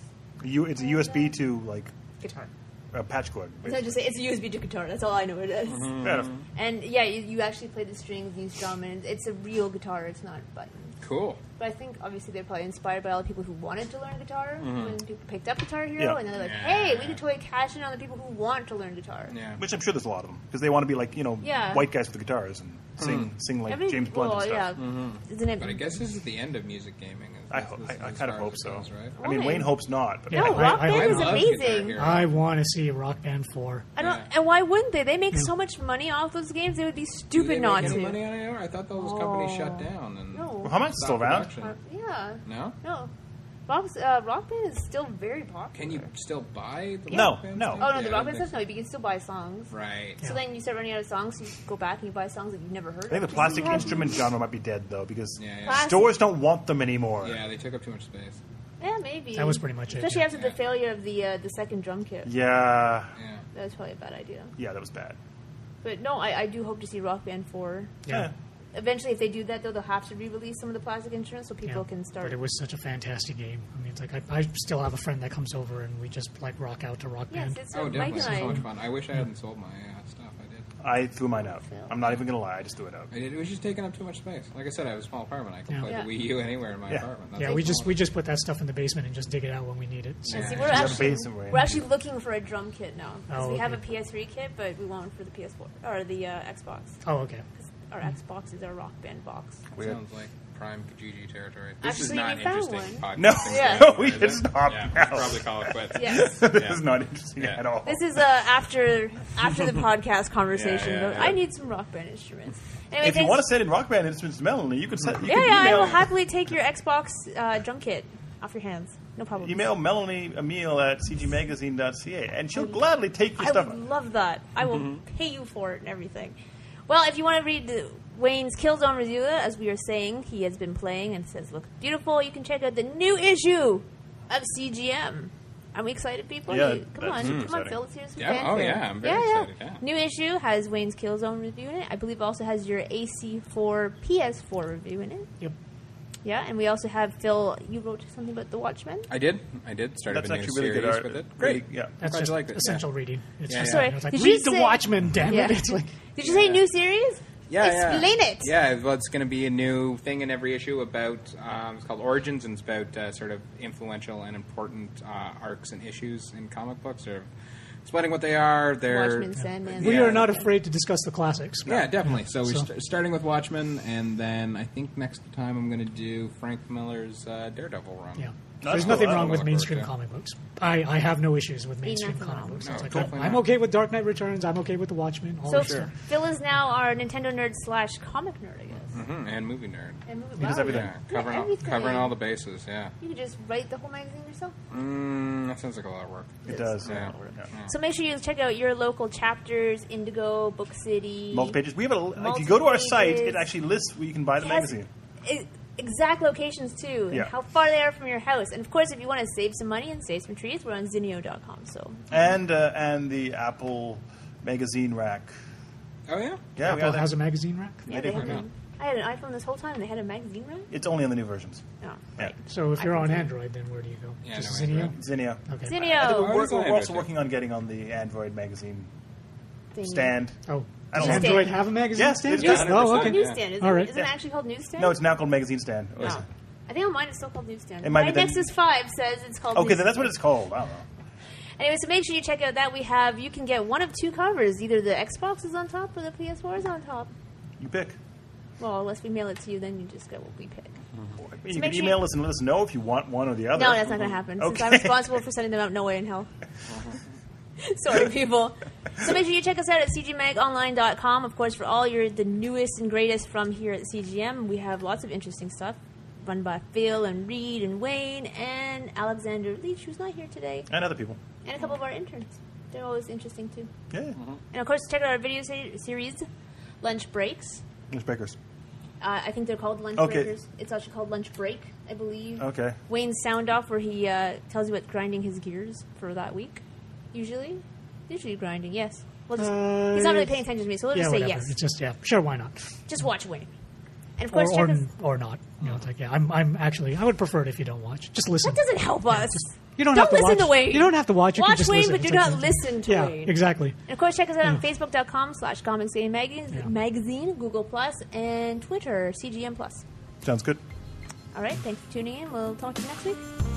[SPEAKER 4] You, it's a USB to like
[SPEAKER 1] guitar.
[SPEAKER 4] a patch cord.
[SPEAKER 1] So I just say it's a USB to guitar. That's all I know it is.
[SPEAKER 4] Fair enough.
[SPEAKER 1] And yeah, you, you actually play the strings, use drum, and it's a real guitar. It's not buttons.
[SPEAKER 2] Cool.
[SPEAKER 1] But I think obviously they're probably inspired by all the people who wanted to learn guitar when people picked up Guitar Hero,
[SPEAKER 4] Yeah.
[SPEAKER 1] and then they're like,
[SPEAKER 2] Mm-hmm. Yeah.
[SPEAKER 1] "Hey, we could totally cash in on the people who want to learn guitar."
[SPEAKER 2] Yeah.
[SPEAKER 4] Which I'm sure there's a lot of them because they want to be like you know
[SPEAKER 1] Mm-hmm. Yeah.
[SPEAKER 4] white guys with guitars and
[SPEAKER 2] Mm-hmm.
[SPEAKER 4] sing sing like
[SPEAKER 1] Every-
[SPEAKER 4] James Blunt
[SPEAKER 1] well,
[SPEAKER 4] and stuff.
[SPEAKER 1] yeah. Isn't it?
[SPEAKER 2] But I guess this is the end of music gaming. As,
[SPEAKER 4] I,
[SPEAKER 2] as-
[SPEAKER 4] ho-
[SPEAKER 2] as-
[SPEAKER 4] I, I
[SPEAKER 2] as
[SPEAKER 4] kind of
[SPEAKER 2] far
[SPEAKER 4] hope
[SPEAKER 2] as it
[SPEAKER 4] so.
[SPEAKER 2] goes, right?
[SPEAKER 4] I mean,
[SPEAKER 1] Wayne.
[SPEAKER 4] Wayne hopes not, but
[SPEAKER 1] [laughs]
[SPEAKER 5] Yeah.
[SPEAKER 1] no,
[SPEAKER 5] I-
[SPEAKER 1] Rock
[SPEAKER 5] I-
[SPEAKER 1] Band
[SPEAKER 5] I
[SPEAKER 1] was
[SPEAKER 2] love Guitar
[SPEAKER 1] amazing.
[SPEAKER 2] Hero.
[SPEAKER 5] I want to see Rock Band 4.
[SPEAKER 1] I don't,
[SPEAKER 2] Yeah.
[SPEAKER 1] and why wouldn't they? They make so much money off those games. They would be
[SPEAKER 2] Do they
[SPEAKER 1] stupid
[SPEAKER 2] make
[SPEAKER 1] not
[SPEAKER 2] any
[SPEAKER 1] to.
[SPEAKER 2] money on AR? I thought those companies shut down. And
[SPEAKER 1] No.
[SPEAKER 4] Well, how much is still
[SPEAKER 2] stopped
[SPEAKER 4] around?
[SPEAKER 1] Uh,
[SPEAKER 2] production.
[SPEAKER 1] yeah.
[SPEAKER 2] Oh. No.
[SPEAKER 1] No. Rob's, uh, Rock Band is still very popular.
[SPEAKER 2] Can you still buy the
[SPEAKER 4] No,
[SPEAKER 2] Rock Band
[SPEAKER 4] no.
[SPEAKER 2] stuff?
[SPEAKER 1] Oh no,
[SPEAKER 2] Yeah,
[SPEAKER 1] the
[SPEAKER 2] I
[SPEAKER 1] Rock
[SPEAKER 2] don't
[SPEAKER 1] Band
[SPEAKER 2] think
[SPEAKER 1] stuff. No, you can still buy songs.
[SPEAKER 2] so. Right.
[SPEAKER 1] So then you start running out of songs. You go back and you buy songs that you've never heard.
[SPEAKER 4] I think the plastic instrument genre might be dead though because
[SPEAKER 2] Yeah, yeah.
[SPEAKER 1] Plastic.
[SPEAKER 4] stores don't want them anymore.
[SPEAKER 2] Yeah, they took up too much space.
[SPEAKER 1] Yeah, maybe.
[SPEAKER 5] That was pretty much it,
[SPEAKER 1] Especially
[SPEAKER 5] yeah.
[SPEAKER 1] after the failure of the uh, the second drum kit.
[SPEAKER 4] yeah,
[SPEAKER 2] Yeah.
[SPEAKER 1] That was probably a bad idea.
[SPEAKER 4] Yeah, that was bad.
[SPEAKER 1] But no, I, I do hope to see Rock Band four.
[SPEAKER 5] Yeah.
[SPEAKER 4] Eh.
[SPEAKER 1] Eventually, if they do that, though, they'll have to re-release some of the plastic instruments so people
[SPEAKER 5] Yeah.
[SPEAKER 1] can start.
[SPEAKER 5] But it was such a fantastic game. I mean, it's like I, I still have a friend that comes over and we just like rock out to Rock
[SPEAKER 1] yes,
[SPEAKER 5] Band.
[SPEAKER 1] it's
[SPEAKER 2] Oh,
[SPEAKER 1] Mike
[SPEAKER 2] definitely.
[SPEAKER 1] and I.
[SPEAKER 2] So much fun. I wish I hadn't sold my uh, stuff. I did.
[SPEAKER 4] I threw mine out. I'm not even gonna lie, I just threw it out.
[SPEAKER 2] I did. It was just taking up too much space. Like I said, I have a small apartment. I can
[SPEAKER 5] Yeah.
[SPEAKER 2] play
[SPEAKER 1] Yeah.
[SPEAKER 2] the Wii U anywhere in my
[SPEAKER 4] Yeah.
[SPEAKER 2] apartment. That's
[SPEAKER 5] yeah,
[SPEAKER 2] the
[SPEAKER 5] we just
[SPEAKER 2] problem.
[SPEAKER 5] we just put that stuff in the basement and just dig it out when we need it. So.
[SPEAKER 1] And see,
[SPEAKER 2] Yeah.
[SPEAKER 1] we're
[SPEAKER 2] Yeah,
[SPEAKER 1] actually
[SPEAKER 4] bass and rain.
[SPEAKER 1] we're actually looking for a drum kit now. 'Cause
[SPEAKER 5] Oh,
[SPEAKER 1] we have a
[SPEAKER 5] okay.
[SPEAKER 1] PS3 kit, but we want it for the PS4 or the uh, Xbox.
[SPEAKER 5] Oh, okay.
[SPEAKER 1] 'Cause Our Xbox is our Rock Band box.
[SPEAKER 4] Weird.
[SPEAKER 2] Sounds like prime Kijiji territory. This is
[SPEAKER 1] Actually,
[SPEAKER 2] not
[SPEAKER 1] we
[SPEAKER 2] an
[SPEAKER 1] found
[SPEAKER 2] interesting
[SPEAKER 1] one.
[SPEAKER 2] podcast.
[SPEAKER 4] No,
[SPEAKER 1] Yeah.
[SPEAKER 4] no, we can
[SPEAKER 2] Is it?
[SPEAKER 4] stop
[SPEAKER 2] Yeah, we
[SPEAKER 4] now.
[SPEAKER 2] should probably call it quits.
[SPEAKER 5] [laughs]
[SPEAKER 1] Yes.
[SPEAKER 4] [laughs] this
[SPEAKER 2] Yeah.
[SPEAKER 4] is not interesting
[SPEAKER 2] Yeah.
[SPEAKER 4] at all.
[SPEAKER 1] This is uh, after after
[SPEAKER 4] [laughs]
[SPEAKER 1] the podcast conversation.
[SPEAKER 2] Yeah, yeah,
[SPEAKER 1] though.
[SPEAKER 2] yeah.
[SPEAKER 1] I need some rock band instruments. Anyway,
[SPEAKER 4] if you
[SPEAKER 1] thanks-
[SPEAKER 4] want to send in rock band instruments, to Melanie, you could send. You
[SPEAKER 1] yeah,
[SPEAKER 4] could
[SPEAKER 1] yeah, I
[SPEAKER 4] email,
[SPEAKER 1] will happily take your Xbox uh, drum kit off your hands. No problem.
[SPEAKER 4] email Melanie Emil at cgmagazine.ca, and she'll gladly take your
[SPEAKER 1] I
[SPEAKER 4] stuff.
[SPEAKER 1] would love that. I will pay you for it and everything. Well, if you want to read the, Wayne's Killzone review, as we were saying, he has been playing and says look beautiful. You can check out the new issue of CGM. Are we excited, people?
[SPEAKER 4] Yeah,
[SPEAKER 1] You- come
[SPEAKER 4] that's
[SPEAKER 1] on,
[SPEAKER 4] super
[SPEAKER 1] come on,
[SPEAKER 4] exciting.
[SPEAKER 1] Phil. Let's hear some
[SPEAKER 2] Yeah,
[SPEAKER 1] fanfare.
[SPEAKER 2] oh, yeah, I'm very excited, yeah.
[SPEAKER 1] New issue has Wayne's Killzone review in it. I believe it also has your AC4 PS4 review in it.
[SPEAKER 5] Yep.
[SPEAKER 1] Yeah, and we also have Phil. You wrote something about the Watchmen.
[SPEAKER 2] I did. I did. Started
[SPEAKER 4] That's
[SPEAKER 2] a new
[SPEAKER 4] actually really
[SPEAKER 2] series
[SPEAKER 4] good art.
[SPEAKER 2] with it.
[SPEAKER 4] Really-
[SPEAKER 2] Great.
[SPEAKER 4] yeah.
[SPEAKER 5] That's
[SPEAKER 2] Glad
[SPEAKER 5] just
[SPEAKER 2] you liked it.
[SPEAKER 5] essential
[SPEAKER 2] Yeah.
[SPEAKER 5] reading. It's
[SPEAKER 2] Yeah,
[SPEAKER 5] just
[SPEAKER 2] yeah.
[SPEAKER 5] you know, it's like
[SPEAKER 1] Did you
[SPEAKER 5] read the
[SPEAKER 1] say-
[SPEAKER 5] Watchmen, damn
[SPEAKER 1] Yeah.
[SPEAKER 5] it! [laughs] It's like
[SPEAKER 1] Did you say
[SPEAKER 2] Yeah.
[SPEAKER 1] new series?
[SPEAKER 2] Yeah, yeah.
[SPEAKER 1] Explain it.
[SPEAKER 2] Yeah, well, it's going to be a new thing in every issue about. Um, it's called Origins, and it's about uh, sort of influential and important uh, arcs and issues in comic books, or explaining what they are. They're
[SPEAKER 1] Watchmen, Sandman.
[SPEAKER 5] we
[SPEAKER 2] Yeah.
[SPEAKER 5] are not afraid to discuss the classics.
[SPEAKER 2] Yeah, definitely. So we're
[SPEAKER 5] So-
[SPEAKER 2] st- starting with Watchmen, and then I think next time I'm going to do Frank Miller's uh, Daredevil run.
[SPEAKER 5] Yeah.
[SPEAKER 4] That's
[SPEAKER 5] There's
[SPEAKER 4] cool.
[SPEAKER 5] nothing
[SPEAKER 4] That's
[SPEAKER 5] wrong
[SPEAKER 2] what
[SPEAKER 5] with
[SPEAKER 2] I'm
[SPEAKER 5] mainstream
[SPEAKER 2] looking
[SPEAKER 5] comic books. I, I have no issues with mainstream
[SPEAKER 1] nothing
[SPEAKER 5] comic
[SPEAKER 1] wrong.
[SPEAKER 5] books.
[SPEAKER 2] No,
[SPEAKER 5] It's like,
[SPEAKER 2] definitely
[SPEAKER 5] I'm
[SPEAKER 2] not.
[SPEAKER 5] okay with Dark Knight Returns. I'm okay with The Watchmen.
[SPEAKER 4] Oh,
[SPEAKER 5] All
[SPEAKER 1] So
[SPEAKER 5] that stuff.
[SPEAKER 1] Phil is now our Nintendo nerd slash comic nerd, I guess.
[SPEAKER 2] Mhm, and movie nerd.
[SPEAKER 1] And move it
[SPEAKER 4] Mm-hmm. does
[SPEAKER 1] wow,
[SPEAKER 4] everything.
[SPEAKER 2] Yeah, covering all,
[SPEAKER 1] everything.
[SPEAKER 2] covering all the bases. Yeah,
[SPEAKER 1] You can just write the whole magazine yourself.
[SPEAKER 2] mm, that sounds like a lot of work.
[SPEAKER 4] It does.
[SPEAKER 2] Yeah.
[SPEAKER 4] Yeah.
[SPEAKER 1] So make sure you check out your local chapters, Indigo, Book City.
[SPEAKER 4] Multiple pages. We have a. If you
[SPEAKER 1] Multiple
[SPEAKER 4] go to our site,
[SPEAKER 1] pages.
[SPEAKER 4] it actually lists where you can buy the
[SPEAKER 1] It has
[SPEAKER 4] magazine.
[SPEAKER 1] e- Exact locations too, and
[SPEAKER 4] Yeah.
[SPEAKER 1] how far they are from your house. And of course, if you want to save some money and save some trees, we're on Zinio.com. So
[SPEAKER 4] and uh, and the Apple magazine rack.
[SPEAKER 2] Oh yeah.
[SPEAKER 4] Yeah, we
[SPEAKER 5] Apple
[SPEAKER 4] have that.
[SPEAKER 5] has a magazine rack.
[SPEAKER 1] yeah,
[SPEAKER 4] do.
[SPEAKER 1] they had
[SPEAKER 2] Yeah.
[SPEAKER 1] them. I had an iPhone this whole time, and they had a magazine room.
[SPEAKER 4] It's only on the new versions.
[SPEAKER 1] No,
[SPEAKER 4] Yeah.
[SPEAKER 5] So if
[SPEAKER 1] I
[SPEAKER 5] you're
[SPEAKER 1] can
[SPEAKER 5] on
[SPEAKER 1] do it.
[SPEAKER 5] Android, then where do you go?
[SPEAKER 2] Yeah,
[SPEAKER 5] Just
[SPEAKER 2] no,
[SPEAKER 5] Zinio.
[SPEAKER 2] Android.
[SPEAKER 4] Zinnia.
[SPEAKER 5] Okay.
[SPEAKER 4] I think
[SPEAKER 1] Zinio.
[SPEAKER 4] we're,
[SPEAKER 2] Oh, it's on
[SPEAKER 4] we're, we're also
[SPEAKER 2] Android,
[SPEAKER 4] working on getting on the Android magazine
[SPEAKER 1] thingy.
[SPEAKER 4] stand.
[SPEAKER 5] Oh,
[SPEAKER 4] I
[SPEAKER 5] does
[SPEAKER 4] don't
[SPEAKER 1] Stand.
[SPEAKER 5] Android have a magazine
[SPEAKER 4] Yes,
[SPEAKER 5] stand?
[SPEAKER 4] it does.
[SPEAKER 5] Oh,
[SPEAKER 2] 100%.
[SPEAKER 5] okay.
[SPEAKER 2] Yeah.
[SPEAKER 1] Newsstand. Isn't,
[SPEAKER 5] All right.
[SPEAKER 1] isn't it actually called newsstand?
[SPEAKER 4] No, it's now called magazine stand. Or is
[SPEAKER 1] No. I think on mine it's still called newsstand.
[SPEAKER 4] It might
[SPEAKER 1] My
[SPEAKER 4] be then-
[SPEAKER 1] Nexus Five says it's called.
[SPEAKER 4] it- Okay, then
[SPEAKER 1] Newsstand.
[SPEAKER 4] that's what it's called. I don't know.
[SPEAKER 1] Anyway, so make sure you check out that we have. You can get one of two covers. Either the Xbox is on top or the PS4 is on top.
[SPEAKER 4] You pick.
[SPEAKER 1] Well, unless we mail it to you, then you just get what we pick.
[SPEAKER 4] I mean, you
[SPEAKER 1] make
[SPEAKER 4] can
[SPEAKER 1] sure
[SPEAKER 4] email
[SPEAKER 1] you-
[SPEAKER 4] us and let us know if you want one or the other.
[SPEAKER 1] No, that's not going to happen. Since I'm
[SPEAKER 4] Okay.
[SPEAKER 1] responsible for sending them out, no way in hell. [laughs] Sorry, people. So make sure you check us out at cgmagonline.com, of course, for all your the newest and greatest from here at CGM. We have lots of interesting stuff run by Phil and Reed and Wayne and Alexander Leach, who's not here today,
[SPEAKER 4] [laughs] And other people.
[SPEAKER 1] and a couple of our interns. They're always interesting too.
[SPEAKER 4] Yeah.
[SPEAKER 1] And of course, check out our video se- series, Lunch Breaks.
[SPEAKER 4] There's breakers.
[SPEAKER 1] Uh, I think they're called lunch
[SPEAKER 4] Okay.
[SPEAKER 1] breakers. It's actually called lunch break, I believe.
[SPEAKER 4] Okay.
[SPEAKER 1] Wayne's sound off, where he uh, tells you what grinding his gears for that week. Usually, usually grinding. Yes. We'll just,
[SPEAKER 5] Uh,
[SPEAKER 1] he's not really paying attention to me, so we'll
[SPEAKER 5] Yeah,
[SPEAKER 1] just say
[SPEAKER 5] whatever.
[SPEAKER 1] yes.
[SPEAKER 5] It's just yeah, sure, why not?
[SPEAKER 1] Just watch Wayne. And of
[SPEAKER 5] Or
[SPEAKER 1] course,
[SPEAKER 5] or,
[SPEAKER 1] check us.
[SPEAKER 5] or not. You know, it's like yeah, I'm I'm actually I would prefer it if you don't watch. Just listen.
[SPEAKER 1] That doesn't help us.
[SPEAKER 5] You don't,
[SPEAKER 1] don't
[SPEAKER 5] have to
[SPEAKER 1] listen
[SPEAKER 5] watch.
[SPEAKER 1] to Wayne.
[SPEAKER 5] You don't have to watch. You can
[SPEAKER 1] Watch
[SPEAKER 5] just
[SPEAKER 1] Wayne,
[SPEAKER 5] listen.
[SPEAKER 1] but do
[SPEAKER 5] It's
[SPEAKER 1] not
[SPEAKER 5] like-
[SPEAKER 1] listen to
[SPEAKER 5] yeah,
[SPEAKER 1] Wayne.
[SPEAKER 5] exactly.
[SPEAKER 1] And of course, check us out on
[SPEAKER 5] Yeah.
[SPEAKER 1] facebook.com slash comic city magazine,
[SPEAKER 5] Yeah.
[SPEAKER 1] magazine, Google Plus, and Twitter, CGM Plus.
[SPEAKER 4] Sounds good.
[SPEAKER 1] All right, thanks for tuning in. We'll talk to you next week.